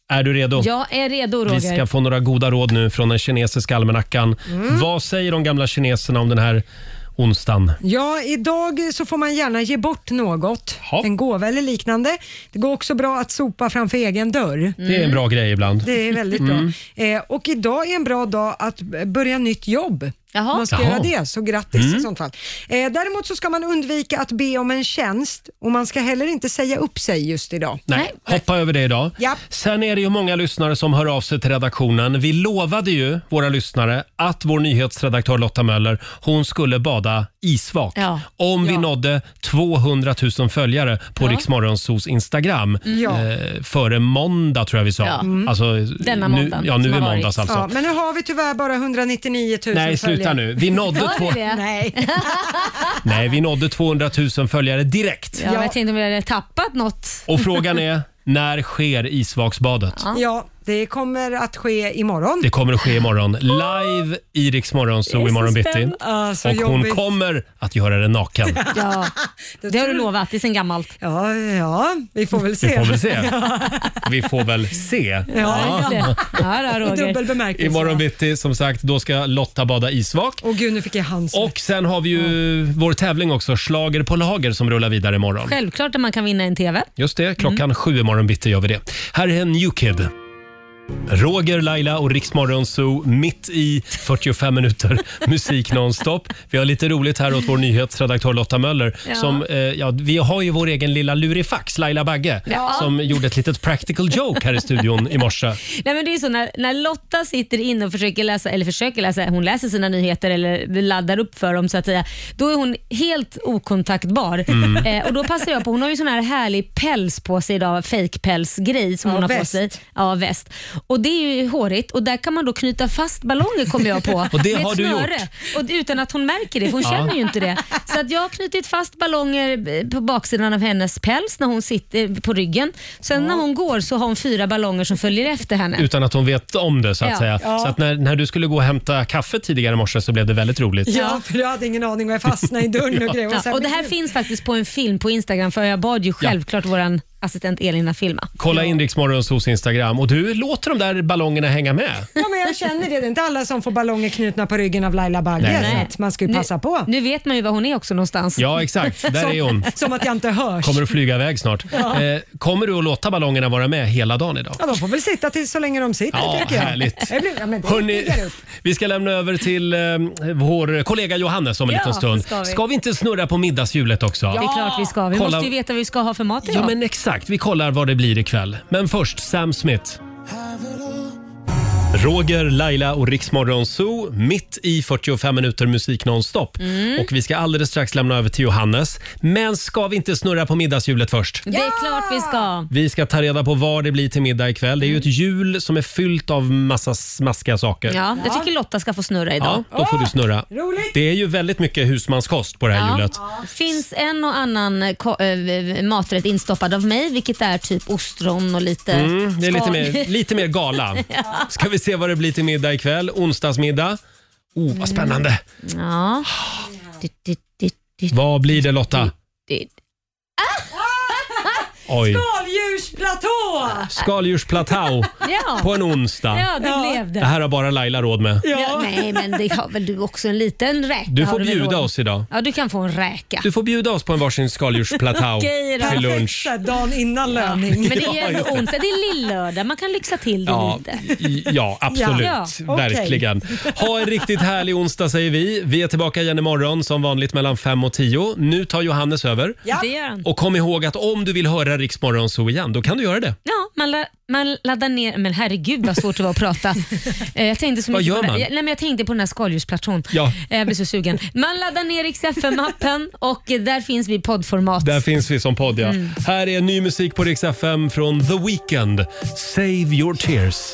Speaker 1: är du redo?
Speaker 2: Jag är redo Roger.
Speaker 1: Vi ska få några goda råd nu från den kinesiska almanackan.
Speaker 3: Mm.
Speaker 1: Vad säger de gamla kineserna om den här onsdagen?
Speaker 3: Ja, idag så får man gärna ge bort något. En gåva eller liknande. Det går också bra att sopa framför egen dörr.
Speaker 1: Det är en bra grej ibland.
Speaker 3: Det är väldigt
Speaker 1: Mm.
Speaker 3: bra. Eh, och idag är en bra dag att börja nytt jobb. Om Man ska
Speaker 1: Jaha.
Speaker 3: göra det, så grattis
Speaker 1: Mm.
Speaker 3: i sånt fall. Eh, däremot så ska man undvika att be om en tjänst och man ska heller inte säga upp sig just idag.
Speaker 1: Nej, hoppa över det idag.
Speaker 3: Japp.
Speaker 1: Sen är det ju många lyssnare som hör av sig till redaktionen. Vi lovade ju våra lyssnare att vår nyhetsredaktör Lotta Möller, hon skulle bada isvak.
Speaker 2: Ja.
Speaker 1: Om vi nådde 200 000 följare på
Speaker 2: Ja.
Speaker 1: Rix Morgonzos Instagram
Speaker 3: Mm. Ja.
Speaker 1: eh, före måndag tror jag vi sa.
Speaker 3: Ja. Mm.
Speaker 1: Alltså, nu, ja, nu i måndags alltså.
Speaker 3: Ja, men nu har vi tyvärr bara 199 000
Speaker 1: Nej, sluta
Speaker 3: följare.
Speaker 1: nu. Vi nådde Hör två- vi
Speaker 3: Nej.
Speaker 1: Nej, vi nådde 200 000 följare direkt.
Speaker 2: Ja, men Jag tänkte om vi hade tappat något.
Speaker 1: Och frågan är, när sker isvaksbadet?
Speaker 3: Ja, det kommer att ske imorgon.
Speaker 1: Det kommer att ske imorgon. Live i Rix Morgonzoo imorgon bitti.
Speaker 3: Ah, så
Speaker 1: Och hon
Speaker 3: jobbigt.
Speaker 1: kommer att göra det naken.
Speaker 2: Ja, det har du lovat, det är sen gammalt.
Speaker 3: Ja, ja vi får väl se.
Speaker 1: Vi får väl se.
Speaker 3: Ja.
Speaker 1: Vi får väl se.
Speaker 3: Ja,
Speaker 1: Ja.
Speaker 2: Ja, då, Roger.
Speaker 3: I dubbel bemärkelse.
Speaker 1: Imorgon bitti, som sagt, då ska Lotta bada isvak.
Speaker 3: Åh gud, nu fick jag hans.
Speaker 1: Och sen har vi ju vår tävling också, Slager på lager, som rullar vidare imorgon.
Speaker 2: Självklart att man kan vinna en TV.
Speaker 1: Just det, klockan sju imorgon bitti gör vi det. Här är en New Kid. Roger, Laila och Riksmorgon Zoo mitt i 45 minuter musik nonstop. Vi har lite roligt här åt vår nyhetsredaktör Lotta Möller.
Speaker 2: Ja.
Speaker 1: Som, eh, ja, vi har ju vår egen lilla lurifax, Laila Bagge,
Speaker 2: Ja.
Speaker 1: som gjorde ett litet practical joke här i studion i morse.
Speaker 2: Nej, men det är så när, när Lotta sitter inne och försöker läsa, eller försöker läsa, hon läser sina nyheter eller laddar upp för dem så att säga. Då är hon helt okontaktbar.
Speaker 7: Mm.
Speaker 2: Eh, och då passar jag på, hon har ju sån här härlig päls på sig idag, fejkpälsgrej som
Speaker 7: Ja,
Speaker 2: hon har på
Speaker 7: väst.
Speaker 2: sig. Ja, väst. Och det är ju hårigt och där kan man då knyta fast ballonger kommer jag på.
Speaker 7: Och det
Speaker 2: med ett
Speaker 7: har du
Speaker 2: snöre.
Speaker 7: gjort.
Speaker 2: Och, utan att hon märker det, för hon
Speaker 7: Ja.
Speaker 2: känner ju inte det. Så att jag har knutit fast ballonger eh, på baksidan av hennes päls när hon sitter eh, på ryggen. Sen när hon går så har hon fyra ballonger som följer efter henne.
Speaker 1: Utan att hon vet om det så att
Speaker 2: Ja.
Speaker 1: säga.
Speaker 2: Ja.
Speaker 1: Så att när, när du skulle gå och hämta kaffe tidigare i morse så blev det väldigt roligt.
Speaker 3: Ja, för jag hade ingen aning och jag fastnade i dörren och grejer.
Speaker 2: Ja,
Speaker 3: sen-
Speaker 2: och det här finns faktiskt på en film på Instagram för jag bad ju självklart vår assistent Elin att filma.
Speaker 1: Kolla in Riksmorgons hos Instagram och du låter de där ballongerna hänga med.
Speaker 3: Ja, men jag känner det. Det är inte alla som får ballonger knutna på ryggen av Laila Bagge.
Speaker 1: Nej.
Speaker 3: så att Man ska ju passa på.
Speaker 2: Nu vet man ju var hon är också någonstans.
Speaker 1: Ja, exakt. Där är hon.
Speaker 3: Som att jag inte hörs.
Speaker 1: Kommer att flyga iväg snart.
Speaker 3: Ja.
Speaker 1: Eh, kommer du att låta ballongerna vara med hela dagen idag?
Speaker 3: Ja, de får väl sitta till så länge de sitter
Speaker 1: Ja,
Speaker 3: tycker jag.
Speaker 1: härligt.
Speaker 3: Det blir, ja, men det
Speaker 1: Hörrni,
Speaker 3: piggar upp.
Speaker 1: vi ska lämna över till eh, vår kollega Johannes om en
Speaker 2: Ja,
Speaker 1: liten stund.
Speaker 2: det ska vi.
Speaker 1: inte snurra på middagshjulet också?
Speaker 2: Det är klart vi ska. Vi
Speaker 1: Kolla-
Speaker 2: måste ju veta vad vi ska ha för mat idag.
Speaker 1: Ja, men exakt. Vi kollar vad det blir ikväll. Men först Sam Smith. Roger, Laila och Riksmorgon Zoo mitt i 45 minuter musik nonstop.
Speaker 2: Mm.
Speaker 1: Och vi ska alldeles strax lämna över till Johannes. Men ska vi inte snurra på middagshjulet först?
Speaker 2: Det är klart vi ska.
Speaker 1: Vi ska ta reda på vad det blir till middag ikväll. Det är ju ett hjul som är fyllt av massa smaskiga saker.
Speaker 2: Mm. Ja, jag tycker Lotta ska få snurra
Speaker 1: Ja,
Speaker 2: idag.
Speaker 1: då får du snurra.
Speaker 2: roligt.
Speaker 1: Det är ju väldigt mycket husmanskost på det här hjulet.
Speaker 2: Finns en och annan eh, ko- eh, maträtt instoppad av mig, vilket är typ ostron och lite
Speaker 1: Mm, det är lite
Speaker 2: skal.
Speaker 1: mer, lite mer gala.
Speaker 2: Ja.
Speaker 1: Ska vi se vad det blir till middag ikväll? Onsdagsmiddag. Oh, vad spännande.
Speaker 2: Ja.
Speaker 1: Vad blir det Lotta?
Speaker 2: Det-
Speaker 1: Oj.
Speaker 3: Skaldjursplatå!
Speaker 1: Skaldjursplatå
Speaker 2: Ja.
Speaker 1: på en onsdag.
Speaker 2: Ja, det blev det.
Speaker 1: Det här har bara Laila råd med.
Speaker 2: Ja, nej, men det har väl du också en liten räka?
Speaker 1: Du
Speaker 2: har
Speaker 1: får
Speaker 2: väl
Speaker 1: bjuda
Speaker 2: råd?
Speaker 1: oss idag.
Speaker 2: Ja, du kan få en räka.
Speaker 1: Du får bjuda oss på en varsin skaldjursplatå
Speaker 2: Okej då.
Speaker 1: till lunch.
Speaker 3: Så här, dagen innan löning.
Speaker 2: Men det är
Speaker 1: Ja,
Speaker 2: ju
Speaker 1: just det.
Speaker 2: onsdag, det är lillördag. Man kan lyxa till det
Speaker 1: Ja,
Speaker 2: lite.
Speaker 1: i- ja, absolut.
Speaker 2: Ja. Ja, okej.
Speaker 1: Verkligen. Ha en riktigt härlig onsdag säger vi. Vi är tillbaka igen imorgon som vanligt mellan 5 och 10. Nu tar Johannes över.
Speaker 2: Det gör han.
Speaker 1: Och kom ihåg att om du vill höra Riksmorgon så igen, då kan du göra det.
Speaker 2: Ja, man, la, man laddar ner... Men herregud vad svårt det var att prata. Eh, Jag tänkte så
Speaker 1: Vad
Speaker 2: mycket
Speaker 1: gör
Speaker 2: på
Speaker 1: man?
Speaker 2: Det. Jag- Nej, men jag tänkte på den här skaldjursplatån.
Speaker 1: Ja.
Speaker 2: Eh, Jag blir så sugen. Man laddar ner XFM-appen och eh, där finns vi i poddformat.
Speaker 1: Där finns vi som podd ja.
Speaker 2: Mm.
Speaker 1: Här är ny musik på Rix FM från The Weeknd. Save your tears.